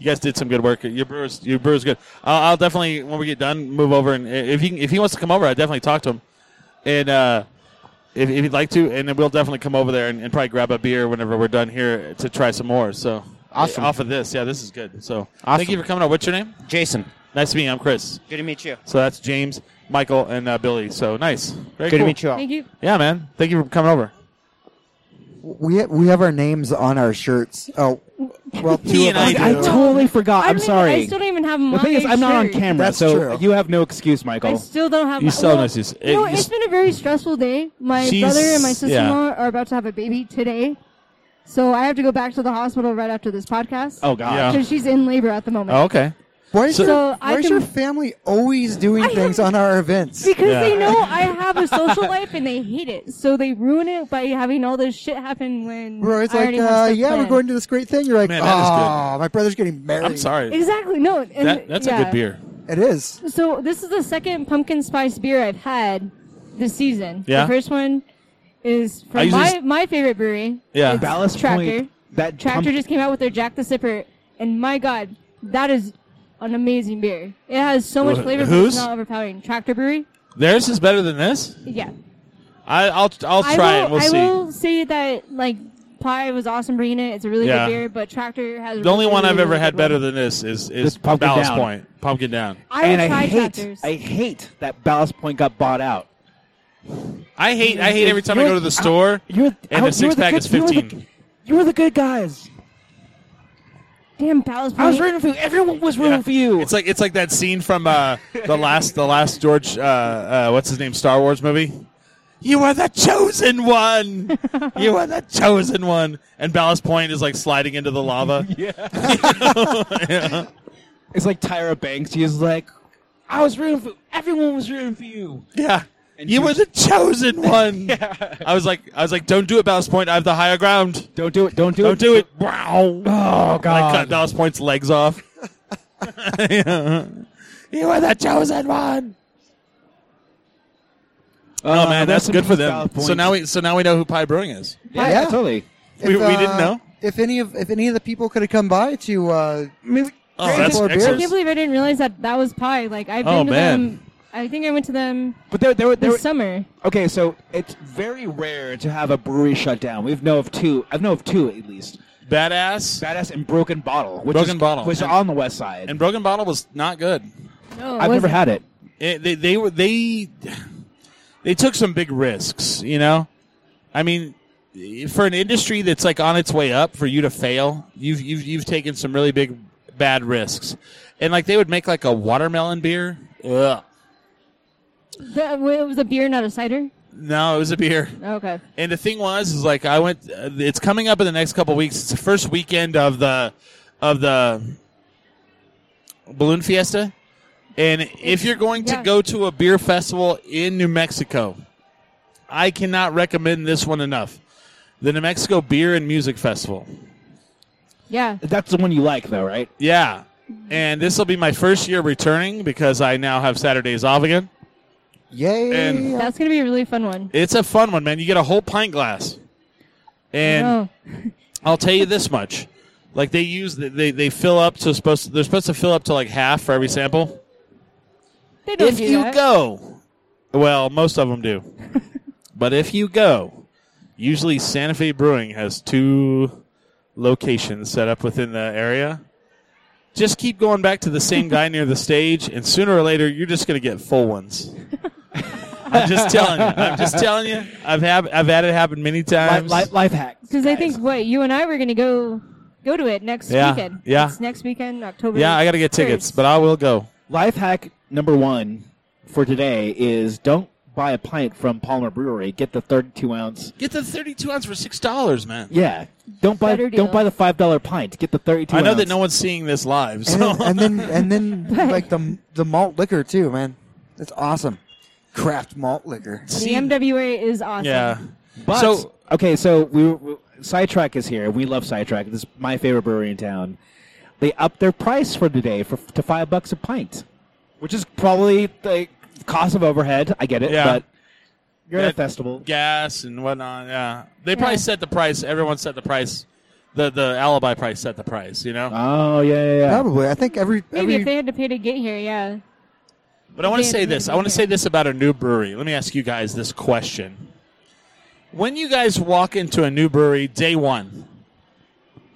[SPEAKER 2] You guys did some good work. Your brewer's your brewer's good. I'll, I'll definitely when we get done move over and eh, if he if he wants to come over, I definitely talk to him, and uh, if, if he'd like to, and then we'll definitely come over there and, and probably grab a beer whenever we're done here to try some more. So
[SPEAKER 10] Awesome.
[SPEAKER 2] off of this, yeah, this is good. So thank
[SPEAKER 10] Awesome.
[SPEAKER 2] you for coming on. What's your name?
[SPEAKER 10] Jason,
[SPEAKER 2] Nice to meet you. I'm Chris.
[SPEAKER 10] good to meet you.
[SPEAKER 2] So that's James, Michael, and uh, Billy. So nice. Very
[SPEAKER 10] Good to
[SPEAKER 2] cool.
[SPEAKER 10] meet you all.
[SPEAKER 5] Thank you.
[SPEAKER 2] Yeah, man. Thank you for coming over.
[SPEAKER 4] We we have our names on our shirts. Oh, well, two of
[SPEAKER 2] and
[SPEAKER 4] us.
[SPEAKER 2] I
[SPEAKER 4] do.
[SPEAKER 5] do.
[SPEAKER 3] totally forgot.
[SPEAKER 5] I
[SPEAKER 3] I'm
[SPEAKER 5] don't even-
[SPEAKER 3] sorry.
[SPEAKER 5] I still don't even have my
[SPEAKER 3] the thing is, I'm not on
[SPEAKER 5] shirt.
[SPEAKER 3] camera,
[SPEAKER 4] That's
[SPEAKER 3] so
[SPEAKER 4] true.
[SPEAKER 3] you have no excuse,
[SPEAKER 5] I
[SPEAKER 3] Michael.
[SPEAKER 5] still don't have.
[SPEAKER 2] You
[SPEAKER 5] my-
[SPEAKER 2] still
[SPEAKER 5] well,
[SPEAKER 2] miss this.
[SPEAKER 5] You know,
[SPEAKER 2] It-
[SPEAKER 5] it's been a very stressful day. My
[SPEAKER 2] She's-
[SPEAKER 5] brother and my sister-in-law
[SPEAKER 2] yeah.
[SPEAKER 5] are about to have a baby today, so I have to go back to the hospital right after this podcast.
[SPEAKER 3] Oh God.
[SPEAKER 2] Yeah.
[SPEAKER 5] because she's in labor at the moment.
[SPEAKER 2] Oh, okay.
[SPEAKER 4] Why is,
[SPEAKER 5] So
[SPEAKER 4] your,
[SPEAKER 5] I
[SPEAKER 4] why is
[SPEAKER 5] can-
[SPEAKER 4] your family always doing
[SPEAKER 5] I
[SPEAKER 4] things
[SPEAKER 5] am-
[SPEAKER 4] on our events?
[SPEAKER 5] Because
[SPEAKER 2] Yeah.
[SPEAKER 5] they know I have a social life and they hate it, so they ruin it by having all this shit happen when
[SPEAKER 4] We're always
[SPEAKER 5] I
[SPEAKER 4] like,
[SPEAKER 5] already have
[SPEAKER 4] uh,
[SPEAKER 5] stuff
[SPEAKER 4] yeah, we're
[SPEAKER 5] planned.
[SPEAKER 4] going to this great thing. You're like,
[SPEAKER 2] Man, that is
[SPEAKER 4] oh, my brother's getting married.
[SPEAKER 2] I'm sorry.
[SPEAKER 5] Exactly. No, and,
[SPEAKER 2] That, that's a
[SPEAKER 5] yeah.
[SPEAKER 2] good beer.
[SPEAKER 4] It is.
[SPEAKER 5] So this is the second pumpkin spice beer I've had this season.
[SPEAKER 2] Yeah.
[SPEAKER 5] The first one is
[SPEAKER 2] I
[SPEAKER 5] from
[SPEAKER 2] usually
[SPEAKER 5] my,
[SPEAKER 2] s-
[SPEAKER 5] my favorite brewery.
[SPEAKER 2] Yeah.
[SPEAKER 5] It's
[SPEAKER 3] Ballast
[SPEAKER 5] Tracker.
[SPEAKER 3] Point. That
[SPEAKER 5] Tractor
[SPEAKER 3] pump-
[SPEAKER 5] just came out with their Jack the Sipper, and my God, that is an amazing beer. It has so much
[SPEAKER 2] Wh-
[SPEAKER 5] flavor, but
[SPEAKER 2] whose?
[SPEAKER 5] it's not overpowering. Tractor Brewery.
[SPEAKER 2] Theirs is better than this.
[SPEAKER 5] Yeah.
[SPEAKER 2] I, I'll I'll
[SPEAKER 5] I
[SPEAKER 2] try
[SPEAKER 5] will,
[SPEAKER 2] it. We'll
[SPEAKER 5] I
[SPEAKER 2] see.
[SPEAKER 5] will say that like pie was awesome bringing it. It's a really
[SPEAKER 2] Yeah.
[SPEAKER 5] good beer, but Tractor has
[SPEAKER 2] the only one I've ever had better than this is is
[SPEAKER 3] This Pumpkin
[SPEAKER 2] Ballast
[SPEAKER 3] Down.
[SPEAKER 2] Point Pumpkin Down.
[SPEAKER 5] I
[SPEAKER 3] and
[SPEAKER 5] would
[SPEAKER 3] I
[SPEAKER 5] try
[SPEAKER 3] hate,
[SPEAKER 5] Tractors.
[SPEAKER 3] I hate that Ballast Point got bought out.
[SPEAKER 2] I hate I hate every time I
[SPEAKER 3] You're-
[SPEAKER 2] go to the store.
[SPEAKER 3] You're
[SPEAKER 2] And
[SPEAKER 3] out-
[SPEAKER 2] the six
[SPEAKER 3] you're
[SPEAKER 2] pack
[SPEAKER 3] good-
[SPEAKER 2] is
[SPEAKER 3] You're the,
[SPEAKER 2] fifteen.
[SPEAKER 3] you're the good guys.
[SPEAKER 5] Damn, Ballast Point.
[SPEAKER 3] I was rooting for you. Everyone was rooting
[SPEAKER 2] Yeah.
[SPEAKER 3] for you.
[SPEAKER 2] It's like it's like that scene from uh, the last the last George uh, uh, what's his name Star Wars movie. You are the chosen one. you are the chosen one. And Ballast Point is like sliding into the lava.
[SPEAKER 3] It's like Tyra Banks. He was like, I was rooting for everyone was rooting for you.
[SPEAKER 2] Yeah.
[SPEAKER 3] And
[SPEAKER 2] you
[SPEAKER 3] she
[SPEAKER 2] were
[SPEAKER 3] was-
[SPEAKER 2] the chosen one. I was like, I was like, don't do it, Ballast Point. I have the higher ground.
[SPEAKER 3] Don't do it. Don't do
[SPEAKER 2] Don't
[SPEAKER 3] it.
[SPEAKER 2] do it. Wow.
[SPEAKER 3] Oh
[SPEAKER 2] I cut
[SPEAKER 3] God.
[SPEAKER 2] Ballast Point's legs off. you were the chosen one. Oh
[SPEAKER 3] Uh,
[SPEAKER 2] man, that's, good for them. So now we, so now we know who Pie Brewing is.
[SPEAKER 3] yeah,
[SPEAKER 4] Yeah.
[SPEAKER 3] totally.
[SPEAKER 2] We- we didn't know?
[SPEAKER 4] uh, If any of if any of the people could have come by to uh,
[SPEAKER 2] Oh,
[SPEAKER 4] Great
[SPEAKER 2] that's
[SPEAKER 4] for beer.
[SPEAKER 5] I can't
[SPEAKER 2] excellent.
[SPEAKER 5] believe I didn't realize that that was pie. Like I've been
[SPEAKER 2] Oh,
[SPEAKER 5] to
[SPEAKER 2] man.
[SPEAKER 5] them. I think I went to them
[SPEAKER 3] But there, there, were- there,
[SPEAKER 5] this
[SPEAKER 3] were-
[SPEAKER 5] summer.
[SPEAKER 3] Okay, so it's very rare to have a brewery shut down. We've know of two. I've know of two at least.
[SPEAKER 2] Badass.
[SPEAKER 3] Badass and Broken Bottle, which
[SPEAKER 2] Broken
[SPEAKER 3] is,
[SPEAKER 2] Bottle.
[SPEAKER 3] which
[SPEAKER 2] And-
[SPEAKER 3] are on the west side.
[SPEAKER 2] And Broken Bottle was not good.
[SPEAKER 5] No, it
[SPEAKER 3] I've never
[SPEAKER 5] wasn't.
[SPEAKER 3] had it.
[SPEAKER 2] It, they, they were they they took some big risks. You know, I mean, for an industry that's like on its way up, for you to fail, you've you've you've taken some really big bad risks. And like they would make like a watermelon beer. Ugh.
[SPEAKER 5] The- well, it was a beer, not a cider.
[SPEAKER 2] No, it was a beer.
[SPEAKER 5] Okay.
[SPEAKER 2] And the thing was, is like I went. Uh, it's coming up in the next couple weeks. It's the first weekend of the of the balloon fiesta. And if you're going to
[SPEAKER 5] yeah.
[SPEAKER 2] go to a beer festival in New Mexico, I cannot recommend this one enough. The New Mexico Beer and Music Festival.
[SPEAKER 5] Yeah.
[SPEAKER 3] That's the one you like, though, right?
[SPEAKER 5] Mm-hmm.
[SPEAKER 2] Yeah. And this will be my first year returning because I now have Saturdays off again.
[SPEAKER 4] Yay!
[SPEAKER 2] And-
[SPEAKER 5] That's gonna be a really fun one.
[SPEAKER 2] It's a fun one, man. You get a whole pint glass, and
[SPEAKER 5] oh,
[SPEAKER 2] I'll tell you this much: like they use they they fill up to supposed they're supposed to fill up to like half for every sample.
[SPEAKER 5] they don't
[SPEAKER 2] If
[SPEAKER 5] do
[SPEAKER 2] you
[SPEAKER 5] that.
[SPEAKER 2] go, well, most of them do, but if you go, usually Santa Fe Brewing has two locations set up within the area. Just keep going back to the same guy near the stage, and sooner or later, you're just going to get full ones. I'm just telling you. I'm just telling you. I've had I've had it happen many
[SPEAKER 11] Life,
[SPEAKER 2] times.
[SPEAKER 11] life, life hack.
[SPEAKER 5] Because I think what you and I were gonna go go to it next
[SPEAKER 2] Yeah,
[SPEAKER 5] weekend.
[SPEAKER 2] yeah.
[SPEAKER 5] It's next weekend, October.
[SPEAKER 2] Yeah, I got to get tickets,
[SPEAKER 5] first.
[SPEAKER 2] but I will go.
[SPEAKER 3] Life hack number one for today is don't buy a pint from Palmer Brewery. Get the 32 ounce.
[SPEAKER 2] Get the 32 ounce for six dollars, man.
[SPEAKER 3] Yeah, don't buy
[SPEAKER 5] Better deal.
[SPEAKER 3] don't buy the five dollar pint. Get the 32.
[SPEAKER 2] I know that
[SPEAKER 3] ounce.
[SPEAKER 2] no one's seeing this live,
[SPEAKER 4] and,
[SPEAKER 2] so
[SPEAKER 4] then, and then and then like the the malt liquor too, man. That's awesome. Craft malt liquor.
[SPEAKER 5] the MWA is awesome.
[SPEAKER 2] yeah.
[SPEAKER 3] But,
[SPEAKER 2] So-
[SPEAKER 3] okay, so we, we sidetrack is here. We love sidetrack. This is my favorite brewery in town. They upped their price for today for to five bucks a pint, which is probably the cost of overhead. I get it,
[SPEAKER 2] Yeah.
[SPEAKER 3] but you're at a
[SPEAKER 2] That-
[SPEAKER 3] festival.
[SPEAKER 2] gas and whatnot. Yeah, they probably
[SPEAKER 5] Yeah.
[SPEAKER 2] set the price. Everyone set the price. The the alibi price set the price. You know.
[SPEAKER 3] Oh yeah, yeah, yeah.
[SPEAKER 4] Probably. I think every
[SPEAKER 5] Maybe if
[SPEAKER 4] every
[SPEAKER 5] they had to pay to get here, yeah.
[SPEAKER 2] But I want to
[SPEAKER 5] Dave,
[SPEAKER 2] say
[SPEAKER 5] maybe
[SPEAKER 2] this. I want to say
[SPEAKER 5] here.
[SPEAKER 2] this about a new brewery. Let me ask you guys this question. When you guys walk into a new brewery day one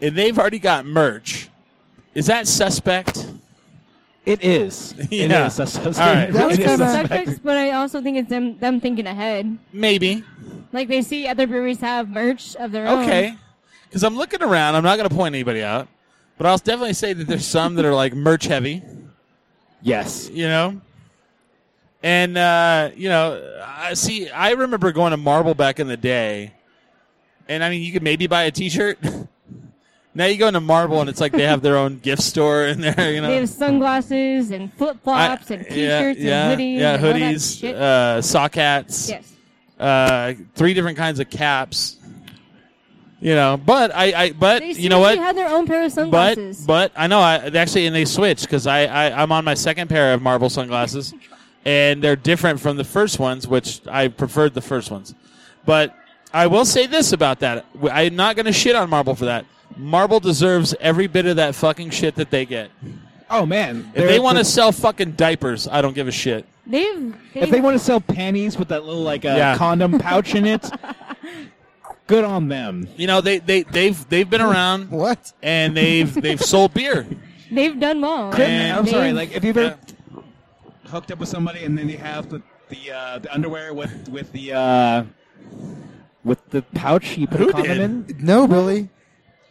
[SPEAKER 2] and they've already got merch, is that suspect?
[SPEAKER 3] It is. It
[SPEAKER 2] Yeah.
[SPEAKER 3] is. That's, that's,
[SPEAKER 2] All right.
[SPEAKER 4] That
[SPEAKER 5] It's
[SPEAKER 4] was
[SPEAKER 3] it is.
[SPEAKER 4] kinda-
[SPEAKER 5] suspects, but I also think it's them them thinking ahead.
[SPEAKER 2] Maybe.
[SPEAKER 5] Like they see other breweries have merch of their own.
[SPEAKER 2] Okay. Because I'm looking around. I'm not going to point anybody out. But I'll definitely say that there's some that are like merch heavy,
[SPEAKER 3] Yes.
[SPEAKER 2] you know? And, uh, you know, I see, I remember going to Marble back in the day. And I mean, you could maybe buy a t shirt. now you go into Marble and it's like they have their own gift store in there, you know?
[SPEAKER 5] They have sunglasses and flip flops
[SPEAKER 2] I-
[SPEAKER 5] and
[SPEAKER 2] yeah,
[SPEAKER 5] T-shirts
[SPEAKER 2] yeah,
[SPEAKER 5] and hoodies.
[SPEAKER 2] Yeah,
[SPEAKER 5] and all that
[SPEAKER 2] hoodies,
[SPEAKER 5] shit.
[SPEAKER 2] uh, sock hats.
[SPEAKER 5] yes.
[SPEAKER 2] uh, three different kinds of caps. You know, but I, I but
[SPEAKER 5] They
[SPEAKER 2] you know
[SPEAKER 5] seriously
[SPEAKER 2] what?
[SPEAKER 5] had their own pair
[SPEAKER 2] but
[SPEAKER 5] of sunglasses.
[SPEAKER 2] but I know I they actually and they switched because I, I I'm on my second pair of marble sunglasses, and they're different from the first ones, which I preferred the first ones. But I will say this about that: W- I'm not going to shit on marble for that. Marble deserves every bit of that fucking shit that they get.
[SPEAKER 3] Oh man.
[SPEAKER 2] If they want to sell fucking diapers, I don't give a shit.
[SPEAKER 5] they've, they've
[SPEAKER 3] if they want to sell panties with that little like uh,
[SPEAKER 2] Yeah.
[SPEAKER 3] condom pouch in it, good on them.
[SPEAKER 2] You know they they they've they've been around
[SPEAKER 4] what?
[SPEAKER 2] and they've they've sold beer.
[SPEAKER 5] they've done well.
[SPEAKER 2] And-
[SPEAKER 3] I'm sorry.
[SPEAKER 5] They've-
[SPEAKER 3] Like, if you've ever hooked up with somebody and then you have the the, uh, the underwear with with the uh, with the pouch you put
[SPEAKER 2] Who
[SPEAKER 3] a condom
[SPEAKER 2] did?
[SPEAKER 3] in,
[SPEAKER 4] No, Billy.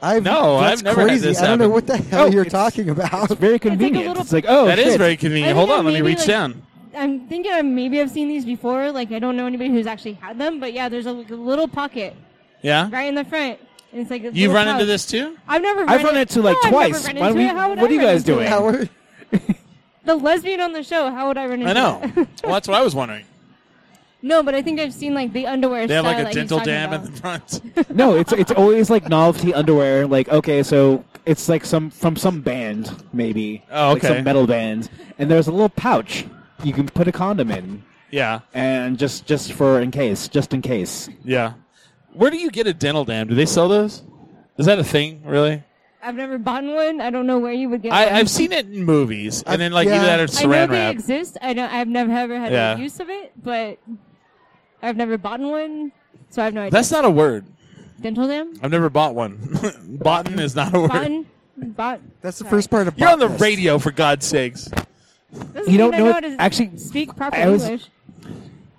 [SPEAKER 4] I've
[SPEAKER 2] No,
[SPEAKER 4] that's
[SPEAKER 2] I've never had
[SPEAKER 4] crazy.
[SPEAKER 2] this
[SPEAKER 4] I don't know
[SPEAKER 2] happen.
[SPEAKER 4] what the hell
[SPEAKER 3] Oh,
[SPEAKER 4] you're
[SPEAKER 3] it's-
[SPEAKER 4] talking about.
[SPEAKER 3] it's very convenient.
[SPEAKER 5] little-
[SPEAKER 3] it's like oh,
[SPEAKER 2] That is
[SPEAKER 3] shit.
[SPEAKER 2] very
[SPEAKER 5] I think
[SPEAKER 2] convenient. Hold
[SPEAKER 5] I
[SPEAKER 2] on, let me
[SPEAKER 5] maybe,
[SPEAKER 2] reach
[SPEAKER 5] like-
[SPEAKER 2] down.
[SPEAKER 5] I'm thinking I maybe I've seen these before. Like I don't know anybody who's actually had them, but yeah, there's a, like, a little pocket
[SPEAKER 2] Yeah,
[SPEAKER 5] right in the front. And it's like a
[SPEAKER 2] you've
[SPEAKER 5] little
[SPEAKER 2] run into
[SPEAKER 5] pouch.
[SPEAKER 2] this too.
[SPEAKER 5] I've never. Run
[SPEAKER 3] I've run into, like,
[SPEAKER 5] No, I've never
[SPEAKER 3] twice.
[SPEAKER 5] run
[SPEAKER 3] Why
[SPEAKER 5] into
[SPEAKER 3] don't
[SPEAKER 5] it.
[SPEAKER 3] we-
[SPEAKER 5] How would
[SPEAKER 3] what
[SPEAKER 5] I
[SPEAKER 3] are you
[SPEAKER 5] run
[SPEAKER 3] guys
[SPEAKER 5] into it?
[SPEAKER 3] doing?
[SPEAKER 4] Howard,
[SPEAKER 5] The lesbian on the show. How would I run into
[SPEAKER 2] I know.
[SPEAKER 5] it?
[SPEAKER 2] well, that's what I was wondering.
[SPEAKER 5] no, but I think I've seen like the underwear.
[SPEAKER 2] They have
[SPEAKER 5] style
[SPEAKER 2] like a
[SPEAKER 5] that he's
[SPEAKER 2] dental
[SPEAKER 5] talking
[SPEAKER 2] dam
[SPEAKER 5] about.
[SPEAKER 2] in the front.
[SPEAKER 3] No, it's it's always like novelty underwear. Like okay, so it's like some from some band maybe.
[SPEAKER 2] Oh,
[SPEAKER 3] Like
[SPEAKER 2] okay.
[SPEAKER 3] some metal band, and there's a little pouch you can put a condom in,
[SPEAKER 2] yeah,
[SPEAKER 3] and just just for in case, just in case.
[SPEAKER 2] yeah. Where do you get a dental dam? Do they sell those? Is that a thing, really?
[SPEAKER 5] I've never bought one. I don't know where you would get.
[SPEAKER 2] I,
[SPEAKER 5] one.
[SPEAKER 2] I've seen it in movies, and then like
[SPEAKER 4] yeah.
[SPEAKER 2] either that or
[SPEAKER 5] Um, I know
[SPEAKER 2] saran
[SPEAKER 5] they
[SPEAKER 2] wrap.
[SPEAKER 5] exist. I don't. I've never ever had
[SPEAKER 2] Yeah.
[SPEAKER 5] any use of it, but I've never bought one, so I have no idea.
[SPEAKER 2] That's not a word.
[SPEAKER 5] dental dam.
[SPEAKER 2] I've never bought one. Botan is not a word.
[SPEAKER 5] Bought. Bought.
[SPEAKER 4] that's the
[SPEAKER 5] Sorry.
[SPEAKER 4] first part of.
[SPEAKER 2] You're on the
[SPEAKER 4] Botanist.
[SPEAKER 2] radio, for God's sakes.
[SPEAKER 5] Doesn't
[SPEAKER 3] You don't
[SPEAKER 5] mean I
[SPEAKER 3] know
[SPEAKER 5] know
[SPEAKER 3] what-
[SPEAKER 5] how to
[SPEAKER 3] actually,
[SPEAKER 5] speak proper
[SPEAKER 3] I was-
[SPEAKER 5] English.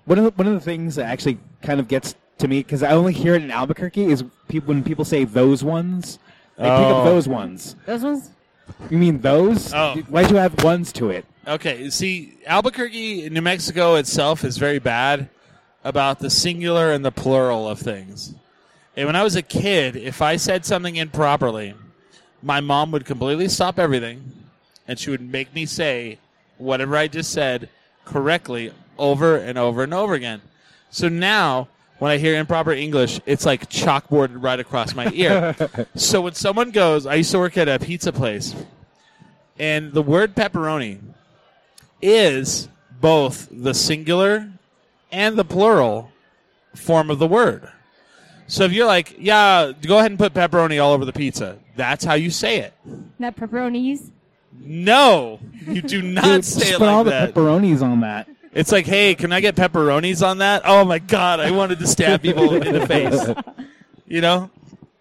[SPEAKER 3] One of the, one of the things that actually kind of gets to me because I only hear it in Albuquerque is people when people say those ones, they pick
[SPEAKER 2] Oh.
[SPEAKER 3] up those ones.
[SPEAKER 5] Those ones.
[SPEAKER 3] You mean those?
[SPEAKER 2] Oh.
[SPEAKER 3] Why'd you add ones to it?
[SPEAKER 2] Okay, see, Albuquerque, New Mexico itself is very bad about the singular and the plural of things. And when I was a kid, if I said something improperly, my mom would completely stop everything and she would make me say whatever I just said correctly over and over and over again. So now when I hear improper English, it's like chalkboarded right across my ear. so when someone goes, I used to work at a pizza place, and the word pepperoni is both the singular and the plural form of the word. So if you're like, yeah, go ahead and put pepperoni all over the pizza, that's how you say it.
[SPEAKER 5] Not pepperonis.
[SPEAKER 2] No, you do not
[SPEAKER 7] Dude,
[SPEAKER 2] say
[SPEAKER 7] just
[SPEAKER 2] it
[SPEAKER 7] put all
[SPEAKER 2] like
[SPEAKER 7] the
[SPEAKER 2] that.
[SPEAKER 7] pepperonis on that.
[SPEAKER 2] It's like, hey, can I get pepperonis on that? Oh my god, I wanted to stab people in the face. You know,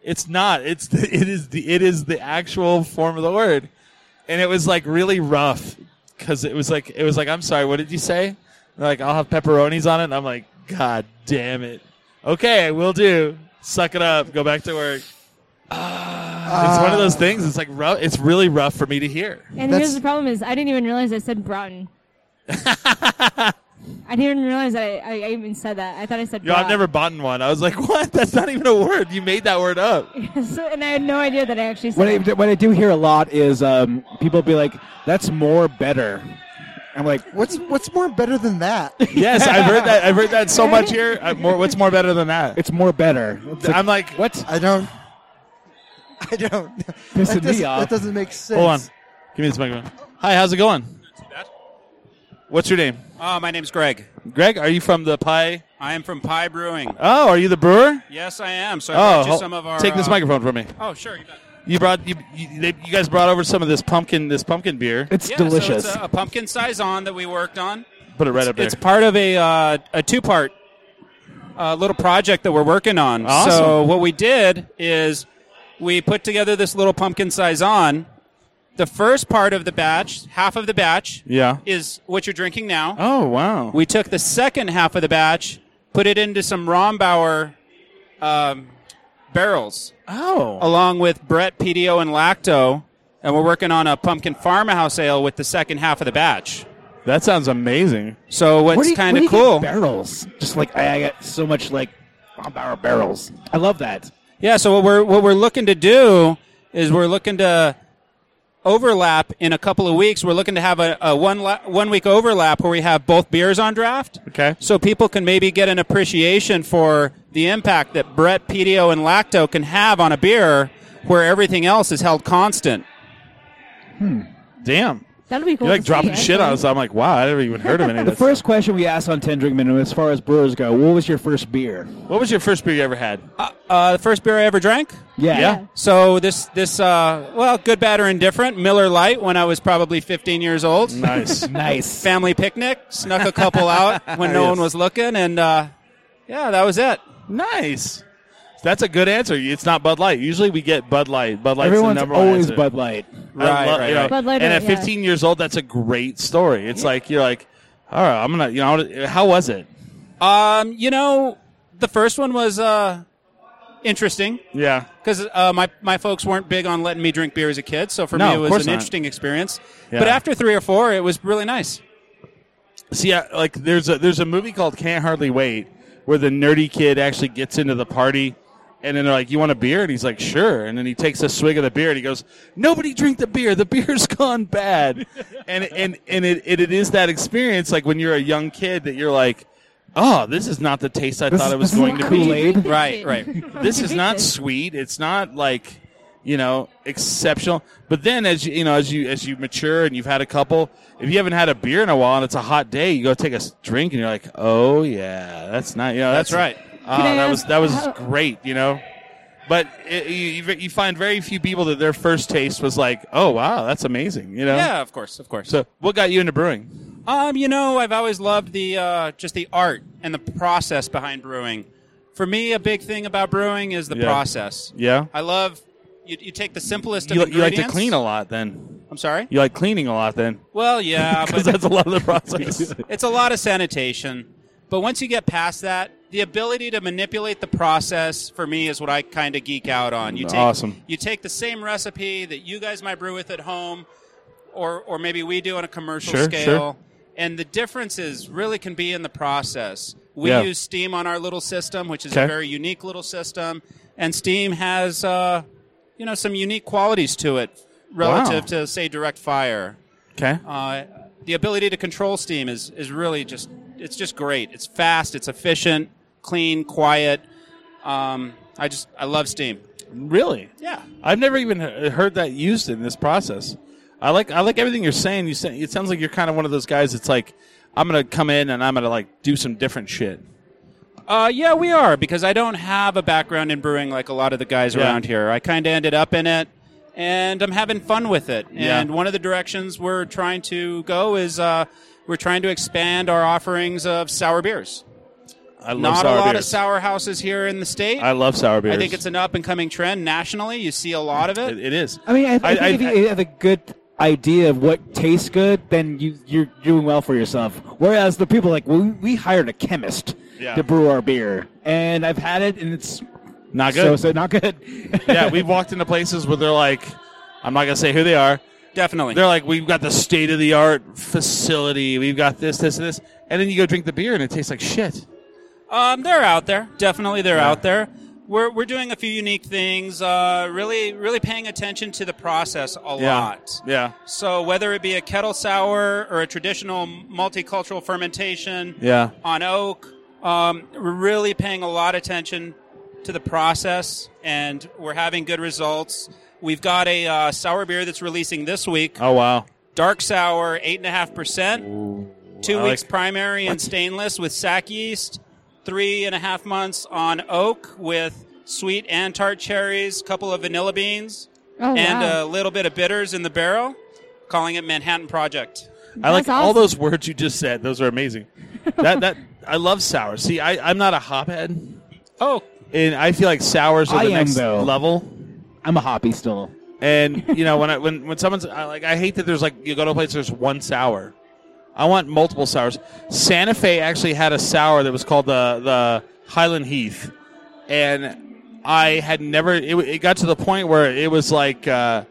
[SPEAKER 2] it's not. It's the, it is the it is the actual form of the word, and it was like really rough because it was like it was like I'm sorry, what did you say? And they're like I'll have pepperonis on it. And I'm like, God damn it. Okay, we'll do. Suck it up. Go back to work. Ah, it's one of those things. It's like rough. It's really rough for me to hear.
[SPEAKER 5] And
[SPEAKER 4] That's-
[SPEAKER 5] here's the problem is I didn't even realize I said broughton. I didn't even realize I, I, I even said that. I thought I said
[SPEAKER 2] Yo, I've
[SPEAKER 5] brought.
[SPEAKER 2] never bought one. I was like, what? That's not even a word. You made that word up.
[SPEAKER 5] So- and I had no idea that I actually said
[SPEAKER 7] What I, what I do hear a lot is um, people be like, "That's more better." I'm like,
[SPEAKER 4] What's what's more better than that?
[SPEAKER 2] Yes, I've heard that. I've heard that so much here. I, more, what's more better than that?
[SPEAKER 7] "It's more better." It's like,
[SPEAKER 2] I'm like,
[SPEAKER 7] what?
[SPEAKER 4] I don't. I don't.
[SPEAKER 7] Pissing me
[SPEAKER 4] that, doesn't,
[SPEAKER 7] off.
[SPEAKER 4] that doesn't make sense.
[SPEAKER 2] Hold on, give me this microphone. Hi, how's it going? What's your name?
[SPEAKER 12] Uh, my name's Greg.
[SPEAKER 2] Greg, are you from the Pie?
[SPEAKER 12] I am from Pie Brewing.
[SPEAKER 2] Oh, are you the brewer?
[SPEAKER 12] Yes, I am. So I
[SPEAKER 2] Oh,
[SPEAKER 12] brought you
[SPEAKER 2] hol-
[SPEAKER 12] some of our.
[SPEAKER 2] take this
[SPEAKER 12] uh,
[SPEAKER 2] microphone from me.
[SPEAKER 12] Oh, sure. You bet.
[SPEAKER 2] You brought you, you, they, you guys brought over some of this pumpkin this pumpkin beer.
[SPEAKER 7] It's
[SPEAKER 12] Yeah,
[SPEAKER 7] delicious.
[SPEAKER 12] So
[SPEAKER 2] uh,
[SPEAKER 12] it's a, a pumpkin saison that we worked on.
[SPEAKER 2] Put it right up there.
[SPEAKER 12] It's part of a uh, a two part uh, little project that we're working on.
[SPEAKER 2] Awesome.
[SPEAKER 12] So what we did is we put together this little pumpkin saison. The first part of the batch, half of the batch,
[SPEAKER 2] yeah.
[SPEAKER 12] is what you're drinking now.
[SPEAKER 2] Oh wow.
[SPEAKER 12] We took the second half of the batch, put it into some Rombauer um, barrels,
[SPEAKER 2] oh.
[SPEAKER 12] along with Brett, PDO, and Lacto, and we're working on a pumpkin farmhouse ale with the second half of the batch.
[SPEAKER 2] That sounds amazing.
[SPEAKER 12] So
[SPEAKER 7] Where do
[SPEAKER 12] what's
[SPEAKER 7] you-
[SPEAKER 12] kind
[SPEAKER 7] where do
[SPEAKER 12] of
[SPEAKER 7] you get
[SPEAKER 12] cool?
[SPEAKER 7] barrels, just like I, I got so much like Bombauer barrels. I love that.
[SPEAKER 12] Yeah. So what we're what we're looking to do is we're looking to overlap in a couple of weeks. We're looking to have a, a one la- one week overlap where we have both beers on draft.
[SPEAKER 2] Okay.
[SPEAKER 12] So people can maybe get an appreciation for the impact that Brett, PDO, and Lacto can have on a beer where everything else is held constant.
[SPEAKER 2] Damn.
[SPEAKER 5] That'll be cool.
[SPEAKER 2] You're like
[SPEAKER 5] to see,
[SPEAKER 2] dropping shit on
[SPEAKER 5] actually.
[SPEAKER 2] us. I'm like, wow, I never even heard of any of
[SPEAKER 7] The
[SPEAKER 2] this.
[SPEAKER 7] first question we asked on Ten Drink Minimum, as far as brewers go, what was your first beer?
[SPEAKER 2] what was your first beer you ever had?
[SPEAKER 12] Uh, uh, the first beer I ever drank.
[SPEAKER 7] Yeah,
[SPEAKER 2] Yeah.
[SPEAKER 12] So this this uh, well, good, bad, or indifferent. Miller Light when I was probably 15 years old.
[SPEAKER 2] Nice.
[SPEAKER 7] nice.
[SPEAKER 12] Family picnic, snuck a couple out when no
[SPEAKER 2] Yes.
[SPEAKER 12] one was looking, and uh, yeah, that was it.
[SPEAKER 2] Nice. That's a good answer. It's not Bud Light. Usually we get Bud Light. Bud Light's
[SPEAKER 7] Everyone's
[SPEAKER 2] the number
[SPEAKER 7] always
[SPEAKER 2] one answer.
[SPEAKER 7] Bud Light.
[SPEAKER 2] I
[SPEAKER 12] Right, right,
[SPEAKER 2] you know,
[SPEAKER 12] right.
[SPEAKER 5] Bud Light,
[SPEAKER 2] And at
[SPEAKER 5] yeah.
[SPEAKER 2] 15 years old, that's a great story. It's like you're like, all right, I'm gonna, you know, how was it?
[SPEAKER 12] Um, you know, the first one was uh, interesting.
[SPEAKER 2] Yeah.
[SPEAKER 12] because uh, my my folks weren't big on letting me drink beer as a kid, so for
[SPEAKER 2] No,
[SPEAKER 12] me it
[SPEAKER 2] of
[SPEAKER 12] was
[SPEAKER 2] course
[SPEAKER 12] an
[SPEAKER 2] not.
[SPEAKER 12] interesting experience.
[SPEAKER 2] Yeah.
[SPEAKER 12] But after three or four, it was really nice.
[SPEAKER 2] See, I, like there's a there's a movie called Can't Hardly Wait where the nerdy kid actually gets into the party, and then they're like, "You want a beer?" And he's like, "Sure." And then he takes a swig of the beer and he goes, "Nobody drink the beer. The beer's gone bad." and and and it, it it is that experience like when you're a young kid that you're like, "Oh, this is not the taste I thought it was
[SPEAKER 7] this is
[SPEAKER 2] going
[SPEAKER 7] not
[SPEAKER 2] to
[SPEAKER 5] Did you
[SPEAKER 2] be."
[SPEAKER 7] Kool-Aid.
[SPEAKER 5] drink this
[SPEAKER 12] Right,
[SPEAKER 5] shit?
[SPEAKER 12] right.
[SPEAKER 5] Did
[SPEAKER 2] this
[SPEAKER 5] you
[SPEAKER 2] is
[SPEAKER 5] drink
[SPEAKER 2] not
[SPEAKER 5] this?
[SPEAKER 2] sweet. It's not like you know exceptional. But then as you, you know as you as you mature and you've had a couple, if you haven't had a beer in a while and it's a hot day, you go take a s- drink and you're like, oh yeah, that's not you know that's,
[SPEAKER 12] right.
[SPEAKER 2] Ah,
[SPEAKER 5] Can I
[SPEAKER 2] that
[SPEAKER 5] ask
[SPEAKER 2] was that was
[SPEAKER 5] how-
[SPEAKER 2] great. You know. But it, you, you- you find very few people that their first taste was like, "Oh wow, that's amazing!" You know.
[SPEAKER 12] Yeah, of course, of course.
[SPEAKER 2] So, what got you into brewing?
[SPEAKER 12] Um, you know, I've always loved the uh, just the art and the process behind brewing. For me, a big thing about brewing is the
[SPEAKER 2] Yeah.
[SPEAKER 12] process.
[SPEAKER 2] Yeah.
[SPEAKER 12] I love you, you take the simplest
[SPEAKER 2] You,
[SPEAKER 12] of
[SPEAKER 2] you like
[SPEAKER 12] ingredients.
[SPEAKER 2] to clean a lot, then.
[SPEAKER 12] I'm sorry.
[SPEAKER 2] You like cleaning a lot, then,
[SPEAKER 12] Well, yeah,
[SPEAKER 2] because
[SPEAKER 12] Uh, but
[SPEAKER 2] that's a lot of the process.
[SPEAKER 12] it's a lot of sanitation. But once you get past that, the ability to manipulate the process for me is what I kind of geek out on. You take,
[SPEAKER 2] Awesome.
[SPEAKER 12] You take the same recipe that you guys might brew with at home, or or maybe we do on a commercial
[SPEAKER 2] Sure,
[SPEAKER 12] scale,
[SPEAKER 2] sure.
[SPEAKER 12] and the differences really can be in the process. We
[SPEAKER 2] Yeah.
[SPEAKER 12] use steam on our little system, which is
[SPEAKER 2] Okay.
[SPEAKER 12] a very unique little system, and steam has uh, you know some unique qualities to it relative to say direct fire
[SPEAKER 2] okay.
[SPEAKER 12] uh, the ability to control steam is is really just it's just great. It's fast, it's efficient, clean, quiet. Um, I just I love steam.
[SPEAKER 2] Really?
[SPEAKER 12] Yeah.
[SPEAKER 2] I've never even he- heard that used in this process. I like I like everything you're saying. You say, it sounds like you're kind of one of those guys that's like, I'm gonna come in and I'm gonna like do some different shit.
[SPEAKER 12] Uh, yeah, we are because I don't have a background in brewing like a lot of the guys
[SPEAKER 2] Yeah.
[SPEAKER 12] around here. I kind of ended up in it, and I'm having fun with it.
[SPEAKER 2] Yeah.
[SPEAKER 12] And one of the directions we're trying to go is uh, we're trying to expand our offerings of sour beers.
[SPEAKER 2] I love
[SPEAKER 12] Not
[SPEAKER 2] sour
[SPEAKER 12] a lot
[SPEAKER 2] beers.
[SPEAKER 12] of sour houses here in the state.
[SPEAKER 2] I love sour beers.
[SPEAKER 12] I think it's an up and coming trend nationally. You see a lot of it.
[SPEAKER 2] it is.
[SPEAKER 3] I mean, I, I think if you have a good idea of what tastes good, then you you're doing well for yourself. Whereas the people like, well, we hired a chemist
[SPEAKER 2] Yeah.
[SPEAKER 3] to brew our beer, and I've had it, and it's
[SPEAKER 2] Not
[SPEAKER 3] So
[SPEAKER 2] good.
[SPEAKER 3] so not good.
[SPEAKER 2] yeah, we've walked into places where they're like, I'm not gonna say who they are.
[SPEAKER 12] Definitely.
[SPEAKER 2] They're like, we've got the state of the art facility. We've got this, this, and this. And then you go drink the beer and it tastes like shit.
[SPEAKER 12] Um, they're out there. Definitely, they're out there. We're we're doing a few unique things. Uh, really, really paying attention to the process a lot.
[SPEAKER 2] Yeah.
[SPEAKER 12] So whether it be a kettle sour or a traditional multicultural fermentation,
[SPEAKER 2] Yeah.
[SPEAKER 12] on oak, um, we're really paying a lot of attention to the process, and we're having good results. We've got a uh, sour beer that's releasing this week.
[SPEAKER 2] Oh wow.
[SPEAKER 12] Dark sour, eight and a half percent. Two
[SPEAKER 2] I
[SPEAKER 12] weeks
[SPEAKER 2] like-
[SPEAKER 12] primary and stainless with sack yeast. Three and a half months on oak with sweet and tart cherries, couple of vanilla beans,
[SPEAKER 5] Oh,
[SPEAKER 12] and uh,
[SPEAKER 5] wow.
[SPEAKER 12] a little bit of bitters in the barrel. Calling it Manhattan Project.
[SPEAKER 2] I like
[SPEAKER 5] That's
[SPEAKER 2] all
[SPEAKER 5] awesome.
[SPEAKER 2] those words you just said. Those are amazing. that that I love sour. See, I, I'm not a hophead,
[SPEAKER 12] Oh,
[SPEAKER 2] and I feel like sours are
[SPEAKER 3] I
[SPEAKER 2] the
[SPEAKER 3] am,
[SPEAKER 2] next
[SPEAKER 3] though.
[SPEAKER 2] level.
[SPEAKER 3] I'm a hoppy still.
[SPEAKER 2] And you know when I when when someone's I, like I hate that there's like you go to a place there's one sour. I want multiple sours. Santa Fe actually had a sour that was called the the Highland Heath, and I had never. It, it got to the point where it was like, uh,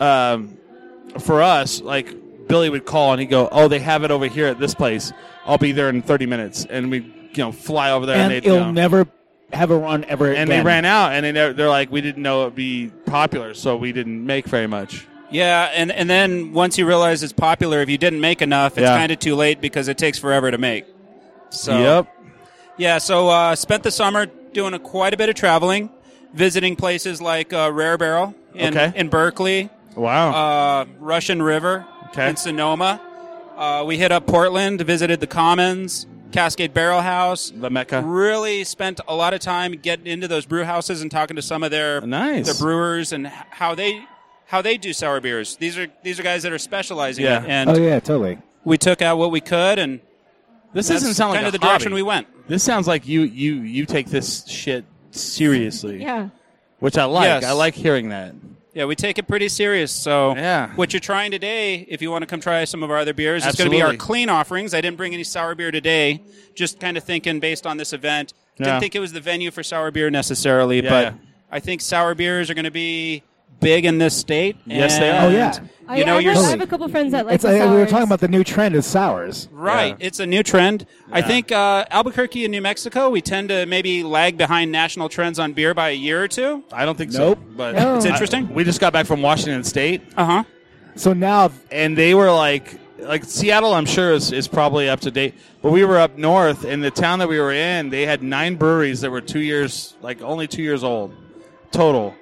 [SPEAKER 2] um, for us, like Billy would call and he'd go, "Oh, they have it over here at this place. I'll be there in 30 minutes," and we you know fly over there and,
[SPEAKER 3] and
[SPEAKER 2] they'd
[SPEAKER 3] it'll
[SPEAKER 2] you know,
[SPEAKER 3] never have a run ever
[SPEAKER 2] and they
[SPEAKER 3] again.
[SPEAKER 2] ran out and they never, they're like, "We didn't know it'd be popular, so we didn't make very much."
[SPEAKER 12] Yeah, and, and then once you realize it's popular, if you didn't make enough, it's
[SPEAKER 2] Yeah.
[SPEAKER 12] kind of too late because it takes forever to make. So
[SPEAKER 2] Yep.
[SPEAKER 12] Yeah, so uh, spent the summer doing a, quite a bit of traveling, visiting places like uh, Rare Barrel in,
[SPEAKER 2] Okay.
[SPEAKER 12] in Berkeley,
[SPEAKER 2] Wow.
[SPEAKER 12] uh, Russian River
[SPEAKER 2] Okay.
[SPEAKER 12] in Sonoma. Uh, we hit up Portland, visited the Commons, Cascade Barrel House.
[SPEAKER 2] the Mecca.
[SPEAKER 12] Really spent a lot of time getting into those brew houses and talking to some of their
[SPEAKER 2] Nice.
[SPEAKER 12] the brewers and h- how they how they do sour beers. These are these are guys that are specializing in it,
[SPEAKER 2] Yeah.
[SPEAKER 12] and
[SPEAKER 3] Oh yeah, totally.
[SPEAKER 12] we took out what we could, and
[SPEAKER 2] This
[SPEAKER 12] that's
[SPEAKER 2] doesn't sound like
[SPEAKER 12] kind
[SPEAKER 2] a
[SPEAKER 12] of the
[SPEAKER 2] hobby.
[SPEAKER 12] direction we went.
[SPEAKER 2] This sounds like you you you take this shit seriously,
[SPEAKER 5] Yeah.
[SPEAKER 2] which I like.
[SPEAKER 12] Yes.
[SPEAKER 2] I like hearing that.
[SPEAKER 12] Yeah, we take it pretty serious. So
[SPEAKER 2] Yeah.
[SPEAKER 12] what you're trying today, if you want to come try some of our other beers, it's going to be our
[SPEAKER 2] Absolutely.
[SPEAKER 12] clean offerings. I didn't bring any sour beer today. Just kind of thinking based on this event. Didn't
[SPEAKER 2] Yeah.
[SPEAKER 12] think it was the venue for sour beer necessarily,
[SPEAKER 2] Yeah,
[SPEAKER 12] but
[SPEAKER 2] yeah.
[SPEAKER 12] I think sour beers are going to be big in this state.
[SPEAKER 2] Yes, they
[SPEAKER 12] and
[SPEAKER 2] are.
[SPEAKER 3] Oh, yeah.
[SPEAKER 5] I,
[SPEAKER 12] You know,
[SPEAKER 5] I,
[SPEAKER 12] you're
[SPEAKER 5] have, I
[SPEAKER 12] s-
[SPEAKER 5] have a couple friends that like
[SPEAKER 3] it's
[SPEAKER 5] the
[SPEAKER 3] like, we were
[SPEAKER 5] sours.
[SPEAKER 3] talking about the new trend is sours.
[SPEAKER 12] Right, it's a new trend. I think uh, Albuquerque and New Mexico, we tend to maybe lag behind national trends on beer by a year or two.
[SPEAKER 2] I don't think
[SPEAKER 3] Nope.
[SPEAKER 2] so. But
[SPEAKER 5] No. It's
[SPEAKER 12] interesting.
[SPEAKER 2] we just got back from Washington State,
[SPEAKER 12] Uh huh.
[SPEAKER 3] So now
[SPEAKER 2] and they were like, like Seattle, I'm sure is is probably up to date. But we were up north, and the town that we were in, they had nine breweries that were two years, like only two years old, total,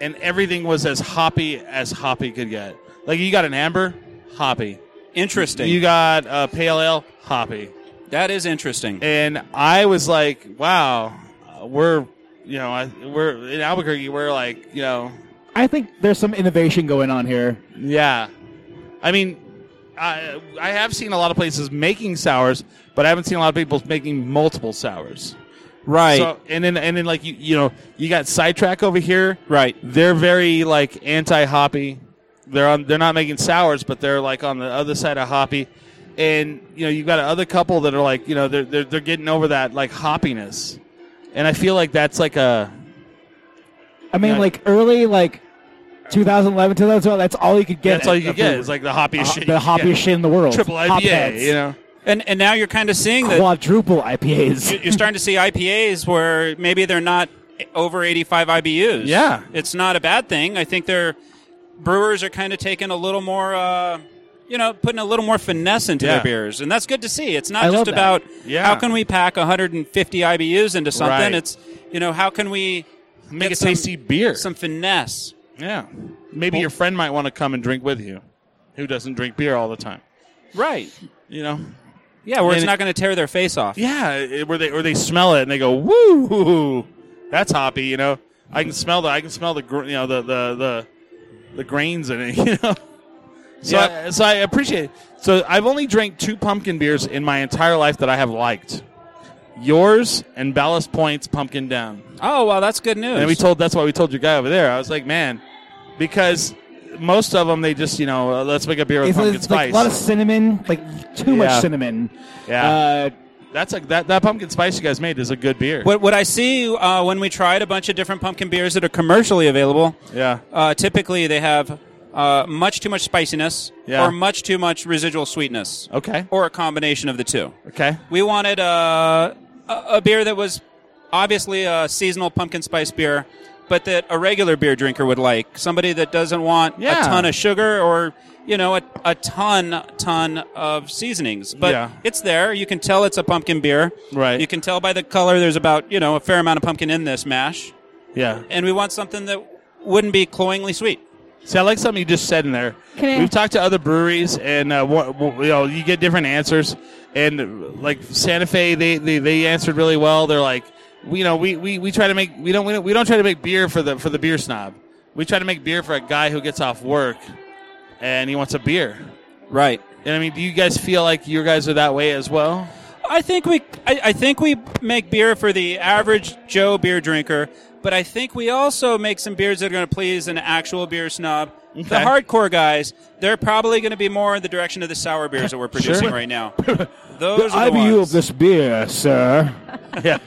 [SPEAKER 2] and everything was as hoppy as hoppy could get. Like you got an amber, hoppy.
[SPEAKER 12] Interesting.
[SPEAKER 2] You got a pale ale, hoppy.
[SPEAKER 12] that is interesting.
[SPEAKER 2] and I was like, "Wow, we're you know I, we're in Albuquerque. We're like you know,
[SPEAKER 3] I think there's some innovation going on here.
[SPEAKER 2] yeah. I mean, I I have seen a lot of places making sours, but I haven't seen a lot of people making multiple sours.
[SPEAKER 12] right.
[SPEAKER 2] So and then and then like you you know you got sidetrack over here.
[SPEAKER 12] right.
[SPEAKER 2] They're very like anti hoppy. They're on they're not making sours, but they're like on the other side of hoppy. And you know you've got another couple that are like you know they're they're, they're getting over that like hoppiness. And I feel like that's like a
[SPEAKER 3] I mean,
[SPEAKER 2] Yeah.
[SPEAKER 3] like early like 2011, 2012. That's all you could get.
[SPEAKER 2] that's all you
[SPEAKER 3] at-
[SPEAKER 2] could get. It's like the hoppiest shit.
[SPEAKER 3] the
[SPEAKER 2] you can
[SPEAKER 3] hoppiest
[SPEAKER 2] get.
[SPEAKER 3] shit in the world.
[SPEAKER 2] triple IPA.
[SPEAKER 3] Hopheads.
[SPEAKER 2] You know.
[SPEAKER 12] And and now you're kind of seeing that
[SPEAKER 3] quadruple IPAs.
[SPEAKER 12] you- you're starting to see IPAs where maybe they're not over 85 IBUs.
[SPEAKER 2] Yeah.
[SPEAKER 12] It's not a bad thing. I think they're brewers are kind of taking a little more uh, you know, putting a little more finesse into
[SPEAKER 2] Yeah.
[SPEAKER 12] their beers. And that's good to see. It's not
[SPEAKER 3] I love
[SPEAKER 12] just
[SPEAKER 3] that.
[SPEAKER 12] about
[SPEAKER 2] Yeah.
[SPEAKER 12] how can we pack 150 IBUs into something?
[SPEAKER 2] Right.
[SPEAKER 12] It's, you know, how can we
[SPEAKER 2] Make
[SPEAKER 12] get
[SPEAKER 2] a
[SPEAKER 12] some-
[SPEAKER 2] tasty beer.
[SPEAKER 12] Some finesse.
[SPEAKER 2] yeah. Maybe your friend might want to come and drink with you, who doesn't drink beer all the time.
[SPEAKER 12] Right.
[SPEAKER 2] You know.
[SPEAKER 12] Yeah, where it's
[SPEAKER 2] And it-
[SPEAKER 12] not going to tear their face off.
[SPEAKER 2] Yeah, it- where they or they smell it and they go, "Woo, that's hoppy." You know, I can smell the I can smell the gr- you know the the the, the grains in it. You know, so
[SPEAKER 12] Yeah.
[SPEAKER 2] I, so I appreciate. it. So I've only drank two pumpkin beers in my entire life that I have liked. Yours and Ballast Point's Pumpkin Down.
[SPEAKER 12] Oh wow, that's good news.
[SPEAKER 2] And we told that's why we told your guy over there. I was like, man, because most of them they just you know uh, let's make a beer with
[SPEAKER 3] It's
[SPEAKER 2] pumpkin
[SPEAKER 3] like,
[SPEAKER 2] spice.
[SPEAKER 3] a lot of cinnamon, like too
[SPEAKER 2] Yeah.
[SPEAKER 3] much cinnamon.
[SPEAKER 2] yeah,
[SPEAKER 3] Uh,
[SPEAKER 2] that's a that that pumpkin spice you guys made is a good beer.
[SPEAKER 12] What, what I see uh, when we tried a bunch of different pumpkin beers that are commercially available,
[SPEAKER 2] Yeah.
[SPEAKER 12] uh, typically they have uh, much too much spiciness
[SPEAKER 2] Yeah.
[SPEAKER 12] or much too much residual sweetness,
[SPEAKER 2] Okay.
[SPEAKER 12] or a combination of the two.
[SPEAKER 2] Okay.
[SPEAKER 12] We wanted uh, a, a beer that was obviously a seasonal pumpkin spice beer, but that a regular beer drinker would like. Somebody that doesn't want
[SPEAKER 2] Yeah.
[SPEAKER 12] a ton of sugar or you know a, a ton ton of seasonings. But
[SPEAKER 2] Yeah.
[SPEAKER 12] it's there. You can tell it's a pumpkin beer.
[SPEAKER 2] Right.
[SPEAKER 12] You can tell by the color. There's about you know a fair amount of pumpkin in this mash,
[SPEAKER 2] Yeah.
[SPEAKER 12] and we want something that wouldn't be cloyingly sweet.
[SPEAKER 2] See, I like something you just said in there.
[SPEAKER 5] Can I-
[SPEAKER 2] We've talked to other breweries, and uh, wha- wha- you know, you get different answers. And uh, like Santa Fe, they, they, they answered really well. They're like, we- you know, we, we, we try to make we don't, we don't we don't try to make beer for the for the beer snob. We try to make beer for a guy who gets off work, and he wants a beer.
[SPEAKER 12] Right.
[SPEAKER 2] And I mean, do you guys feel like you guys are that way as well?
[SPEAKER 12] I think we I, I think we make beer for the average Joe beer drinker, but I think we also make some beers that are going to please an actual beer snob. The
[SPEAKER 2] Okay.
[SPEAKER 12] hardcore guys, they're probably going to be more in the direction of the sour beers that we're producing right now. Those are the
[SPEAKER 3] IBU
[SPEAKER 12] ones.
[SPEAKER 3] of this beer, sir,
[SPEAKER 2] Yeah,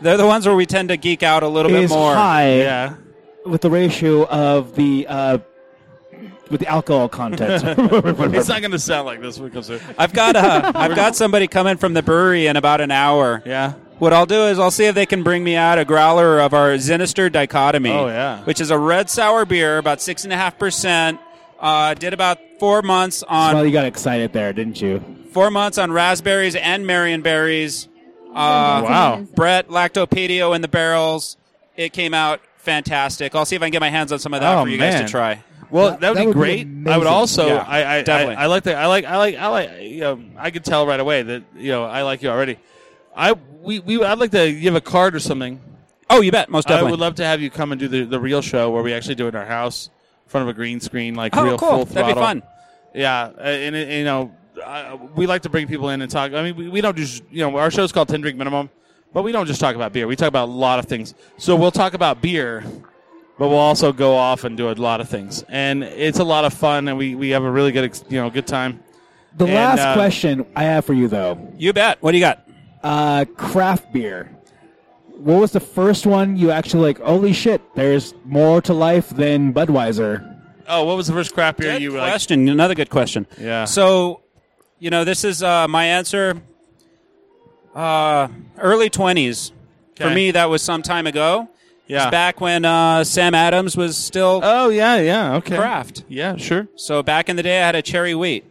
[SPEAKER 12] they're the ones where we tend to geek out a little bit
[SPEAKER 3] is
[SPEAKER 12] more.
[SPEAKER 3] high
[SPEAKER 2] yeah.
[SPEAKER 3] with the ratio of the uh, with the alcohol content.
[SPEAKER 2] It's not going to sound like this when it comes through.
[SPEAKER 12] I've got uh, I've got somebody coming from the brewery in about an hour.
[SPEAKER 2] Yeah.
[SPEAKER 12] What I'll do is I'll see if they can bring me out a growler of our Zinister Dichotomy.
[SPEAKER 2] Oh, yeah.
[SPEAKER 12] which is a red sour beer, about six and a half percent. Uh, did about four months on
[SPEAKER 3] well, you got excited there, didn't you?
[SPEAKER 12] four months on raspberries and Marion berries.
[SPEAKER 5] Oh,
[SPEAKER 12] Uh,
[SPEAKER 2] Wow.
[SPEAKER 12] Brett Lactopedio in the barrels. It came out fantastic. I'll see if I can get my hands on some of that
[SPEAKER 2] Oh,
[SPEAKER 12] for you guys
[SPEAKER 2] man.
[SPEAKER 12] to try.
[SPEAKER 2] Well,
[SPEAKER 4] That-
[SPEAKER 2] that, would
[SPEAKER 4] that
[SPEAKER 2] be
[SPEAKER 4] would be
[SPEAKER 2] great. I would
[SPEAKER 4] amazing.
[SPEAKER 2] also,
[SPEAKER 12] Yeah,
[SPEAKER 2] I, I,
[SPEAKER 12] definitely.
[SPEAKER 2] I, I like that. I like, I like, I like. You know, I could tell right away that you know I like you already. I we, we I'd like to give a card or something.
[SPEAKER 12] Oh, you bet, most definitely.
[SPEAKER 2] I would love to have you come and do the, the real show where we actually do it in our house in front of a green screen, like
[SPEAKER 12] Oh,
[SPEAKER 2] real
[SPEAKER 12] cool.
[SPEAKER 2] full
[SPEAKER 12] That'd be
[SPEAKER 2] throttle.
[SPEAKER 12] fun.
[SPEAKER 2] Yeah, uh, and, and you know, I, we like to bring people in and talk. I mean, we, we don't just you know our show's called Ten Drink Minimum, but we don't just talk about beer. We talk about a lot of things. So we'll talk about beer, but we'll also go off and do a lot of things, and it's a lot of fun, and we, we have a really good ex- you know good time.
[SPEAKER 3] The
[SPEAKER 2] And,
[SPEAKER 3] last
[SPEAKER 2] uh,
[SPEAKER 3] question I have for you, though,
[SPEAKER 12] you bet. What do you got?
[SPEAKER 3] uh, craft beer. What was the first one you actually like? Holy shit! There's more to life than Budweiser.
[SPEAKER 2] Oh, what was the first crap beer
[SPEAKER 12] Good
[SPEAKER 2] you like?
[SPEAKER 12] question. Another good question.
[SPEAKER 2] Yeah.
[SPEAKER 12] So, you know, this is uh, my answer. Uh, early twenties for
[SPEAKER 2] Okay.
[SPEAKER 12] me. That was some time ago. It
[SPEAKER 2] Yeah.
[SPEAKER 12] was back when uh, Sam Adams was still
[SPEAKER 2] Oh yeah, yeah, okay.
[SPEAKER 12] craft.
[SPEAKER 2] Yeah, sure.
[SPEAKER 12] So back in the day, I had a cherry wheat.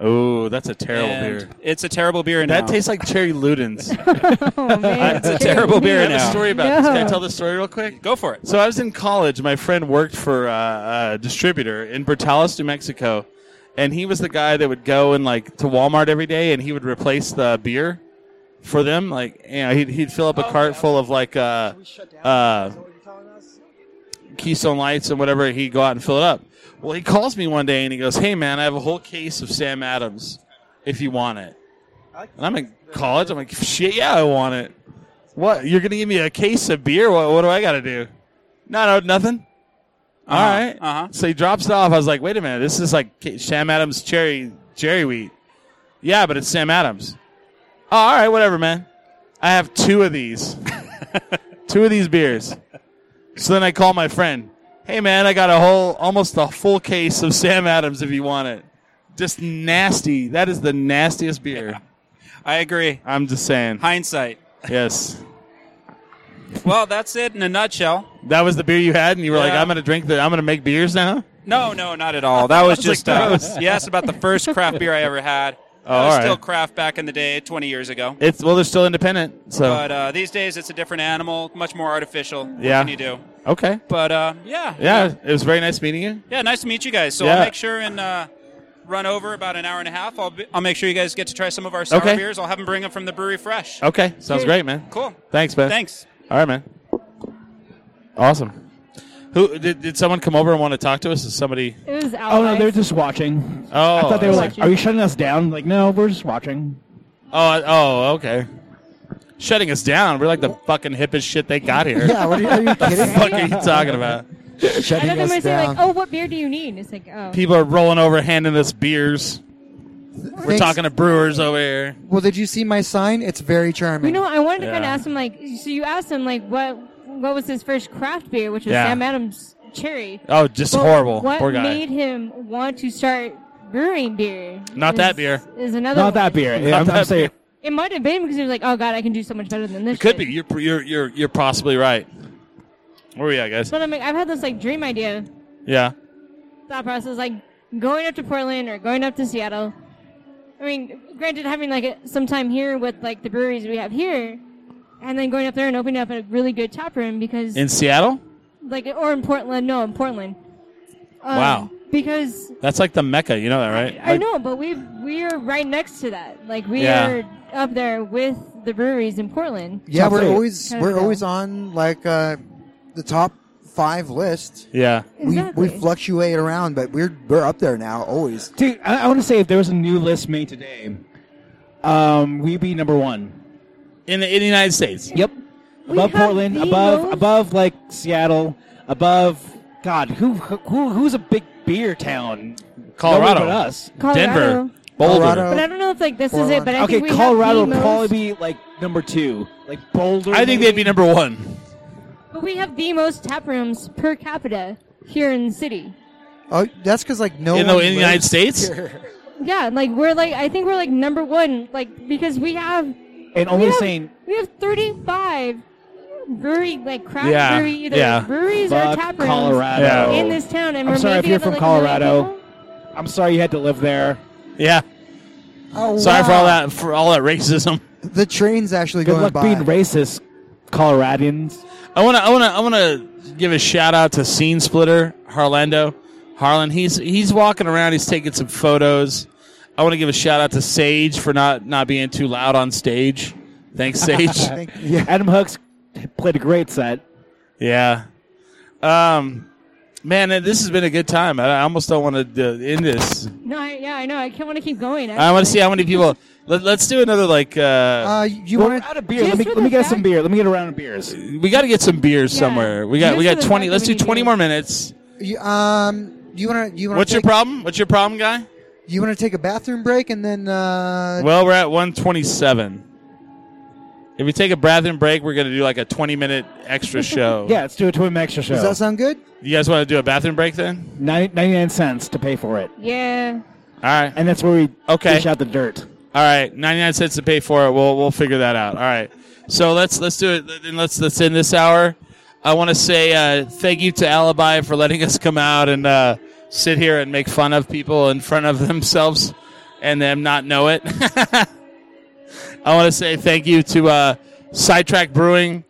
[SPEAKER 2] Oh, that's a terrible
[SPEAKER 12] and
[SPEAKER 2] beer.
[SPEAKER 12] It's a terrible beer now.
[SPEAKER 2] That tastes like cherry Ludens.
[SPEAKER 5] Oh man,
[SPEAKER 12] It's a terrible
[SPEAKER 2] I
[SPEAKER 12] beer
[SPEAKER 2] have a
[SPEAKER 12] now.
[SPEAKER 2] story about this. Can I
[SPEAKER 5] No.
[SPEAKER 2] tell the story real quick?
[SPEAKER 12] Go for it.
[SPEAKER 2] So I was in college. My friend worked for uh, a distributor in Bertales, New Mexico, and he was the guy that would go and like to Walmart every day, and he would replace the beer for them. Like you know, he'd, he'd fill
[SPEAKER 12] Oh,
[SPEAKER 2] up a cart full of like uh, uh, Keystone Lights and whatever. He'd go out and fill it up. Well, he calls me one day and he goes, "Hey man, I have a whole case of Sam Adams, if you want it." And I'm in college. I'm like, "Shit, yeah, I want it." What? You're gonna give me a case of beer? What, what do I gotta do? No, no, nothing. All
[SPEAKER 12] Uh-huh,
[SPEAKER 2] right.
[SPEAKER 12] uh-huh.
[SPEAKER 2] So he drops it off. I was like, wait a minute, this is like K- Sam Adams cherry cherry wheat. Yeah, but it's Sam Adams. Oh, all right, whatever, man. I have two of these, two of these beers. So then I call my friend. Hey, man, I got a whole, almost a full case of Sam Adams if you want it. Just nasty. That is the nastiest beer.
[SPEAKER 12] I agree.
[SPEAKER 2] I'm just saying.
[SPEAKER 12] Hindsight.
[SPEAKER 2] Yes.
[SPEAKER 12] Well, that's it in a nutshell.
[SPEAKER 2] That was the beer you had, and you were like,
[SPEAKER 12] Yeah.
[SPEAKER 2] I'm going to drink the, I'm going to make beers now?
[SPEAKER 12] No, no, not at all. That was
[SPEAKER 2] was like,
[SPEAKER 12] just uh,
[SPEAKER 2] gross.
[SPEAKER 12] you asked about the first craft beer I ever had.
[SPEAKER 2] Oh,
[SPEAKER 12] I was
[SPEAKER 2] all right.
[SPEAKER 12] still craft back in the day, twenty years ago.
[SPEAKER 2] It's, well, they're still independent. So.
[SPEAKER 12] But uh, these days, it's a different animal, much more artificial. What
[SPEAKER 2] Yeah.
[SPEAKER 12] can you do?
[SPEAKER 2] Okay.
[SPEAKER 12] But uh, yeah,
[SPEAKER 2] Yeah, it was very nice meeting you.
[SPEAKER 12] yeah. Nice to meet you guys. So
[SPEAKER 2] Yeah.
[SPEAKER 12] I'll make sure and uh, run over about an hour and a half. I'll, be, I'll make sure you guys get to try some of our sour
[SPEAKER 2] Okay.
[SPEAKER 12] beers. I'll have them bring them from the brewery fresh.
[SPEAKER 2] Okay, sounds
[SPEAKER 12] Dude.
[SPEAKER 2] great, man.
[SPEAKER 12] Cool.
[SPEAKER 2] Thanks, man.
[SPEAKER 12] Thanks.
[SPEAKER 2] All right, man. Awesome. Who did, did someone come over and want to talk to us? Is somebody?
[SPEAKER 5] It was out.
[SPEAKER 3] Oh no, they're just watching.
[SPEAKER 2] Oh,
[SPEAKER 3] I thought they
[SPEAKER 2] I
[SPEAKER 3] were
[SPEAKER 2] see.
[SPEAKER 3] like, "Are you shutting us down?" Like, no, we're just watching.
[SPEAKER 2] Oh, I- oh, okay. Shutting us down. We're like the fucking hippest shit they got here.
[SPEAKER 4] Yeah, what are you- are you
[SPEAKER 2] the
[SPEAKER 4] kidding?
[SPEAKER 2] fuck are you talking about?
[SPEAKER 5] I thought they might say like, "Oh, what beer do you need?" It's like, "Oh."
[SPEAKER 2] People are rolling over, handing us beers. We're talking to brewers over here.
[SPEAKER 4] Well, did you see my sign? It's very charming.
[SPEAKER 5] You know, I wanted to kind of
[SPEAKER 2] Yeah.
[SPEAKER 5] ask him like, so you asked him like, what what was his first craft beer, which was
[SPEAKER 2] Yeah.
[SPEAKER 5] Sam Adams Cherry.
[SPEAKER 2] Oh, just
[SPEAKER 5] But
[SPEAKER 2] horrible.
[SPEAKER 5] What
[SPEAKER 2] Poor guy.
[SPEAKER 5] made him want to start brewing beer?
[SPEAKER 2] Not
[SPEAKER 5] is-
[SPEAKER 2] that beer.
[SPEAKER 5] Is another.
[SPEAKER 3] Not
[SPEAKER 5] one.
[SPEAKER 3] that beer. Yeah, I'm,
[SPEAKER 2] Not
[SPEAKER 3] I'm
[SPEAKER 2] that
[SPEAKER 3] saying
[SPEAKER 5] It might have been because he was like, "Oh God, I can do so much better than this."
[SPEAKER 2] It could
[SPEAKER 5] shit."
[SPEAKER 2] be. You're you're you're you're possibly right. Where are we at, guys?
[SPEAKER 5] But I'm like, I've had this like dream idea
[SPEAKER 2] Yeah.
[SPEAKER 5] thought process like going up to Portland or going up to Seattle. I mean, granted, having like a- some time here with like the breweries we have here, and then going up there and opening up a really good tap room because
[SPEAKER 2] In Seattle?
[SPEAKER 5] like or in Portland, no, in Portland. Um,
[SPEAKER 2] Wow.
[SPEAKER 5] Because
[SPEAKER 2] That's like the Mecca, you know that, right?
[SPEAKER 5] I
[SPEAKER 2] Like,
[SPEAKER 5] know, but we we are right next to that. Like we
[SPEAKER 2] Yeah.
[SPEAKER 5] are up there with the breweries in Portland.
[SPEAKER 4] yeah, we're
[SPEAKER 3] Sounds great.
[SPEAKER 4] always
[SPEAKER 5] Kinda
[SPEAKER 4] we're
[SPEAKER 5] cool.
[SPEAKER 4] always on like uh, the top five list.
[SPEAKER 2] Yeah.
[SPEAKER 5] Exactly.
[SPEAKER 4] We we fluctuate around, but we're we're up there now always.
[SPEAKER 3] dude, I, I want to say if there was a new list made today, um, we'd be number one.
[SPEAKER 2] In the, in the United States.
[SPEAKER 3] Yep,
[SPEAKER 5] We
[SPEAKER 3] above
[SPEAKER 5] have
[SPEAKER 3] Portland,
[SPEAKER 5] the
[SPEAKER 3] above
[SPEAKER 5] most-
[SPEAKER 3] above like Seattle, above God, who who who's a big beer town?
[SPEAKER 2] Colorado.
[SPEAKER 3] Nobody but us.
[SPEAKER 2] Denver.
[SPEAKER 5] Colorado.
[SPEAKER 2] Boulder.
[SPEAKER 4] Colorado.
[SPEAKER 5] But I don't know if like this is it. But I
[SPEAKER 3] okay,
[SPEAKER 5] think we
[SPEAKER 3] Colorado
[SPEAKER 5] have the
[SPEAKER 3] would probably
[SPEAKER 5] most-
[SPEAKER 3] be like number two, like Boulder.
[SPEAKER 2] I think they'd be
[SPEAKER 3] maybe?
[SPEAKER 2] number one.
[SPEAKER 5] But we have the most tap rooms per capita here in the city.
[SPEAKER 4] Oh, that's because like no
[SPEAKER 2] in the,
[SPEAKER 4] one
[SPEAKER 2] in the United
[SPEAKER 4] lives
[SPEAKER 2] States?
[SPEAKER 4] here.
[SPEAKER 5] Yeah, like we're like I think we're like number one, like because we have
[SPEAKER 3] and
[SPEAKER 5] we
[SPEAKER 3] only
[SPEAKER 5] have,
[SPEAKER 3] saying
[SPEAKER 5] we have thirty five brewery like craft
[SPEAKER 2] Yeah,
[SPEAKER 5] brewery either
[SPEAKER 2] yeah.
[SPEAKER 5] breweries or
[SPEAKER 3] Fuck
[SPEAKER 5] tap rooms
[SPEAKER 3] Colorado.
[SPEAKER 5] in this town. And
[SPEAKER 3] I'm
[SPEAKER 5] we're
[SPEAKER 3] sorry if
[SPEAKER 5] maybe
[SPEAKER 3] you're
[SPEAKER 5] up at,
[SPEAKER 3] from
[SPEAKER 5] like, a million
[SPEAKER 3] Colorado.
[SPEAKER 5] people.
[SPEAKER 3] I'm sorry you had to live there.
[SPEAKER 2] Yeah.
[SPEAKER 4] Oh,
[SPEAKER 2] Sorry for all
[SPEAKER 4] wow.
[SPEAKER 2] that for all that racism.
[SPEAKER 4] The train's actually
[SPEAKER 3] Good
[SPEAKER 4] going
[SPEAKER 3] luck
[SPEAKER 4] by.
[SPEAKER 3] being racist, Coloradans.
[SPEAKER 2] I wanna I wanna I wanna give a shout out to Scene Splitter, Harlando. Harlan, he's he's walking around, he's taking some photos. I wanna give a shout out to Sage for not not being too loud on stage. Thanks, Sage.
[SPEAKER 4] I think, yeah,
[SPEAKER 3] Adam Hooks played a great set.
[SPEAKER 2] Yeah. Um, man, uh, this has been a good time. I, I almost don't want to uh, end this.
[SPEAKER 5] No, I, yeah, I know. I can't want to keep going.
[SPEAKER 2] I want to
[SPEAKER 5] actually.
[SPEAKER 2] see how many people. Let, let's do another like. Uh,
[SPEAKER 4] uh, you
[SPEAKER 3] Well,
[SPEAKER 4] want
[SPEAKER 3] out of beer. Let
[SPEAKER 5] Just
[SPEAKER 3] me
[SPEAKER 5] for
[SPEAKER 3] let me
[SPEAKER 5] the
[SPEAKER 3] get some
[SPEAKER 5] fact-
[SPEAKER 3] beer. Let me get a round of beers.
[SPEAKER 2] we got to get some beers
[SPEAKER 5] Yeah.
[SPEAKER 2] somewhere. We got we
[SPEAKER 5] Just
[SPEAKER 2] got
[SPEAKER 5] for the
[SPEAKER 2] twenty.
[SPEAKER 5] fact
[SPEAKER 2] Let's
[SPEAKER 5] that
[SPEAKER 2] do
[SPEAKER 5] we
[SPEAKER 2] twenty
[SPEAKER 5] do.
[SPEAKER 2] more minutes.
[SPEAKER 4] to um. You want to you want
[SPEAKER 2] What's your problem? What's your problem, guy?
[SPEAKER 4] You want to take a bathroom break and then uh,
[SPEAKER 2] Well, we're at one twenty-seven. If we take a bathroom break, we're going to do like a twenty-minute extra show.
[SPEAKER 3] Yeah, let's do a twin extra show.
[SPEAKER 4] does that sound good?
[SPEAKER 2] You guys want to do a bathroom break then?
[SPEAKER 3] Nin- 99 cents to pay for it.
[SPEAKER 5] Yeah,
[SPEAKER 2] All right.
[SPEAKER 3] And that's where we
[SPEAKER 2] Okay.
[SPEAKER 3] dish out the dirt.
[SPEAKER 2] All right, ninety nine cents to pay for it. We'll we'll figure that out. All right, so let's let's do it. And let's let's end this hour. I want to say uh, thank you to Alibi for letting us come out and uh, sit here and make fun of people in front of themselves and them not know it. I want to say thank you to uh, Sidetrack Brewing,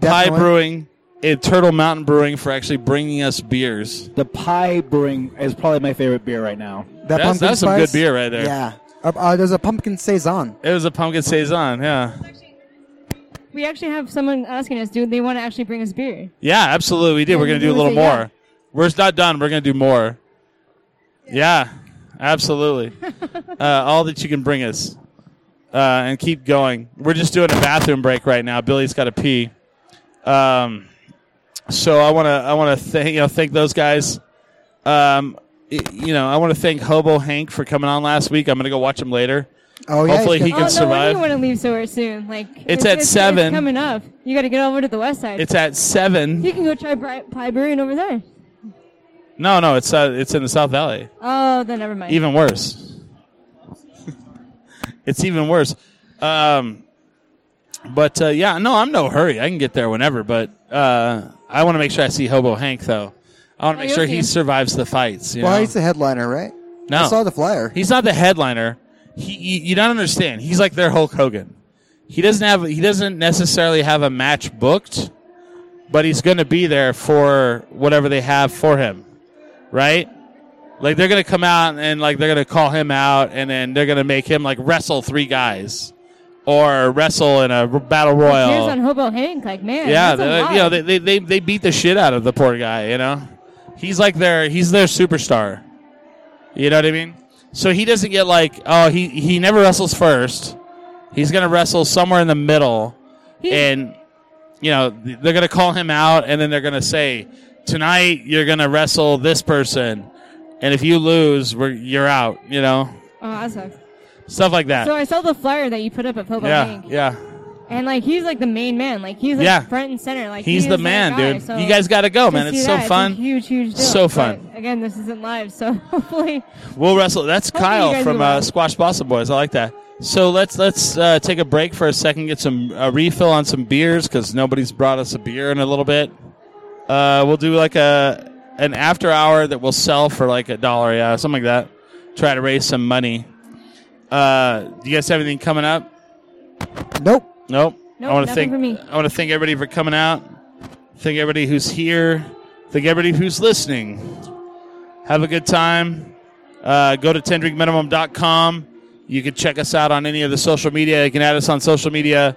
[SPEAKER 2] Pie
[SPEAKER 4] Definitely.
[SPEAKER 2] Brewing, and Turtle Mountain Brewing for actually bringing us beers.
[SPEAKER 3] The pie brewing is probably my favorite beer right now.
[SPEAKER 4] That
[SPEAKER 2] That's-
[SPEAKER 4] pumpkin
[SPEAKER 2] that's some
[SPEAKER 4] spice?
[SPEAKER 2] good beer right there.
[SPEAKER 4] Yeah. Uh, uh, there's a pumpkin saison.
[SPEAKER 2] It was a pumpkin saison, yeah.
[SPEAKER 5] we actually have someone asking us, do they want to actually bring us beer?
[SPEAKER 2] Yeah, absolutely. We did.
[SPEAKER 5] Yeah,
[SPEAKER 2] We're
[SPEAKER 5] we
[SPEAKER 2] gonna
[SPEAKER 5] did
[SPEAKER 2] do a
[SPEAKER 5] with
[SPEAKER 2] little
[SPEAKER 5] it, yeah.
[SPEAKER 2] more. We're not done. We're gonna do more. Yeah, absolutely. uh, all that you can bring us, uh, and keep going. We're just doing a bathroom break right now. Billy's got to pee. Um, so I want to I want to thank you know thank those guys. Um, y- you know I want to thank Hobo Hank for coming on last week. I'm gonna go watch him later.
[SPEAKER 4] Oh yeah.
[SPEAKER 2] Hopefully
[SPEAKER 4] he's
[SPEAKER 2] he
[SPEAKER 5] oh
[SPEAKER 4] got-
[SPEAKER 5] no,
[SPEAKER 2] can
[SPEAKER 5] why do
[SPEAKER 2] survive.
[SPEAKER 5] you want to leave so soon? Like
[SPEAKER 2] It's at seven.
[SPEAKER 5] coming up. You got to get over to the west side.
[SPEAKER 2] It's at seven.
[SPEAKER 5] you can go try Bri- Pie Brewing over there.
[SPEAKER 2] No, no, it's uh, it's in the South Valley.
[SPEAKER 5] Oh, then never mind.
[SPEAKER 2] even worse. it's even worse. Um, but uh, yeah, no, I'm no hurry. I can get there whenever. But uh, I want to make sure I see Hobo Hank though. I want to
[SPEAKER 5] Oh,
[SPEAKER 2] make
[SPEAKER 5] you'll
[SPEAKER 2] sure
[SPEAKER 5] see
[SPEAKER 2] he
[SPEAKER 5] him.
[SPEAKER 2] survives the fights. You
[SPEAKER 4] well,
[SPEAKER 2] know?
[SPEAKER 4] he's the headliner, right?
[SPEAKER 2] no,
[SPEAKER 4] I saw the flyer.
[SPEAKER 2] he's not the headliner. He, you, you don't understand. He's like their Hulk Hogan. He doesn't have. He doesn't necessarily have a match booked, but he's going to be there for whatever they have for him, right? Like they're gonna come out and like they're gonna call him out, and then they're gonna make him like wrestle three guys, or wrestle in a r- battle royal.
[SPEAKER 5] Here's on Hobo Hank, like man.
[SPEAKER 2] yeah,
[SPEAKER 5] that's a
[SPEAKER 2] they,
[SPEAKER 5] lot.
[SPEAKER 2] you know they, they, they, they beat the shit out of the poor guy. You know, he's like their he's their superstar. You know what I mean? So he doesn't get like oh he he never wrestles first. He's gonna wrestle somewhere in the middle, and you know th- they're gonna call him out, and then they're gonna say tonight you're gonna wrestle this person, and if you lose, we're, you're out. You know
[SPEAKER 5] oh, that sucks.
[SPEAKER 2] stuff like that.
[SPEAKER 5] So I saw the flyer that you put up at Hobo
[SPEAKER 2] yeah,
[SPEAKER 5] Hank,
[SPEAKER 2] yeah.
[SPEAKER 5] and like he's like the main man. Like he's like
[SPEAKER 2] Yeah.
[SPEAKER 5] front and center. Like
[SPEAKER 2] He's
[SPEAKER 5] he
[SPEAKER 2] the
[SPEAKER 5] is that
[SPEAKER 2] man,
[SPEAKER 5] guy,
[SPEAKER 2] dude.
[SPEAKER 5] so
[SPEAKER 2] You guys gotta go,
[SPEAKER 5] to
[SPEAKER 2] man. It's
[SPEAKER 5] see
[SPEAKER 2] so
[SPEAKER 5] that,
[SPEAKER 2] fun.
[SPEAKER 5] a huge, huge. Deal.
[SPEAKER 2] So fun.
[SPEAKER 5] But again, this isn't live, so hopefully.
[SPEAKER 2] We'll wrestle. That's
[SPEAKER 5] Hopefully you
[SPEAKER 2] Kyle
[SPEAKER 5] guys
[SPEAKER 2] from
[SPEAKER 5] will.
[SPEAKER 2] uh, Squash Bossa Boys. I like that. So let's let's uh, take a break for a second, get some a refill on some beers because nobody's brought us a beer in a little bit. Uh, we'll do like a an after hour that we'll sell for like a dollar, yeah, something like that. Try to raise some money. Uh, do you guys have anything coming up?
[SPEAKER 4] Nope.
[SPEAKER 2] Nope.
[SPEAKER 5] Nope,
[SPEAKER 2] I want to
[SPEAKER 5] nothing
[SPEAKER 2] thank
[SPEAKER 5] for me.
[SPEAKER 2] I want to thank everybody for coming out. Thank everybody who's here. Thank everybody who's listening. Have a good time. Uh, go to tendrinkminimum.com. You can check us out on any of the social media. You can add us on social media.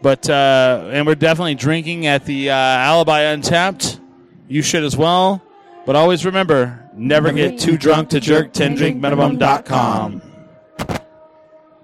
[SPEAKER 2] But uh, and we're definitely drinking at the uh, Alibi Untapped. You should as well. But always remember, never get too drunk to jerk. tendrinkminimum.com.